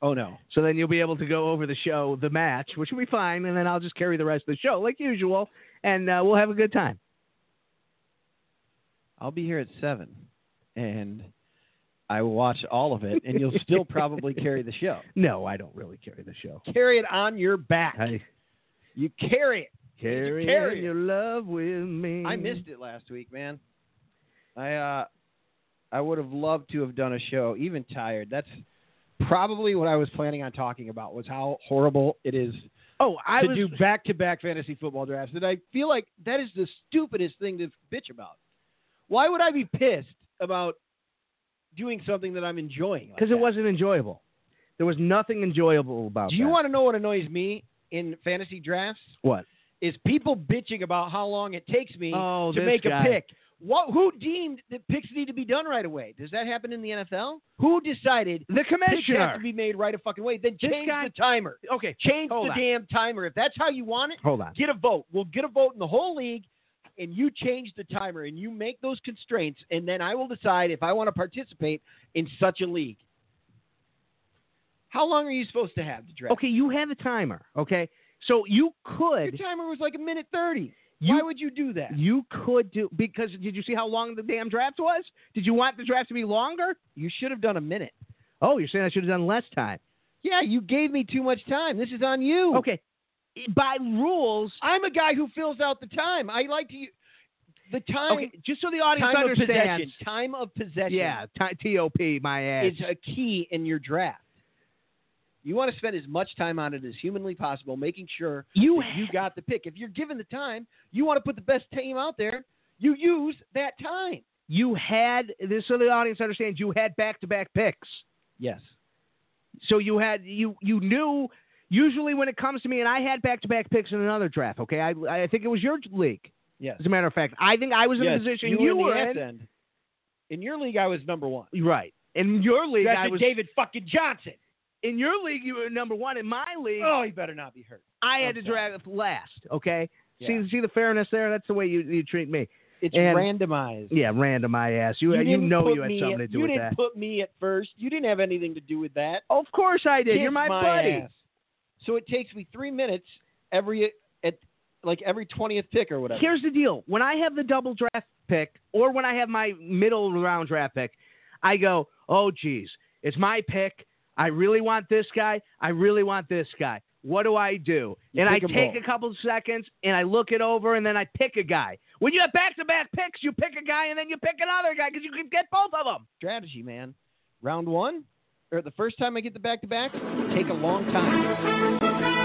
E: oh no.
B: So then you'll be able to go over the show, the match, which will be fine, and then I'll just carry the rest of the show like usual, and uh, we'll have a good time.
E: I'll be here at seven, and I will watch all of it, and you'll still probably carry the show.
B: No, I don't really carry the show.
E: Carry it on your back.
B: I
E: You carry it.
B: carry,
E: carry
B: your love with me.
E: I missed it last week, man. I uh, I would have loved to have done a show, even tired. That's probably what I was planning on talking about was how horrible it is
B: Oh, I
E: to
B: was.
E: do back-to-back fantasy football drafts, and I feel like that is the stupidest thing to bitch about. Why would I be pissed about doing something that I'm enjoying? like
B: because
E: that?
B: it wasn't enjoyable. There was nothing enjoyable about.
E: Do you
B: that.
E: want to know what annoys me in fantasy drafts?
B: what?
E: Is people bitching about how long it takes me
B: Oh,
E: to
B: this
E: make
B: guy.
E: a pick. What, who deemed that picks need to be done right away? Does that happen in the NFL? Who decided
B: The
E: picks have
B: commissioner.
E: to be made right a fucking way? Then
B: This
E: change
B: guy-
E: the timer.
B: okay,
E: Change
B: hold
E: the
B: on.
E: damn timer. If that's how you want it,
B: hold on.
E: get a vote. We'll get a vote in the whole league, and you change the timer and you make those constraints, and then I will decide if I want to participate in such a league. How long are you supposed to have to draft?
B: Okay, you have a timer. Okay, so you
E: Your
B: could
E: timer was like a minute thirty.
B: You-
E: Why would you do that?
B: you could do because did you see how long the damn draft was? Did you want the draft to be longer?
E: You should have done a minute.
B: Oh, you're saying I should have done less time.
E: Yeah, you gave me too much time. This is on you.
B: Okay, by rules.
E: I'm a guy who fills out the time. I like to u- the time.
B: Okay, just so the audience
E: time of
B: understands.
E: possession. Time of possession.
B: Yeah, ti- top my ass.
E: is a key in your draft. You want to spend as much time on it as humanly possible, making sure
B: you
E: that you got the pick. If you're given the time, you want to put the best team out there. You use that time.
B: you had this so the audience understands. You had back to back picks.
E: Yes.
B: So you had you you knew. Usually, when it comes to me, and I had back to back picks in another draft. Okay, I I think it was your league.
E: Yes.
B: As a matter of fact, I think I was in
E: Yes,
B: the position
E: you,
B: you
E: were
B: were
E: in the
B: in.
E: ass end. In your league, I was number one.
B: Right. In your league, I
E: Drafted
B: was
E: David fucking Johnson.
B: in your league. You were number one. In my league,
E: Oh, he better not be hurt.
B: I had
E: I'm
B: to
E: sorry.
B: draft last. Okay.
E: Yeah.
B: See, see the fairness there. That's the way you, you treat me.
E: It's
B: And-
E: randomized.
B: Yeah, random my ass. You
E: You,
B: you,
E: didn't
B: know
E: put
B: you had
E: me
B: something
E: at-
B: to do
E: you
B: with
E: didn't
B: that.
E: put me at first. You didn't have anything to do with that.
B: of course I did.
E: Kiss
B: You're my,
E: my
B: buddy.
E: ass. So it takes me three minutes every at like every twentieth pick or whatever.
B: Here's the deal. When I have the double draft pick, or when I have my middle round draft pick, I go, oh geez, it's my pick. I really want this guy. I really want this guy. What do I do?
E: You
B: and I
E: pick 'em
B: take
E: both.
B: a couple seconds and I look it over and then I pick a guy. When you have back to back picks, you pick a guy and then you pick another guy because you can get both of them.
E: strategy, man. Round one, or the first time I get the back to back, take a long time.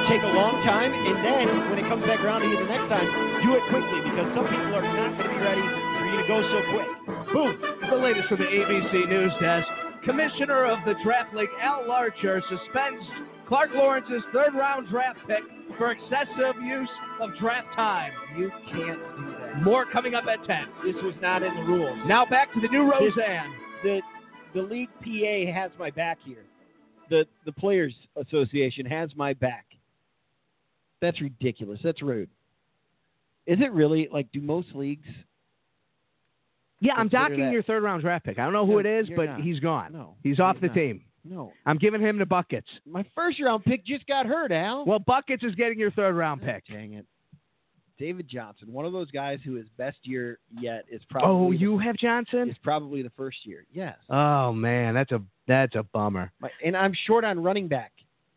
E: Take a long time, and then when it comes back around to you the next time, do it quickly because some people are not going to be ready for you to go so quick.
B: Boom. The latest from the ABC News Desk. Commissioner of the Draft League, Al Larcher, suspends Clark Lawrence's third round draft pick for excessive use of draft time.
E: You can't do that.
B: More coming up at 10.
E: This was not in the rules.
B: Now back to the new Roseanne.
E: the the league PA has my back here. The the players association has my back. That's ridiculous. That's rude. Is it really like do most leagues?
B: Yeah, I'm
E: Consider
B: docking
E: that-
B: your third round draft pick. I don't know who
E: No,
B: it is,
E: you're
B: but
E: not.
B: he's gone.
E: No,
B: he's off
E: you're
B: the
E: not.
B: team.
E: No.
B: I'm giving him to Buckets.
E: My first round pick just got hurt, Al.
B: Well, Buckets is getting your third round pick.
E: Dang it. David Johnson, one of those guys who his best year yet is probably
B: Oh, you have
E: the,
B: Johnson?
E: is probably the first year. Yes.
B: Oh man, that's a that's a bummer.
E: My, and I'm short on running back.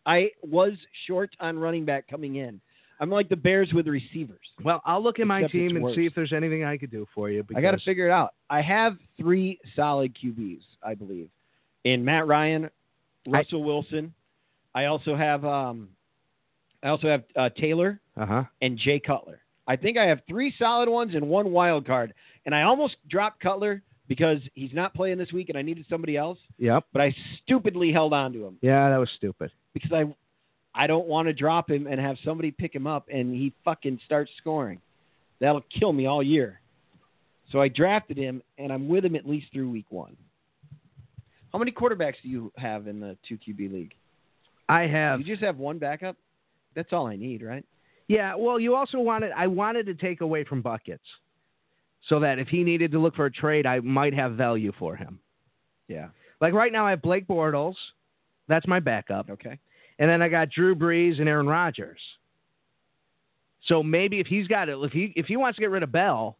E: I was short on running back coming in. I'm like the Bears with receivers.
B: Well, I'll look at my
E: Except it's
B: team and
E: worse.
B: see if there's anything I could do for you. Because
E: I got to figure it out. I have three solid QBs, I believe, in Matt Ryan, Russell Wilson. I also have um, I also have uh, Taylor
B: Uh huh.
E: and Jay Cutler. I think I have three solid ones and one wild card. And I almost dropped Cutler because he's not playing this week and I needed somebody else,
B: Yep.
E: but I stupidly held on to him
B: Yeah, that was stupid.
E: because I I don't want to drop him and have somebody pick him up and he fucking starts scoring. That'll kill me all year. So I drafted him and I'm with him at least through week 1. How many quarterbacks do you have in the 2 QB league?
B: I have.
E: You just have one backup? That's all I need, right?
B: Yeah, well, you also wanted I wanted to take away from buckets, so that if he needed to look for a trade, I might have value for him.
E: Yeah.
B: Like right now, I have Blake Bortles, that's my backup,
E: Okay.
B: and then I got Drew Brees and Aaron Rodgers. So maybe if he's got it, if he if he wants to get rid of Bell,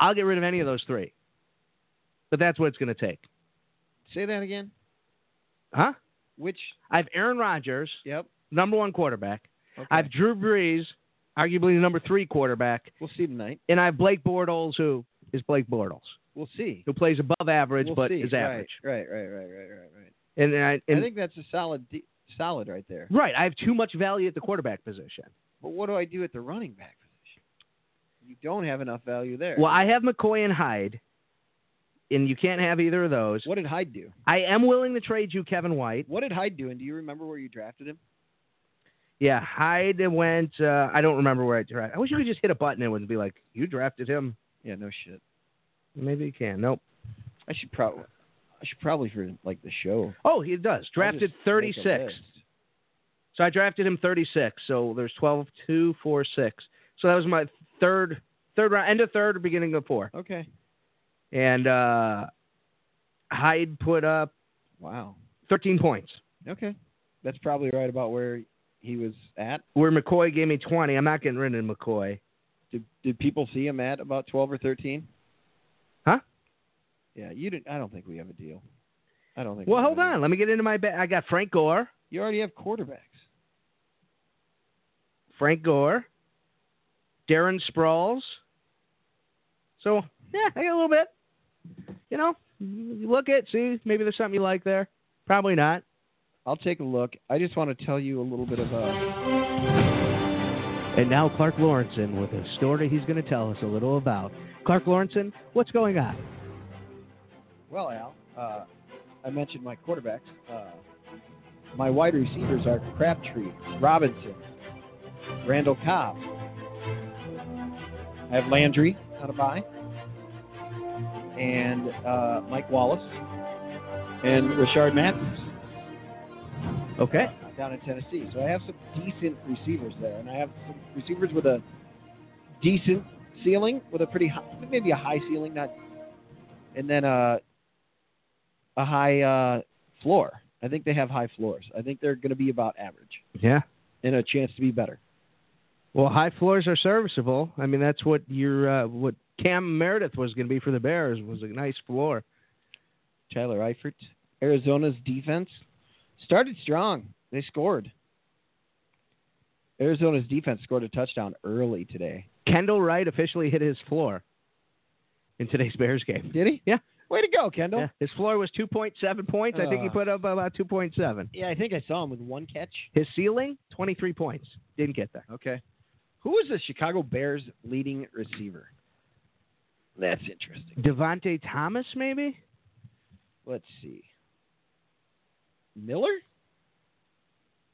B: I'll get rid of any of those three. But that's what it's going to take,
E: Say that again.
B: huh?
E: Which?
B: I have Aaron Rodgers,
E: Yep.
B: number one quarterback.
E: Okay.
B: I have Drew Brees, arguably the number three quarterback,
E: We'll see tonight.
B: and I have Blake Bortles, who is Blake Bortles.
E: We'll see.
B: who plays above average
E: We'll
B: but
E: see.
B: is average.
E: Right, right, right, right, right, right. right.
B: And, I,
E: I
B: and-
E: think that's a solid, de- solid right there.
B: right, I have too much value at the quarterback position.
E: But what do I do at the running back position? You don't have enough value there.
B: Well, I have McCoy and Hyde, and you can't have either of those.
E: What did Hyde do?
B: I am willing to trade you Kevin White.
E: What did Hyde do? And do you remember where you drafted him?
B: Yeah, Hyde went. Uh, I don't remember where I drafted. I wish you could just hit a button and it would be like, "You drafted him."
E: Yeah, no shit.
B: Maybe you can. Nope.
E: I should probably, I should probably for like the show.
B: Oh, he does.
E: I'll
B: Drafted
E: just make a
B: 36.
E: list.
B: So I drafted him 36. So there's 12, 2, 4, 6. So that was my third, third round, end of third, beginning of four.
E: Okay.
B: and uh, Hyde put up
E: Wow.
B: 13 points.
E: Okay. That's probably right about where he was at.
B: Where McCoy gave me 20. I'm not getting rid of McCoy.
E: Did did people see him at about twelve or thirteen?
B: Huh?
E: Yeah, you didn't. I don't think we have a deal. I don't think.
B: Well,
E: we
B: hold
E: have a-
B: on. Let me get into my bet. I got Frank Gore.
E: You already have quarterbacks.
B: Frank Gore. Darren Sproles. So, yeah, I got a little bit. You know, you look at, see, maybe there's something you like there. Probably not.
E: I'll take a look. I just want to tell you a little bit of uh, a.
B: And now Clark Lawrence in with a story he's going to tell us a little about. Clark Lawrence, in, what's going on?
E: Well, Al, uh, I mentioned my quarterbacks. Uh, my wide receivers are Crabtree, Robinson, Randall Cobb. I have Landry on a bye, and uh, Mike Wallace, and Richard Matthews.
B: Okay.
E: uh, down in Tennessee. So I have some decent receivers there, and I have some receivers with a decent ceiling, with a pretty high, maybe a high ceiling, not, and then a a high uh, floor. I think they have high floors. I think they're going to be about average
B: Yeah.
E: and a chance to be better.
B: Well, high floors are serviceable. I mean, that's what your uh, what Cam Meredith was going to be for the Bears was a nice floor.
E: Tyler Eifert, Arizona's defense started strong. They scored. Arizona's defense scored a touchdown early today.
B: Kendall Wright officially hit his floor in today's Bears game.
E: Did he?
B: Yeah.
E: Way to go, Kendall.
B: Yeah. His floor was 2.7 points. I think he
E: Uh.
B: put up about 2.7.
E: Yeah, I think I saw him with one catch.
B: His ceiling 23 points. Didn't get there.
E: Okay. Who was the Chicago Bears leading receiver? That's interesting.
B: Devonte Thomas maybe?
E: Let's see. Miller?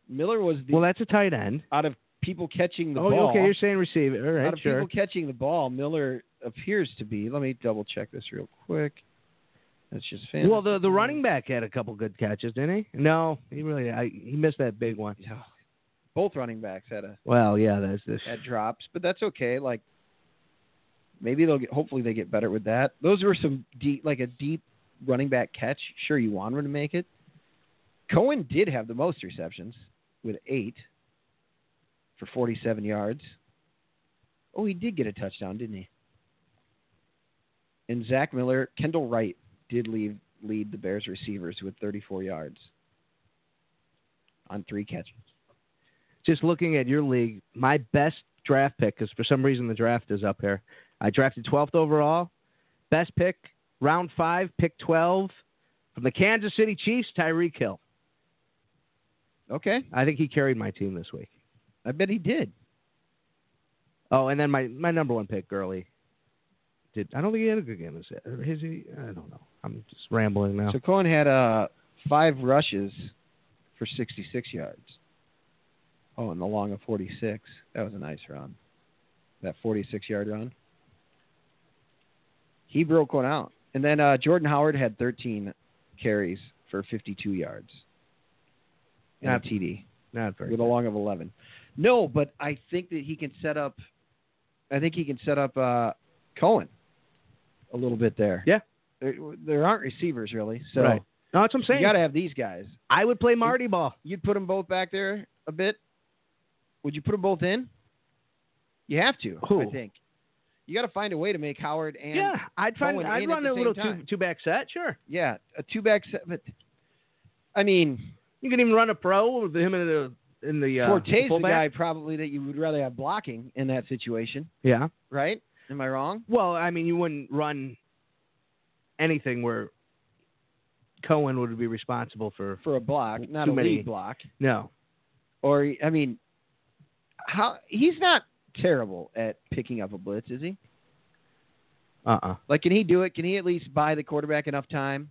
E: Miller was the
B: Well, that's a tight end.
E: out of people catching the
B: oh,
E: ball.
B: okay. You're saying receiver. All
E: out
B: right,
E: of
B: sure.
E: people catching the ball, Miller appears to be. Let me double check this real quick. That's just fantasy.
B: Well, the the running back had a couple good catches, didn't he? No, he really I, he missed that big one.
E: Yeah. Both running backs had a
B: Well, yeah, that's this.
E: at drops, but that's okay. Like maybe they'll get. Hopefully they get better with that. Those were some deep, like a deep running back catch. Sure, you want him to make it. Cohen did have the most receptions with eight for 47 yards. Oh, he did get a touchdown, didn't he? And Zach Miller, Kendall Wright did lead lead the Bears receivers with 34 yards on three catches.
B: just looking at your league, my best draft pick, because for some reason the draft is up here. I drafted 12th overall. Best pick, round five, pick 12 from the Kansas City Chiefs, Tyreek Hill.
E: Okay,
B: I think he carried my team this week.
E: I bet he did.
B: Oh, and then my, my number one pick, Gurley. did. I don't think he had a good game. Is it? Or Is he? I don't know. I'm just rambling now.
E: So Cohen had uh, five rushes for 66 yards. Oh, and the long of 46. That was a nice run. That 46 yard run. He broke one out. And then uh, Jordan Howard had 13 carries for 52 yards. And a
B: Not-
E: TD
B: Not very.
E: with a long of 11. No, but I think that he can set up. I think he can set up uh, Cohen a little bit there.
B: Yeah.
E: There, there aren't receivers really, so
B: Right. No, that's what I'm
E: you
B: saying.
E: got to have these guys.
B: I would play Marty Ball.
E: You'd put them both back there a bit. Would you put them both in? You have to,
B: Who?
E: I think. You got to find a way to make Howard and
B: yeah, I'd find.
E: Cohen
B: I'd
E: in at
B: run
E: the
B: a
E: same
B: little two
E: time.
B: two back set. Sure.
E: yeah, a two back set. But I mean,
B: You can even run a pro with him in the in the uh,
E: Forte's the
B: fullback.
E: guy probably that you would rather have blocking in that situation,
B: Yeah.
E: right? Am I wrong?
B: Well, I mean, you wouldn't run anything where Cohen would be responsible for.
E: For a block, not
B: Too
E: a
B: many.
E: lead block.
B: No.
E: or I mean, how he's not terrible at picking up a blitz, is he?
B: Uh. uh
E: Like, can he do it? Can he at least buy the quarterback enough time?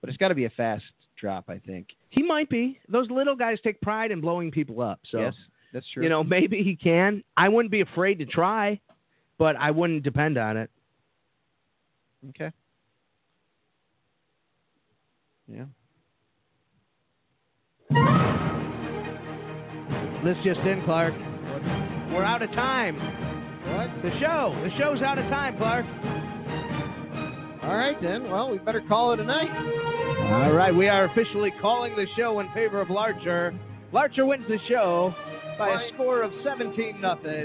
E: But it's got to be a fast drop, I think.
B: He might be. Those little guys take pride in blowing people up. So
E: yes, that's true.
B: you know, maybe he can. I wouldn't be afraid to try, but I wouldn't depend on it.
E: okay. Yeah.
B: This just in, Clark. We're out of time. What? The show. The show's out of time, Clark.
E: All right then. Well, we better call it a night.
B: All right, we are officially calling the show in favor of Larcher. Larcher wins the show by a
E: Fine.
B: score of 17 nothing.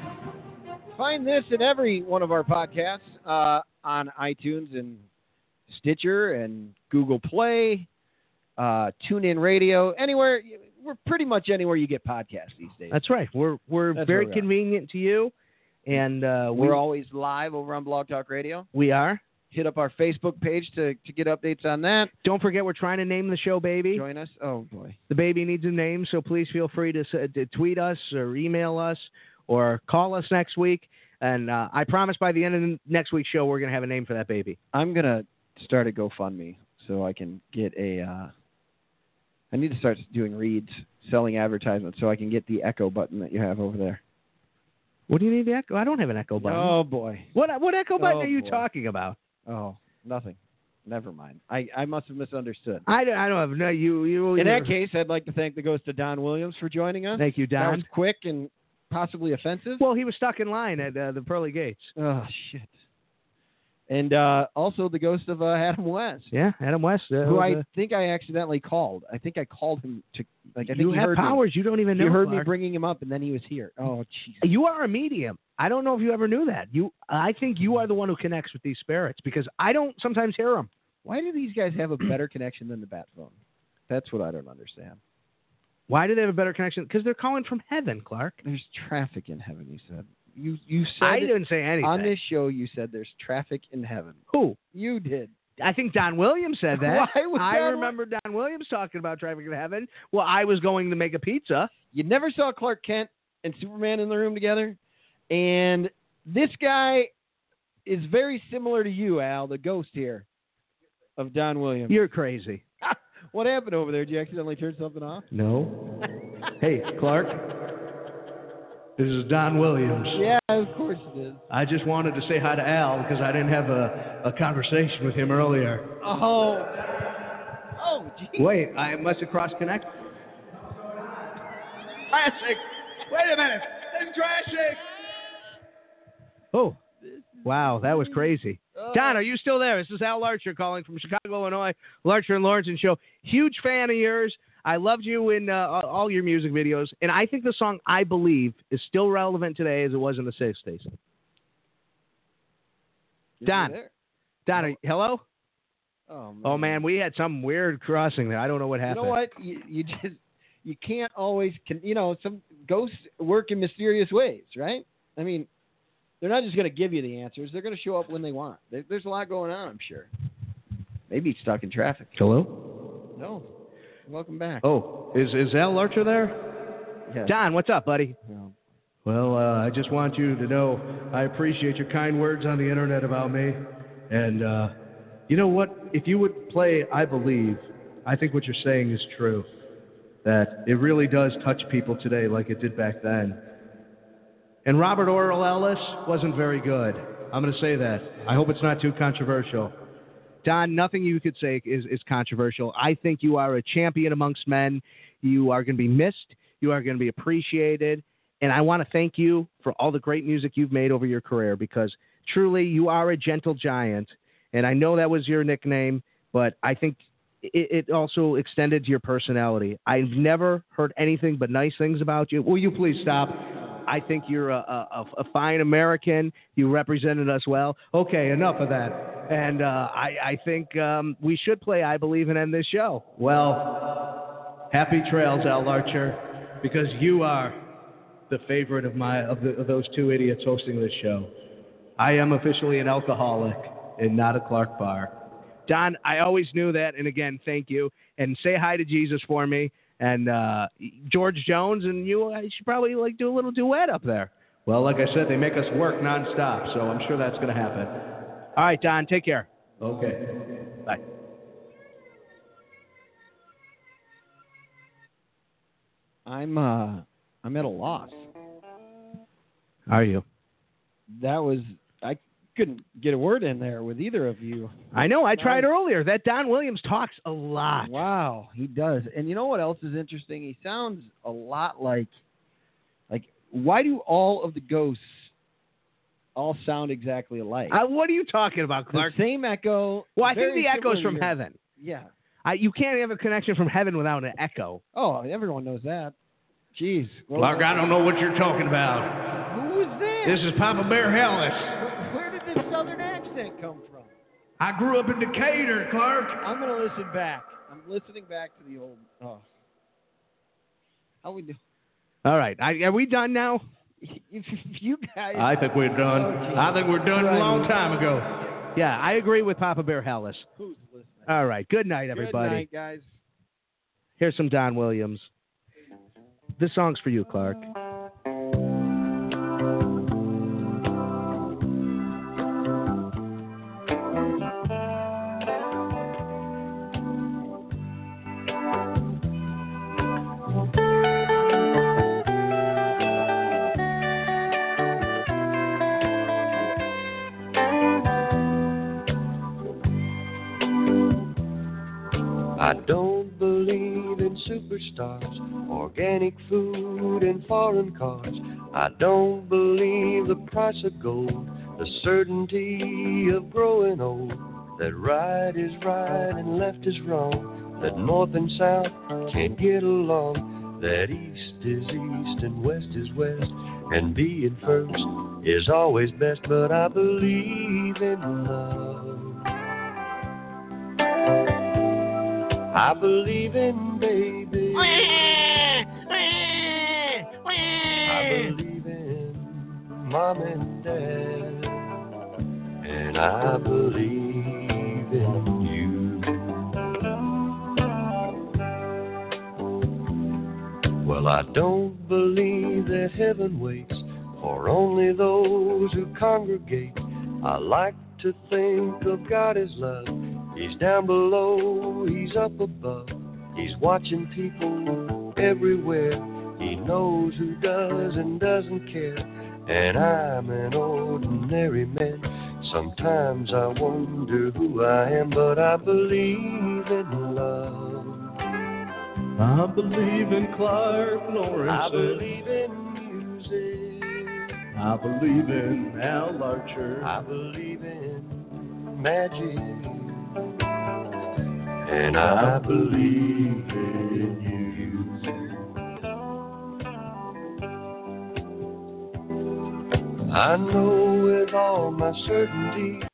E: Find this in every one of our podcasts uh, on iTunes and Stitcher and Google Play, uh, TuneIn Radio, anywhere. We're pretty much anywhere you get podcasts these days.
B: That's right. We're we're
E: That's
B: very
E: where we are.
B: convenient to you, and uh, we
E: We're always live over on Blog Talk Radio.
B: we are.
E: Hit up our Facebook page to, to get updates on that.
B: Don't forget, we're trying to name the show, baby.
E: Join us. Oh boy,
B: The baby needs a name, so please feel free to, s- uh, to tweet us or email us or call us next week. And uh, I promise by the end of the next week's show, we're going to have a name for that baby.
E: I'm gonna start a GoFundMe so I can get a. Uh, I need to start doing reads, selling advertisements, so I can get the echo button that you have over there.
B: What do you need the echo? I don't have an echo button.
E: Oh boy.
B: What what echo button
E: Oh,
B: are you
E: boy.
B: talking about?
E: Oh, nothing. Never mind. I, I must have misunderstood.
B: I don't, I don't have no. You you.
E: In that
B: you-
E: case, I'd like to thank the ghost of Don Williams for joining us.
B: Oh, thank you,
E: That
B: Don.
E: was quick and possibly offensive.
B: well, he was stuck in line at uh, the pearly gates.
E: Oh shit. And uh, also the ghost of uh, Adam West,
B: Yeah, Adam West. Uh,
E: who I
B: uh,
E: think I accidentally called. I think I called him to like. I think
B: you
E: he
B: have
E: heard me.
B: powers. You don't even know.
E: You heard me
B: Clark.
E: bringing him up, and then he was here. Oh jeez.
B: You are a medium. I don't know if you ever knew that. You, I think you are the one who connects with these spirits because I don't sometimes hear them.
E: Why do these guys have a better connection than the bat phone? That's what I don't understand.
B: Why do they have a better connection? Because they're calling from heaven, Clark.
E: There's traffic in heaven. You said. You you said
B: I
E: it-
B: didn't say anything.
E: on this show. You said there's traffic in heaven.
B: Who?
E: You did.
B: I think Don Williams said that.
E: Why was
B: I
E: that-
B: remember Don Williams talking about traffic in heaven. Well, I was going to make a pizza.
E: You never saw Clark Kent and Superman in the room together. And this guy is very similar to you, Al, the ghost here of Don Williams.
B: You're crazy.
E: What happened over there? Did you accidentally turn something off?
B: No. hey, Clark. This is Don Williams.
E: Yeah, of course it is.
B: I just wanted to say hi to Al because I didn't have a, a conversation with him earlier.
E: Oh. Oh, gee.
B: Wait, I must have cross connect. Classic. Wait a minute. It's classic. Oh, wow, that was crazy.
E: Oh,
B: Don, are you still there? This is Al Larcher calling from Chicago, Illinois. Larcher and Lawrence and Show. Huge fan of yours. I loved you in uh, all your music videos, and I think the song "I Believe" is still relevant today as it was in the '60s.
E: Is he
B: Don.
E: there?
B: Don, are- hello.
E: Oh, man.
B: Oh man, we had some weird crossing there. I don't know what
E: You
B: happened.
E: know what? You, you just you can't always con- you know some ghosts work in mysterious ways, right? I mean, they're not just going to give you the answers; they're going to show up when they want. There, there's a lot going on, I'm sure. Maybe he's stuck in traffic.
B: Hello.
E: No, welcome back.
B: Oh, is is Al Larcher there?
E: Yeah.
B: Don, what's up, buddy?
E: No.
I: Well, uh, I just want you to know I appreciate your kind words on the internet about me. And uh, you know what? If you would play I Believe, I think what you're saying is true. That it really does touch people today like it did back then. And Robert Oral Ellis wasn't very good. I'm going to say that. I hope it's not too controversial.
B: Don, nothing you could say is, is controversial. I think you are a champion amongst men. You are going to be missed. You are going to be appreciated. And I want to thank you for all the great music you've made over your career because truly you are a gentle giant. And I know that was your nickname, but I think it, it also extended to your personality. I've never heard anything but nice things about you. Will you please stop? I think you're a, a, a- a fine American. You represented us well. Okay, enough of that. And uh, I, I think um, we should play I Believe and end this show.
I: Well, happy trails, Al Larcher, because you are the favorite of my of, the, of those two idiots hosting this show. I am officially an alcoholic and not a Clark Bar.
B: Don, I always knew that. And again, thank you. And say hi to Jesus for me. And uh, George Jones and you, I should probably like do a little duet up there.
I: Well, like I said, they make us work nonstop, so I'm sure that's going to happen.
B: All right, Don, take care.
I: Okay.
B: Bye.
E: I'm uh I'm at a loss.
B: Are you?
E: That was I couldn't get a word in there with either of you.
B: I know. I tried earlier. That Don Williams talks a lot.
E: Wow, he does. And you know what else is interesting? He sounds a lot like like why do all of the ghosts all sound exactly alike?
B: Uh, what are you talking about, Clark?
E: The same echo.
B: Well, I think
E: very
B: the echo's
E: similar
B: from
E: to your-
B: heaven.
E: Yeah.
B: I, you can't have a connection from heaven without an echo.
E: Oh, everyone knows that. Jeez. Well,
I: Clark, I don't know what you're talking about.
E: Who was that?
I: This is Papa Bear Hellis.
E: Where- Where did this southern accent come from?
I: I grew up in Decatur, Clark.
E: I'm gonna listen back. I'm listening back to the old. Oh. How we do?
B: All right. I, are we done now?
E: If you guys. Oh,
I: I think we're done. I think we're done a long time ago.
B: Yeah, I agree with Papa Bear Hellas.
E: who's listening?
B: All right. Good night, everybody.
E: Good night, guys.
B: Here's some Don Williams. This song's for you, Clark.
J: I don't believe in superstars, organic food, and foreign cars. I don't believe the price of gold, the certainty of growing old. That right is right and left is wrong. That north and south can't get along. That east is east and west is west. And being first is always best. But I believe in love. I believe in baby. I believe in mom and dad. And I believe in you. Well, I don't believe that heaven waits for only those who congregate. I like to think of God as love. He's down below, he's up above. He's watching people everywhere. He knows who does and doesn't care. And I'm an ordinary man. Sometimes I wonder who I am, but I believe in love.
I: I believe in Clark
J: I
I: Lawrence.
J: believe in music.
I: I believe in Al Larcher.
J: I believe in magic. And I believe in you. I know with all my certainty